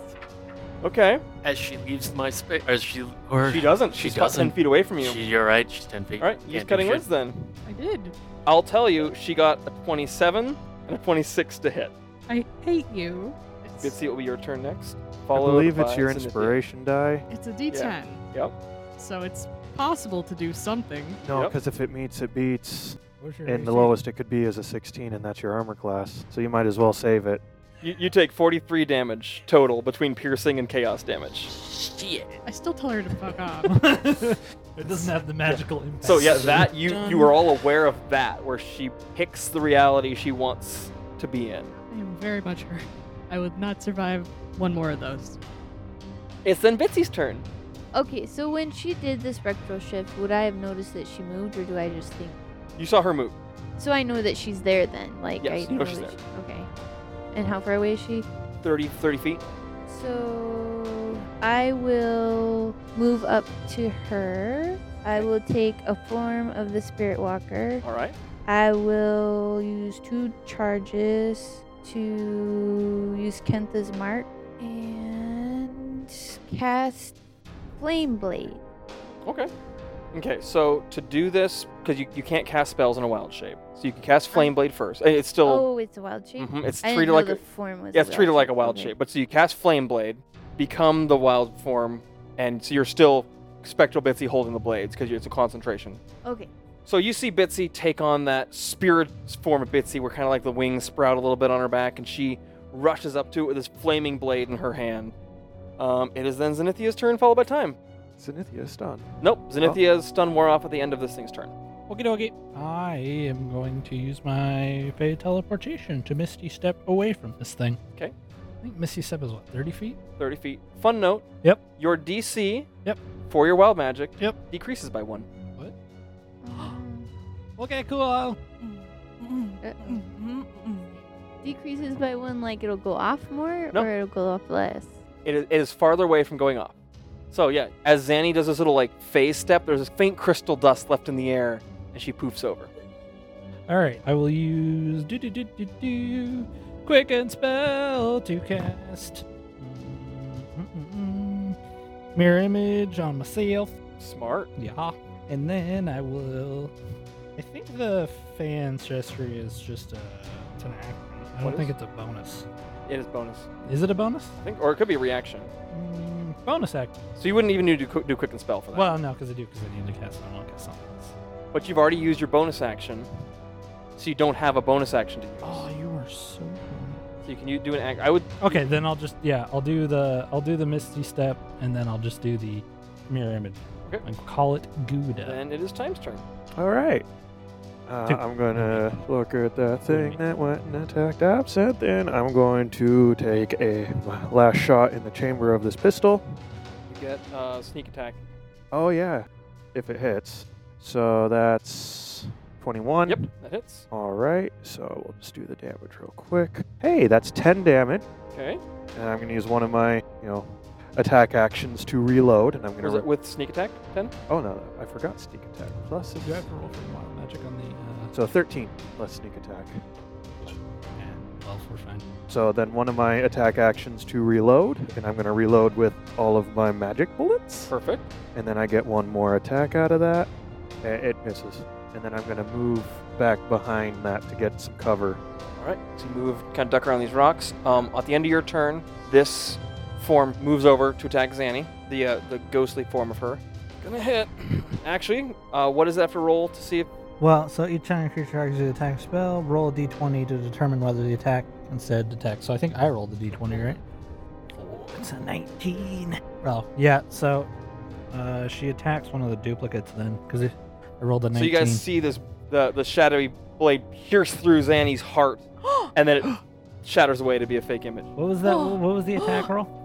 Okay.
as she leaves my space, as she or
She doesn't. She's about 10
doesn't.
feet away from you.
She, you're right. She's ten feet.
All right, use
Can't do
cutting
shit.
words then.
I did.
I'll tell you, she got a 27 and a 26 to hit.
I hate you. It's,
Bitsy, it will be your turn next.
*laughs* I
Followed
believe it's
by
your
Zenithia.
inspiration die.
it's a D10.
Yep.
So it's possible to do something.
No,
Yep.
because if it meets, it beats.
What's your
And the
AC?
lowest it could be is a 16, and that's your armor class. So you might as well save it.
You, you take 43 damage total between piercing and chaos damage.
I still tell her to fuck *laughs* off.
*laughs* it doesn't have the magical impact.
So yeah, that you you are all aware of that, where she picks the reality she wants to be in.
I am very much hurt. I would not survive one more of those.
It's then Bitsy's turn.
Okay, so when she did the spectral shift, would I have noticed that she moved, or do I just think?
You saw her move.
So I know that she's there then. Like
Yes,
I
you know she's
that
there.
she- okay. And how far away is she?
30, 30 feet.
So I will move up to her. I will take a form of the spirit walker.
All right.
I will use two charges to use Kentha's mark and cast flame blade.
Okay. Okay, so to do this, because you, you can't cast spells in a wild shape, so you can cast Flame Blade first. Uh, It's still
oh, it's a wild shape.
mhm, it's
I didn't
treated
know
like
the
a,
form was.
yeah, it's treated like a
shape.
wild
Okay.
shape. But so you cast Flame Blade, become the wild form, and so you're still Spectral Bitsy holding the blades because it's a concentration. *gasps*
Okay.
So you see Bitsy take on that spirit form of Bitsy, where kind of like the wings sprout a little bit on her back, and she rushes up to it with this flaming blade in her hand. Um, it is then Zenithia's turn, followed by time.
Zenithia is stunned.
Nope,
Oh.
Zenithia's stun wore off at the end of this thing's turn.
Okie dokie.
I am going to use my Fey teleportation to Misty Step away from this thing.
'Kay.
I think Misty Step is what, 30 feet?
30 feet. Fun note.
Yep.
Your DC.
Yep.
For your wild magic.
Yep.
Decreases by one.
Um,
Okay, cool.
Mm-hmm, Decreases by one, like it'll go off more,
No.
or it'll go off less.
It is, it is farther away from going off. So yeah, as Zanny does this little like phase step, there's this faint crystal dust left in the air, and she poofs over.
All right, I will use do do do do do quicken spell to cast Mm-mm-mm-mm. mirror image on myself.
Smart.
Yeah, and then I will. I think the fan ancestry is just a it's an action. I don't
What
think
is-
it's a bonus.
It is bonus.
Is it a bonus?
I think, or it could be a reaction.
Mm, bonus act.
So you wouldn't even need to do, do quicken spell for that.
Well, no, because I do because I need to cast. I want to cast something else.
but you've already used your bonus action, so you don't have a bonus action to use.
Oh, you are so. good.
So you can u- do an act. I would.
Okay, then I'll just yeah, I'll do the I'll do the misty step and then I'll just do the mirror image.
Okay.
And call it Gouda.
Then it is time's turn.
All right. Uh,
Dude.
I'm gonna look at that thing that went and attacked absent. Then I'm going to take a my last shot in the chamber of this pistol.
You get uh, sneak attack.
Oh yeah, if it hits. So that's 21.
Yep, that hits.
All right. So we'll just do the damage real quick. Hey, that's 10 damage,
Okay.
and I'm gonna use one of my you know attack actions to reload, and I'm gonna.
Was it with sneak attack then?
re- oh no, I forgot sneak attack plus.
Do I have to roll for wild magic on the
So 13 plus sneak attack.
uh well we're fine.
So then one of my attack actions to reload, and I'm going to reload with all of my magic bullets.
Perfect.
And then I get one more attack out of that. I- It misses. And then I'm going to move back behind that to get some cover.
All right. So you move, kind of duck around these rocks. Um, at the end of your turn, this form moves over to attack Zanny, the uh, the ghostly form of her. Gonna hit. Actually, uh, what does that for roll to see? If,
Well, so each time a creature targets the attack spell, roll a d20 to determine whether the attack instead detects. So I think I rolled the d20, right? Oh, it's a 19. Well, yeah, so uh, she attacks one of the duplicates then, because I rolled a
so
19.
you guys see this the the shadowy blade pierce through Zanny's *gasps* heart, and then it shatters away to be a fake image.
What was
*gasps*
that? what was the attack roll?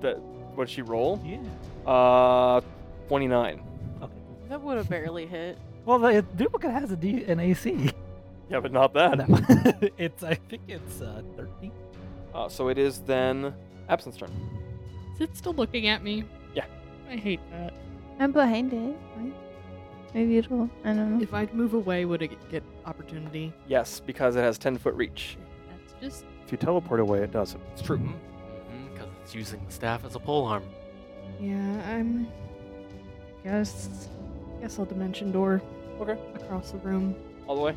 That what did she roll?
Yeah.
Uh, twenty nine.
That would have barely hit.
Well, the duplicate has a D, an AC.
Yeah, but not *laughs* that.
*laughs*
it's I think it's uh, 13.
Uh, so it is then Absint's turn.
Is it still looking at me?
Yeah.
I hate that.
I'm behind it. Right? Maybe it'll. I don't know.
If I'd move away, would it get opportunity?
Yes, because it has ten foot reach.
That's just
If you teleport away, it doesn't.
It's true.
Because Mm-hmm, it's using the staff as a pole arm.
Yeah, I'm. I guess. I guess I'll dimension door.
Okay.
Across the room,
All the way.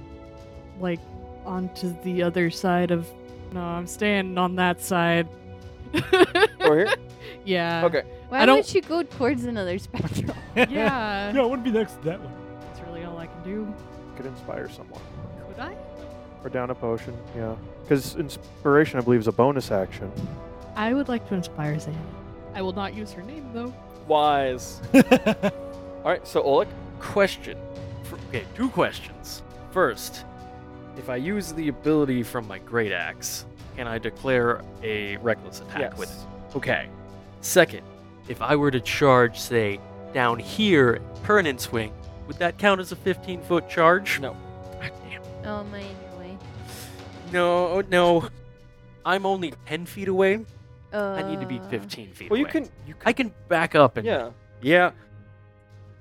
like onto the other side of. No, I'm staying on that side. *laughs*
Over here.
yeah.
Okay.
Why
I don't-
would you go towards another
*laughs*
spectral?
*laughs*
Yeah.
no, it wouldn't be next to that one.
That's really all I can do.
Could inspire someone.
Could I?
Or down a potion, yeah. Because inspiration, I believe, is a bonus action.
I would like to inspire Zan. I will not use her name though.
*laughs* Wise. All right. So Oleg.
Question.
Fr- Okay, two questions. First, if I use the ability from my great axe, can I declare a reckless attack with it? Okay. Second, If I were to charge, say, down here, permanent swing, would that count as a 15 foot charge?
No.
God damn.
Oh my anyway.
No, oh, no. I'm only 10 feet away.
Uh,
I need to be 15 feet
Well, you
away.
can.
You I can back up and.
Yeah.
Yeah.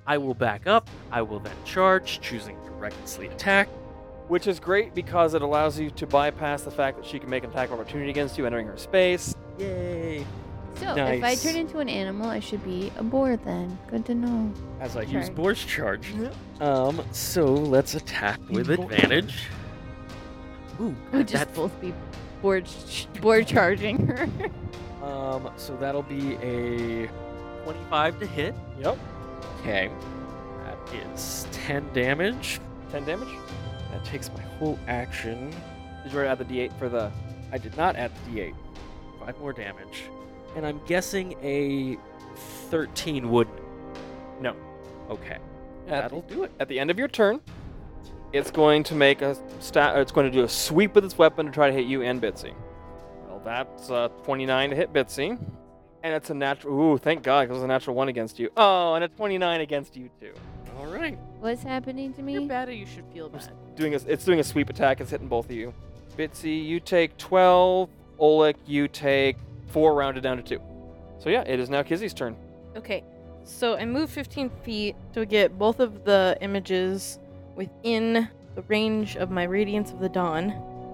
I will back up. I will then charge, choosing to recklessly attack.
Which is great because it allows you to bypass the fact that she can make an attack of opportunity against you entering her space.
Yay.
So if I
Nice.
turn into an animal, I should be a boar then. Good to
Uh,
know.
As I use
Charge.
Boar's Charge. Um, so let's attack with advantage.
Ooh,
We'd Oh, just
that's-
both be board ch- board charging her. *laughs*
Um, so that'll be a
25 to hit.
yep,
Okay. That is 10 damage.
10 damage.
That takes my whole action.
Did you already add the d8 for the?
I did not add the d8. 5 more damage. And I'm guessing a 13 would.
No.
Okay.
At,
That'll do it.
at the end of your turn, it's going to make a stat. It's going to do a sweep with its weapon to try to hit you and Bitsy. Well, that's uh, 29 to hit Bitsy, and it's a natural. Ooh, thank God, 'cause it was a natural one against you. Oh, and a 29 against you too.
All right.
What's happening to
You're
me?
bad or you should feel bad.
doing a, it's doing a sweep attack. It's hitting both of you. Bitsy, you take 12. Oleg, you take four, rounded down to two. So yeah, it is now Kizzy's turn.
Okay, so I move 15 feet to get both of the images within the range of my Radiance of the Dawn,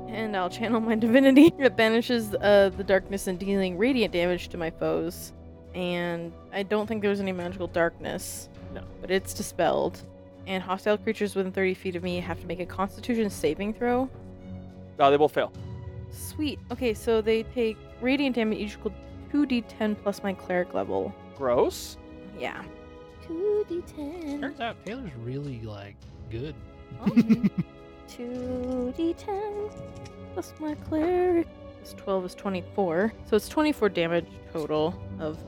and I'll channel my *laughs* divinity that banishes uh, the darkness and dealing radiant damage to my foes. And I don't think there was any magical darkness.
No.
But it's dispelled. And hostile creatures within 30 feet of me have to make a constitution saving throw.
Oh, they both fail.
Sweet. Okay, so they take radiant damage equal to 2d10 plus my cleric level.
Gross.
Yeah.
2d10.
Turns out Taylor's really like good. *laughs*
Okay. 2d10.
Plus my cleric. Plus 12 is 24. So it's 24 damage total of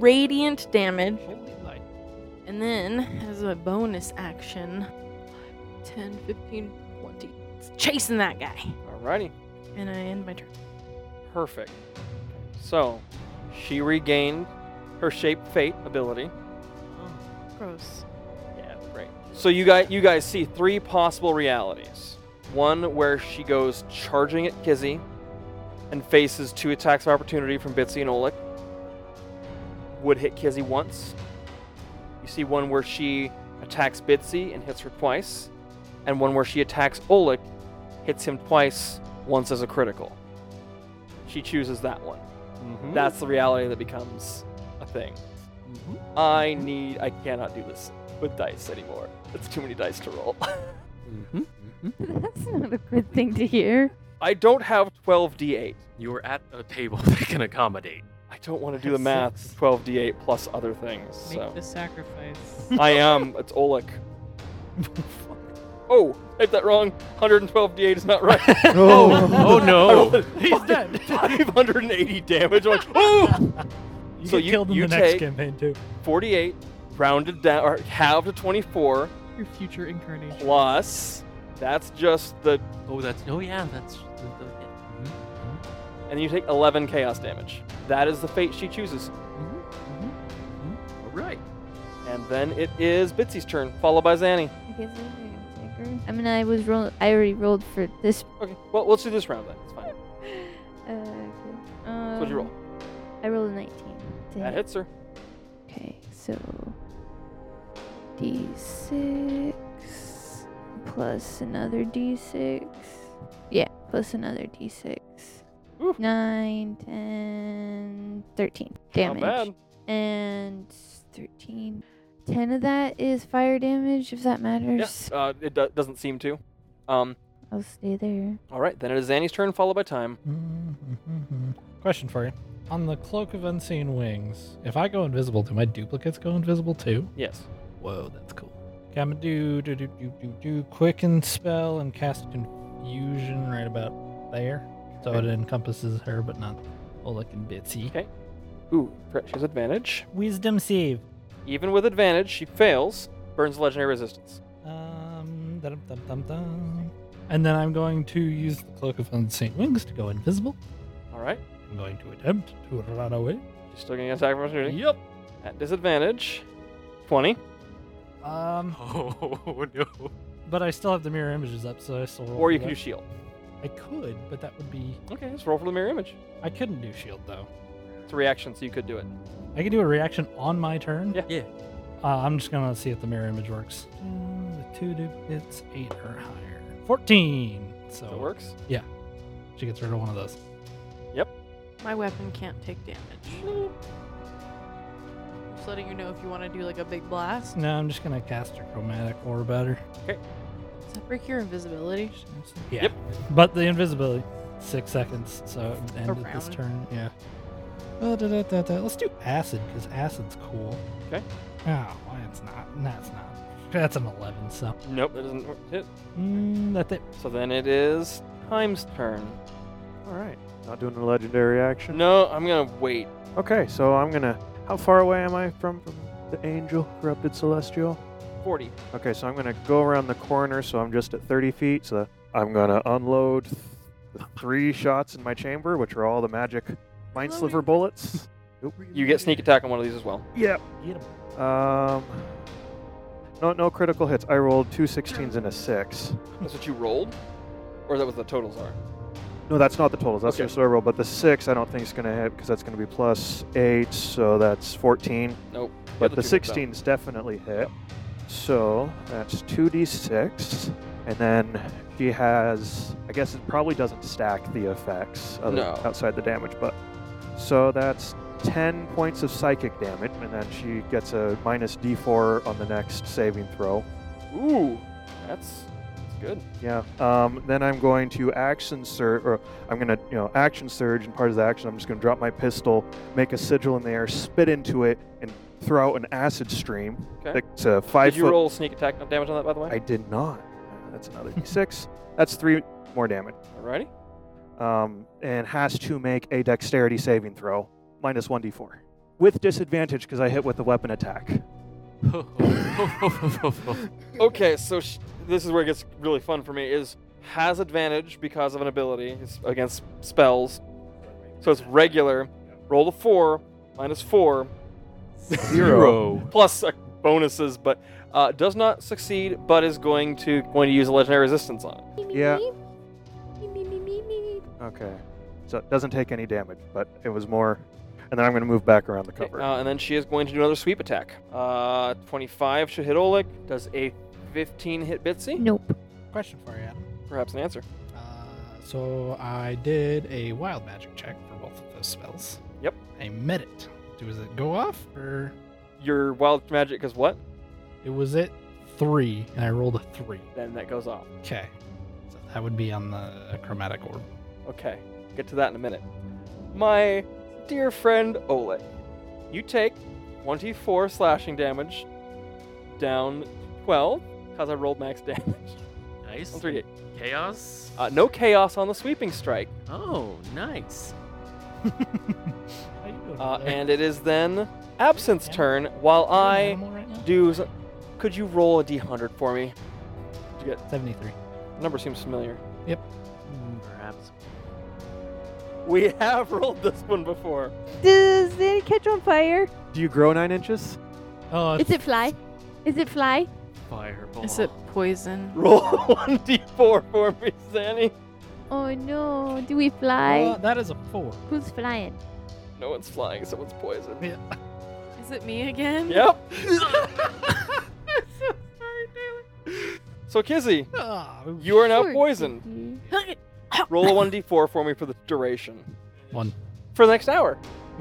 radiant damage.
Holy light.
And then, as a bonus action, 10, 15, 20. It's chasing that guy.
Alrighty.
And I end my turn.
Perfect. So, she regained her shape fate ability.
Gross.
Yeah, great. So you guys, you guys see three possible realities. One where she goes charging at Kizzy and faces two attacks of opportunity from Bitsy and Oleg. Would hit Kizzy once. You see one where she attacks Bitsy and hits her twice, and one where she attacks Oleg, hits him twice, once as a critical. She chooses that one. That's the reality that becomes a thing. I need. I cannot do this with dice anymore. It's too many dice to roll. *laughs*
*laughs* That's not a good thing to hear.
I don't have 12d8.
You're at a table *laughs* that can accommodate.
I don't want to do the math.
Six.
12d8 plus other things.
Make
So *laughs*
the sacrifice.
I am. It's Oleg. oh, typed that wrong. 112d8 is not right. *laughs*
Oh,
Oh
I
no!
rolled He's *laughs* dead. 580 damage. I'm like, oh!
You
So
get
you-
killed in
you
the next
take-
campaign too. *laughs*
48 rounded down or halved to 24
Your future incarnation.
plus. That's just the
Oh, that's oh yeah, that's.
and you take 11 chaos damage. That is the fate she chooses.
Mm-hmm.
All right.
And then it is Bitsy's turn, followed by Zanny.
I guess I'm gonna take her. I mean, I was roll. I already rolled for this.
Okay, well, let's do this round then. It's fine.
*gasps* Uh, okay. um,
What'd you roll?
I rolled a 19. to
That
hit.
hits her.
Okay, so d6 plus another d6. Yeah, plus another d6.
Oof.
Nine, ten, thirteen 9, 10, 13 damage.
Not bad.
And 13. 10 of that is fire damage, if that
Yeah,
matters.
uh, it do- doesn't seem to. Um,
I'll stay there.
all right, then it is Zanny's turn, followed by time.
Mhm. Question for you. On the Cloak of Unseen Wings, if I go invisible, do my duplicates go invisible too?
Yes.
Whoa, that's cool. Okay, I'm gonna do do do do do do quicken spell and cast confusion right about there. So it encompasses her but not Oleg and Bitsy.
Okay. Ooh, correct, she has advantage.
Wisdom save.
Even with advantage, she fails, burns legendary resistance.
Um dum dum dum dum. And then I'm going to use the Cloak of Unseen Wings to go invisible.
All right,
I'm going to attempt to run away.
You're still gonna get attack of opportunity
Yep.
at disadvantage. Twenty.
Um,
*laughs* Oh no.
but I still have the mirror images up, so I still roll.
Or
for
you can do
that.
shield.
I could, but that would be.
Okay, let's roll for the mirror image.
I couldn't do shield though.
It's a reaction, so you could do it.
I can do a reaction on my turn.
Yeah.
Yeah.
Uh, I'm just gonna see if the mirror image works. Mm, The two duplicates, eight or higher. Fourteen. So
If it works.
She gets rid of one of those.
My weapon can't take damage. Just letting you know if you want to do like a big blast.
No, I'm just gonna cast her chromatic orb at her.
Does that break your invisibility?
Yeah.
Yep.
But the invisibility, six seconds. So it ended this
round.
turn. Yeah. Uh, da, da, da, da. Let's do acid because acid's cool.
'Kay.
Oh, why it's not. That's not. That's an eleven. So
Nope, that doesn't hit.
mm, that's it.
So then it is Time's turn.
All right. Not doing a legendary action.
No, I'm gonna wait.
Okay, so I'm gonna. How far away am I from, from the angel, corrupted celestial?
Forty.
Okay, so I'm gonna go around the corner, so I'm just at 30 feet. So I'm gonna unload th- the three shots in my chamber, which are all the magic mind sliver bullets. Nope.
You get sneak attack on one of these as well.
Yep.
Get
Um. No, no critical hits. I rolled two 16s and a six.
That's what you rolled, or that was the totals are.
No, that's not the totals. That's
Okay.
just what I rolled. But the six, I don't think is gonna hit because that's gonna be plus eight, so that's 14.
Nope.
But
other two hit
the
them.
16s definitely hit. So that's 2d6. And then she has, I guess it probably doesn't stack the effects other,
No.
outside the damage, but. So that's 10 points of psychic damage, and then she gets a minus d4 on the next saving throw.
Ooh, that's that's good.
Yeah. Um, then I'm going to action surge, or I'm going to, you know, action surge, and part of the action, I'm just going to drop my pistol, make a sigil in the air, spit into it, and throw out an acid stream.
Okay.
That's a five
Did you
foot.
roll sneak attack damage on that, by the way?
I did not. That's another
*laughs*
d6. That's three more damage.
Alrighty.
Um, and has to make a dexterity saving throw, minus 1d4. With disadvantage because I hit with the weapon attack.
Okay, so sh- this is where it gets really fun for me. Is has advantage because of an ability it's against spells. So it's regular. Roll a four minus four
Zero.
plus uh, bonuses, but uh, does not succeed. But is going to going to use a legendary resistance on it.
Yeah. Okay. So it doesn't take any damage, but it was more. And then I'm going to move back around the
Okay,
cover.
Uh, and then she is going to do another sweep attack. Uh, 25 should hit Oleg. Does a 15 hit Bitsy?
Nope.
Question for you, Adam.
Perhaps an answer.
Uh, so I did a wild magic check for both of those spells.
Yep.
I met it. Was it go off or
Your wild magic is what?
it was it three? And I rolled a three.
Then that goes off.
Okay. So that would be on the chromatic orb.
Okay, get to that in a minute. My dear friend Oleg, you take 24 slashing damage down to 12 because I rolled max *laughs* damage.
*laughs* nice.
On 3d8.
Chaos.
Uh, no chaos on the sweeping strike.
Oh, nice.
How you doing?
Uh, and it is then Absinthe's turn while I do. s- Could you roll a d100 for me?
seventy-three.
Number seems familiar.
Mm.
Perhaps.
We have rolled this one before.
Does it catch on fire?
Do you grow nine inches?
Oh,
Is it fly? Is it fly?
Fireball.
Is it poison?
Roll *laughs* 1d4 for me, Zanny.
Oh no! Do we fly?
uh, that is a four.
Who's flying?
No one's flying, someone's poisoned.
Is it me again? *laughs*
Yep. *laughs* so, Kizzy,
Ah,
you are now
Sure,
poisoned.
Kiki.
Roll a 1d4 for me for the duration.
One.
For the next hour.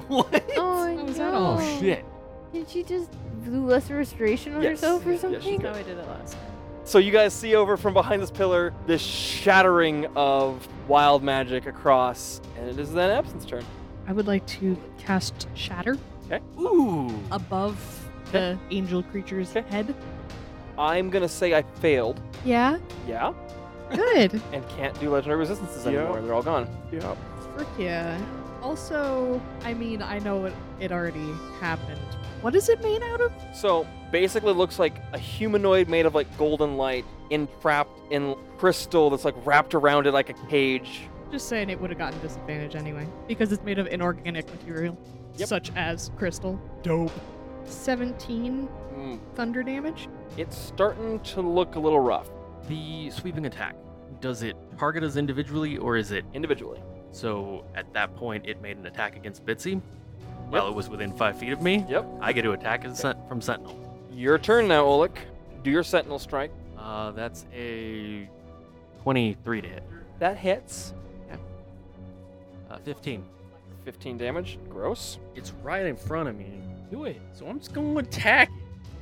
Oh
How
no!
is that all?
Oh shit.
Did she just do lesser restoration on
Yes.
herself or
Yes, she
something?
did.
No, I did it last.
So, you guys see over from behind this pillar this shattering of wild magic across, and it is then Absinthe's turn.
I would like to cast Shatter
Ooh.
above the angel creature's
Okay.
head.
I'm going to say I failed.
Yeah.
Yeah.
Good.
And can't do legendary resistances
Yeah.
anymore. They're all gone.
Yeah.
Frick yeah. Also, I mean, I know it, it already happened. What is it made out of?
So basically, it looks like a humanoid made of like golden light, entrapped in crystal that's like wrapped around it like a cage,
Just saying it would have gotten disadvantage anyway, because it's made of inorganic material,
Yep.
such as crystal.
Dope.
17
Mm,
thunder damage.
It's starting to look a little rough
The sweeping attack, does it target us individually or is it.
individually.
So at that point, it made an attack against Bitsy. While it was within five feet of me,
Yep.
I get to attack as sen- from Sentinel.
Your turn now, Oleg. Do your sentinel strike.
Uh, that's a 23 to hit.
That hits.
Uh, 15.
15 damage. Gross.
It's right in front of me.
Do it.
So I'm just going to attack.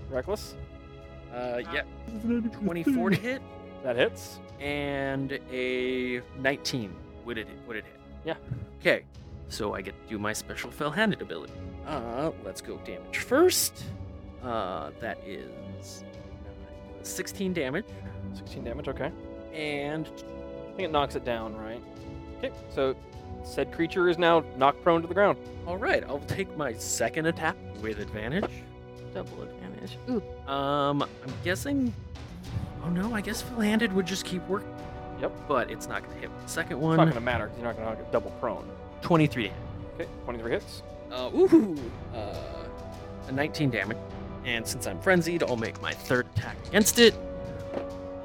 Reckless.
Uh, yeah.
*laughs*
24 to hit.
That hits.
And a 19. Would it, would it hit?
Yeah.
Okay. So I get to do my special fell handed ability.
Uh, let's go damage first.
Uh, that is 16 damage.
16 damage, okay. And I think it knocks it down, right? Okay, so said creature is now knocked prone to the ground.
All right, I'll take my second attack with advantage.
Double advantage. Ooh.
Um, I'm guessing. Oh no, I guess fell handed would just keep working.
Yep.
But it's not gonna hit. with the Second
It's not
one,
going to matter because you're not going to get double prone.
23 to hit.
Okay, 23 hits.
Uh, ooh, uh, a 19 damage. And since I'm frenzied, I'll make my third attack against it.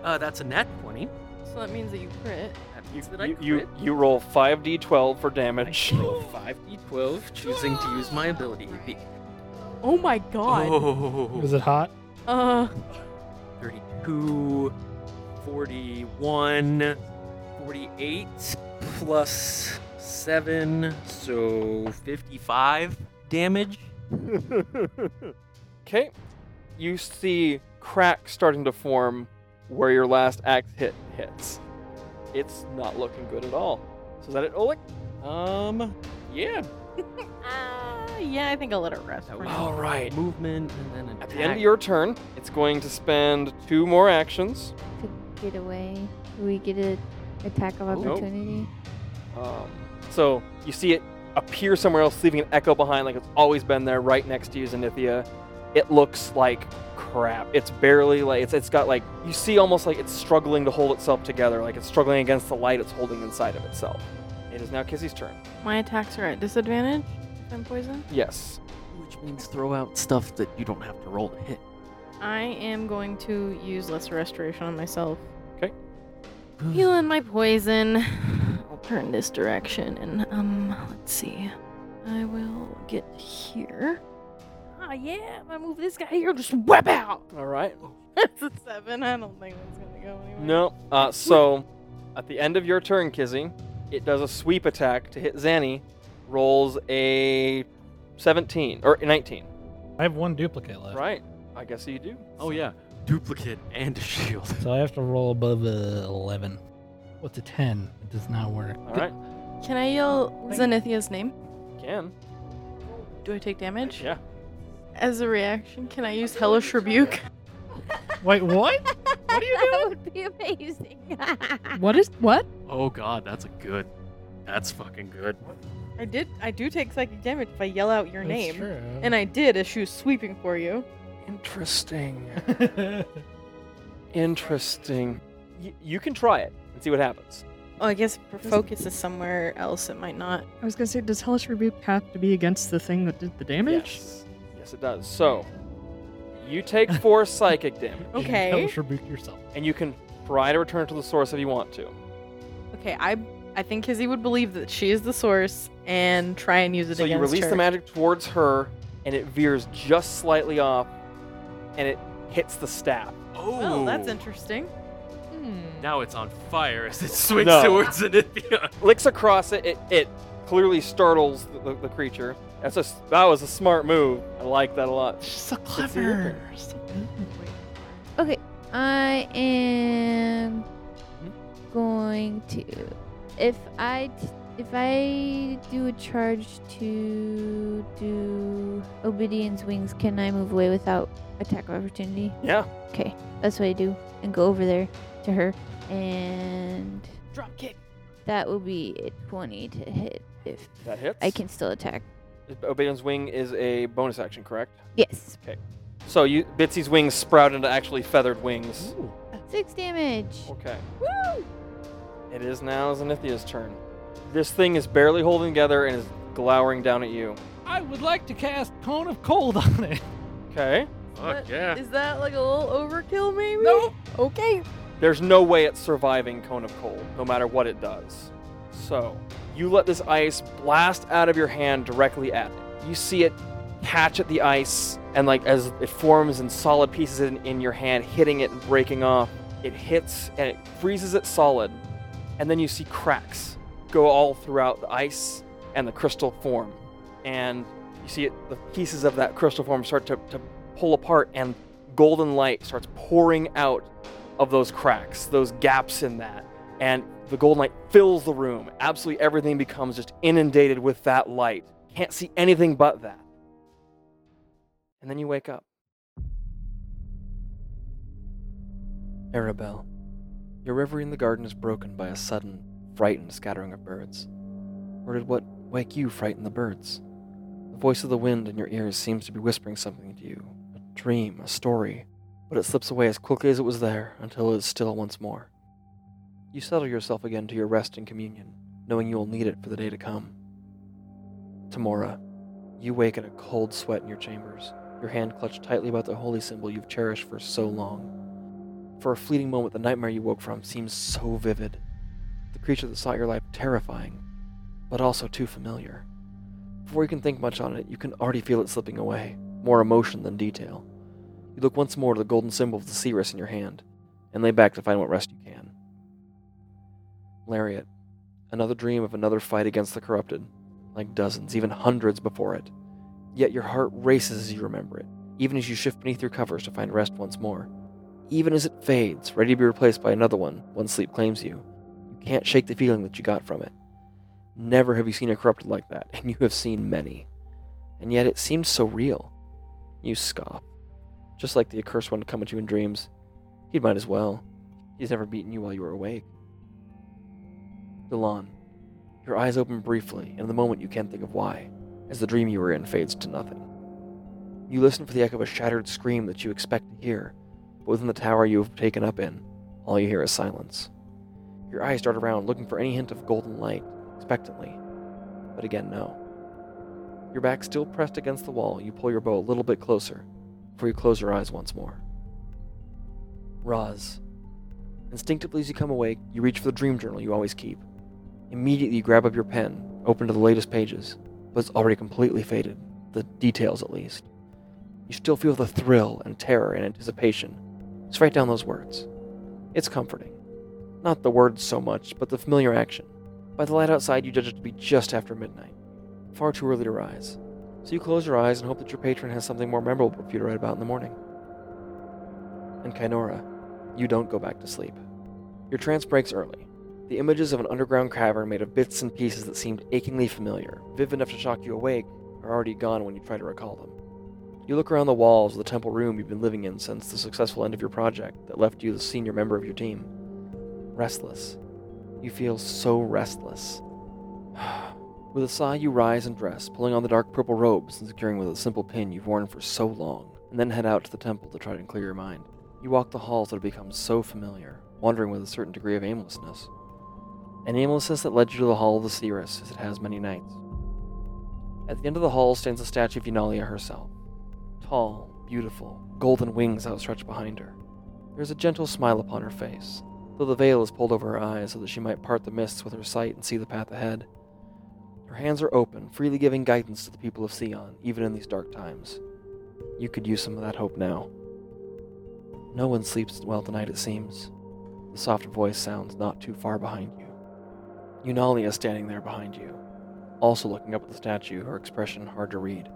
Uh, that's a nat 20.
So that means that you crit.
That
You,
means that I
you, you,
crit.
you roll 5d12 for damage.
roll 5d12, choosing to use my *laughs* ability. The-
Oh my god.
Oh.
Was it hot?
Uh,
32, 41, 48, plus 7, so 55 damage.
*laughs*
Okay, you see cracks starting to form where your last axe hit hits. It's not looking good at all. So is that it, Oleg?
Um, yeah.
ah, yeah, I think I'll let it rest. For now.
All right. Movement and then attack.
At the end of your turn, it's going to spend two more actions.
To get away, do we get an attack of
Nope.
opportunity?
Um, so you see it appear somewhere else, leaving an echo behind, like it's always been there, right next to you, Zenithia. It looks like crap. It's barely like it's it's got like you see almost like it's struggling to hold itself together, like it's struggling against the light it's holding inside of itself. It is now Kissy's turn.
My attacks are at disadvantage. If I'm poisoned.
Yes.
Which means throw out stuff that you don't have to roll to hit.
I am going to use lesser restoration on
*sighs*
myself.
'Kay.
*sighs*
Healing my poison. I'll turn this direction and um let's see. I will get here. Ah yeah, if I move this guy here, just whip out. *laughs*
All right.
Oh,
That's a seven. I don't think that's gonna go anywhere.
No. Uh, so at the end of your turn, Kizzy, it does a sweep attack to hit Zanny. Rolls a 17 or 19.
I have one duplicate left.
Right. I guess you do.
Oh, yeah. Duplicate and a shield. *laughs*
So I have to roll above a 11. What's a 10? It does not work.
All right.
Can I yell Zenithia's name?
Can.
Do I take damage?
Yeah.
As a reaction, can I use Hellish Rebuke?
Wait,
*laughs*
*laughs*
what?
What do you do? That would be amazing. *laughs*
What is what?
Oh, God, that's a good. That's fucking good.
I did. I do take psychic damage if I yell out your
That's
name,
true.
and I did as she was sweeping for you.
Interesting.
*laughs*
Interesting. Y- you can try it and see what happens.
Oh, I guess if her focus is somewhere else, it might not.
I was gonna say, does Hellish Rebuke have to be against the thing that did the damage?
Yes. Yes, it does. So you
*laughs*
take four psychic damage,
Okay.
Hellish rebuke yourself.
and you can try to return it to the source if you want to.
Okay, I I think Kizzy would believe that she is the source and try and use it
So you
against
release
her.
the magic towards her, and it veers just slightly off, and it hits the staff.
Oh,
Well, that's interesting.
Hmm.
Now it's on fire
*laughs*
as it swings
No.
towards
*laughs*
Anithia.
Licks across it. It, it clearly startles the, the, the creature. That's a s that was a smart move. I like that a lot.
She's so
clever.
Okay, I am going to if I t- if I do a charge to do obedience wings, can I move away without attack of opportunity?
Yeah.
Okay, that's what I do, and go over there to her, and
Drop kick.
that will be a twenty to hit if
That hits.
I can still attack.
Obedion's wing is a bonus action, correct?
Yes,
So you Bitsy's wings sprout into actually feathered wings.
six damage.
Okay. It is now Zenithia's turn. This thing is barely holding together and is glowering down at you.
I would like to cast Cone of Cold on it.
Okay.
Fuck
But
yeah.
Is that like a little overkill, maybe?
No.
Okay.
There's no way it's surviving Cone of Cold, no matter what it does. So, you let this ice blast out of your hand directly at it. You see it catch at the ice, and like as it forms in solid pieces in, in your hand, hitting it and breaking off, it hits and it freezes it solid. And then you see cracks go all throughout the ice and the crystal form. And you see it, the pieces of that crystal form start to, to pull apart, and golden light starts pouring out of those cracks, those gaps in that. And the golden light fills the room. Absolutely everything becomes just inundated with that light. Can't see anything but that. And then you wake up. Arabelle, your reverie in the garden is broken by a sudden, frightened scattering of birds. Or did what wake you frighten the birds? The voice of the wind in your ears seems to be whispering something to you a dream, a story, but it slips away as quickly as it was there until it is still once more. You settle yourself again to your rest and communion, knowing you will need it for the day to come. Tamora, you wake in a cold sweat in your chambers, your hand clutched tightly about the holy symbol you've cherished for so long. For a fleeting moment, the nightmare you woke from seems so vivid. The creature that sought your life terrifying, but also too familiar. Before you can think much on it, you can already feel it slipping away, more emotion than detail. You look once more to the golden symbol of the sea wrist in your hand, and lay back to find what rest you can. Lariat, another dream of another fight against the corrupted, like dozens, even hundreds before it. Yet your heart races as you remember it, even as you shift beneath your covers to find rest once more. Even as it fades, ready to be replaced by another one, once sleep claims you, you can't shake the feeling that you got from it. Never have you seen a corrupted like that, and you have seen many. And yet it seems so real. You scoff just like the accursed one to come at you in dreams. He might as well. He's never beaten you while you were awake. Delon, your eyes open briefly, and in the moment you can't think of why, as the dream you were in fades to nothing. You listen for the echo of a shattered scream that you expect to hear, but within the tower you have taken up in, all you hear is silence. Your eyes dart around, looking for any hint of golden light, expectantly, but again, no. Your back still pressed against the wall, you pull your bow a little bit closer, before you close your eyes once more. Roz. Instinctively, as you come awake, you reach for the dream journal you always keep. Immediately, you grab up your pen, open to the latest pages, but it's already completely faded, the details at least. You still feel the thrill and terror and anticipation. Just write down those words. It's comforting. Not the words so much, but the familiar action. By the light outside, you judge it to be just after midnight. Far too early to rise. So you close your eyes and hope that your patron has something more memorable for you to write about in the morning. And Kainora, you don't go back to sleep. Your trance breaks early. The images of an underground cavern made of bits and pieces that seemed achingly familiar, vivid enough to shock you awake, are already gone when you try to recall them. You look around the walls of the temple room you've been living in since the successful end of your project that left you the senior member of your team. Restless. You feel so restless. With a sigh, you rise and dress, pulling on the dark purple robes and securing with a simple pin you've worn for so long, and then head out to the temple to try and clear your mind. You walk the halls that have become so familiar, wandering with a certain degree of aimlessness. An aimlessness that led you to the Hall of the Seeress, as it has many nights. At the end of the hall stands a statue of Eunalia herself. Tall, beautiful, golden wings outstretched behind her. There is a gentle smile upon her face, though the veil is pulled over her eyes so that she might part the mists with her sight and see the path ahead. Her hands are open, freely giving guidance to the people of Sion, even in these dark times. You could use some of that hope now. No one sleeps well tonight, it seems. The soft voice sounds not too far behind you. Eunalia is standing there behind you, also looking up at the statue, her expression hard to read.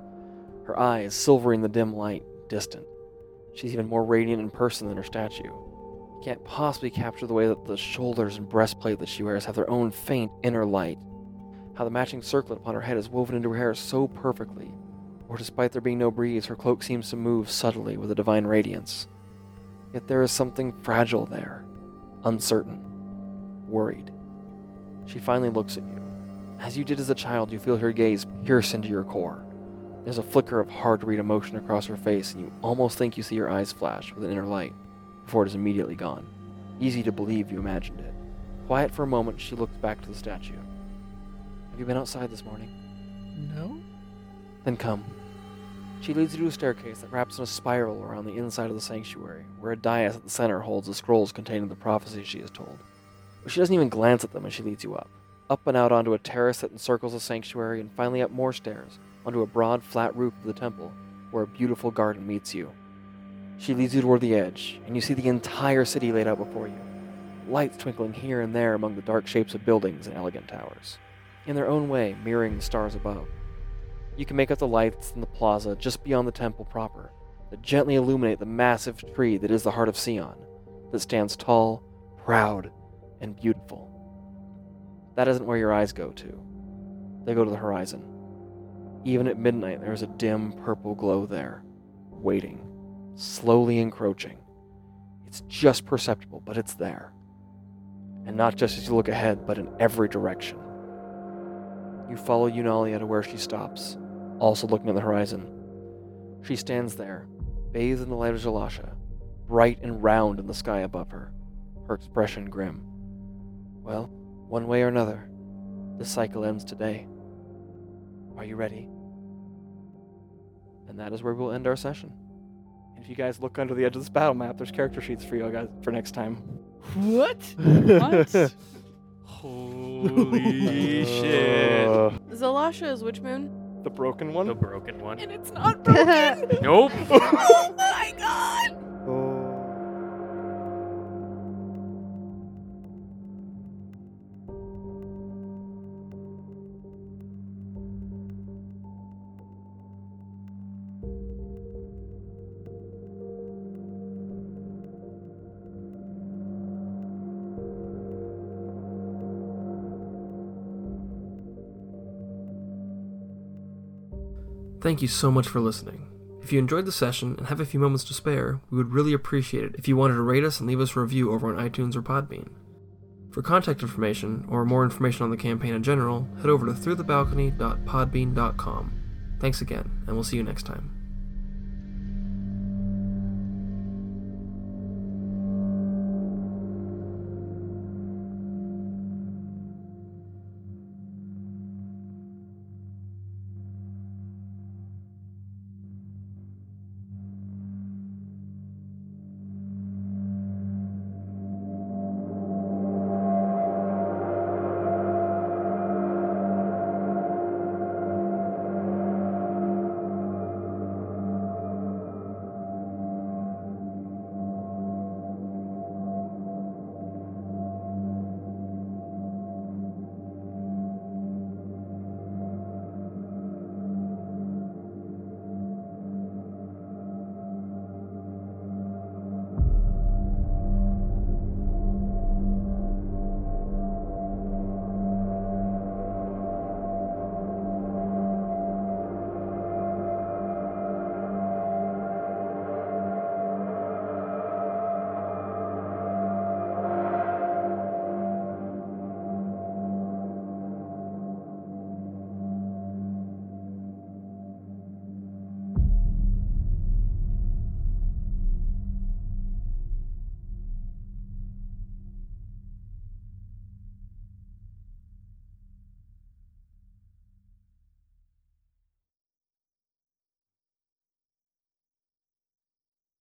Her eyes, silvery in the dim light, distant. She's even more radiant in person than her statue. You can't possibly capture the way that the shoulders and breastplate that she wears have their own faint inner light how the matching circlet upon her head is woven into her hair so perfectly, or despite there being no breeze, her cloak seems to move subtly with a divine radiance. Yet there is something fragile there, uncertain, worried. She finally looks at you. As you did as a child, you feel her gaze pierce into your core. There's a flicker of hard to read emotion across her face, and you almost think you see her eyes flash with an inner light before it is immediately gone. Easy to believe you imagined it. Quiet for a moment, she looks back to the statue. Have you been outside this morning?
No.
Then come. She leads you to a staircase that wraps in a spiral around the inside of the sanctuary, where a dais at the center holds the scrolls containing the prophecies she has told. But she doesn't even glance at them as she leads you up. Up and out onto a terrace that encircles the sanctuary, and finally up more stairs, onto a broad, flat roof of the temple, where a beautiful garden meets you. She leads you toward the edge, and you see the entire city laid out before you, lights twinkling here and there among the dark shapes of buildings and elegant towers, in their own way mirroring the stars above. You can make out the lights in the plaza just beyond the temple proper that gently illuminate the massive tree that is the heart of Sion, that stands tall, proud, and beautiful. That isn't where your eyes go to. They go to the horizon. Even at midnight, there is a dim purple glow there, waiting, slowly encroaching. It's just perceptible, but it's there. And not just as you look ahead, but in every direction. You follow Eunalia to where she stops, also looking at the horizon. She stands there, bathed in the light of Jalasha, bright and round in the sky above her, her expression grim. Well, one way or another, this cycle ends today. Are you ready? And that is where we'll end our session. If you guys look under the edge of this battle map, there's character sheets for you guys for next time.
What? what?
Holy shit.
Uh,
Zalasha is which moon?
The broken one?
The broken one.
And it's
*laughs*
not broken.
Nope.
*laughs* oh my god.
oh.
Thank you so much for listening. If you enjoyed the session and have a few moments to spare, we would really appreciate it if you wanted to rate us and leave us a review over on iTunes or Podbean. For contact information or more information on the campaign in general, head over to throughthebalcony.podbean.com. Thanks again, and we'll see you next time.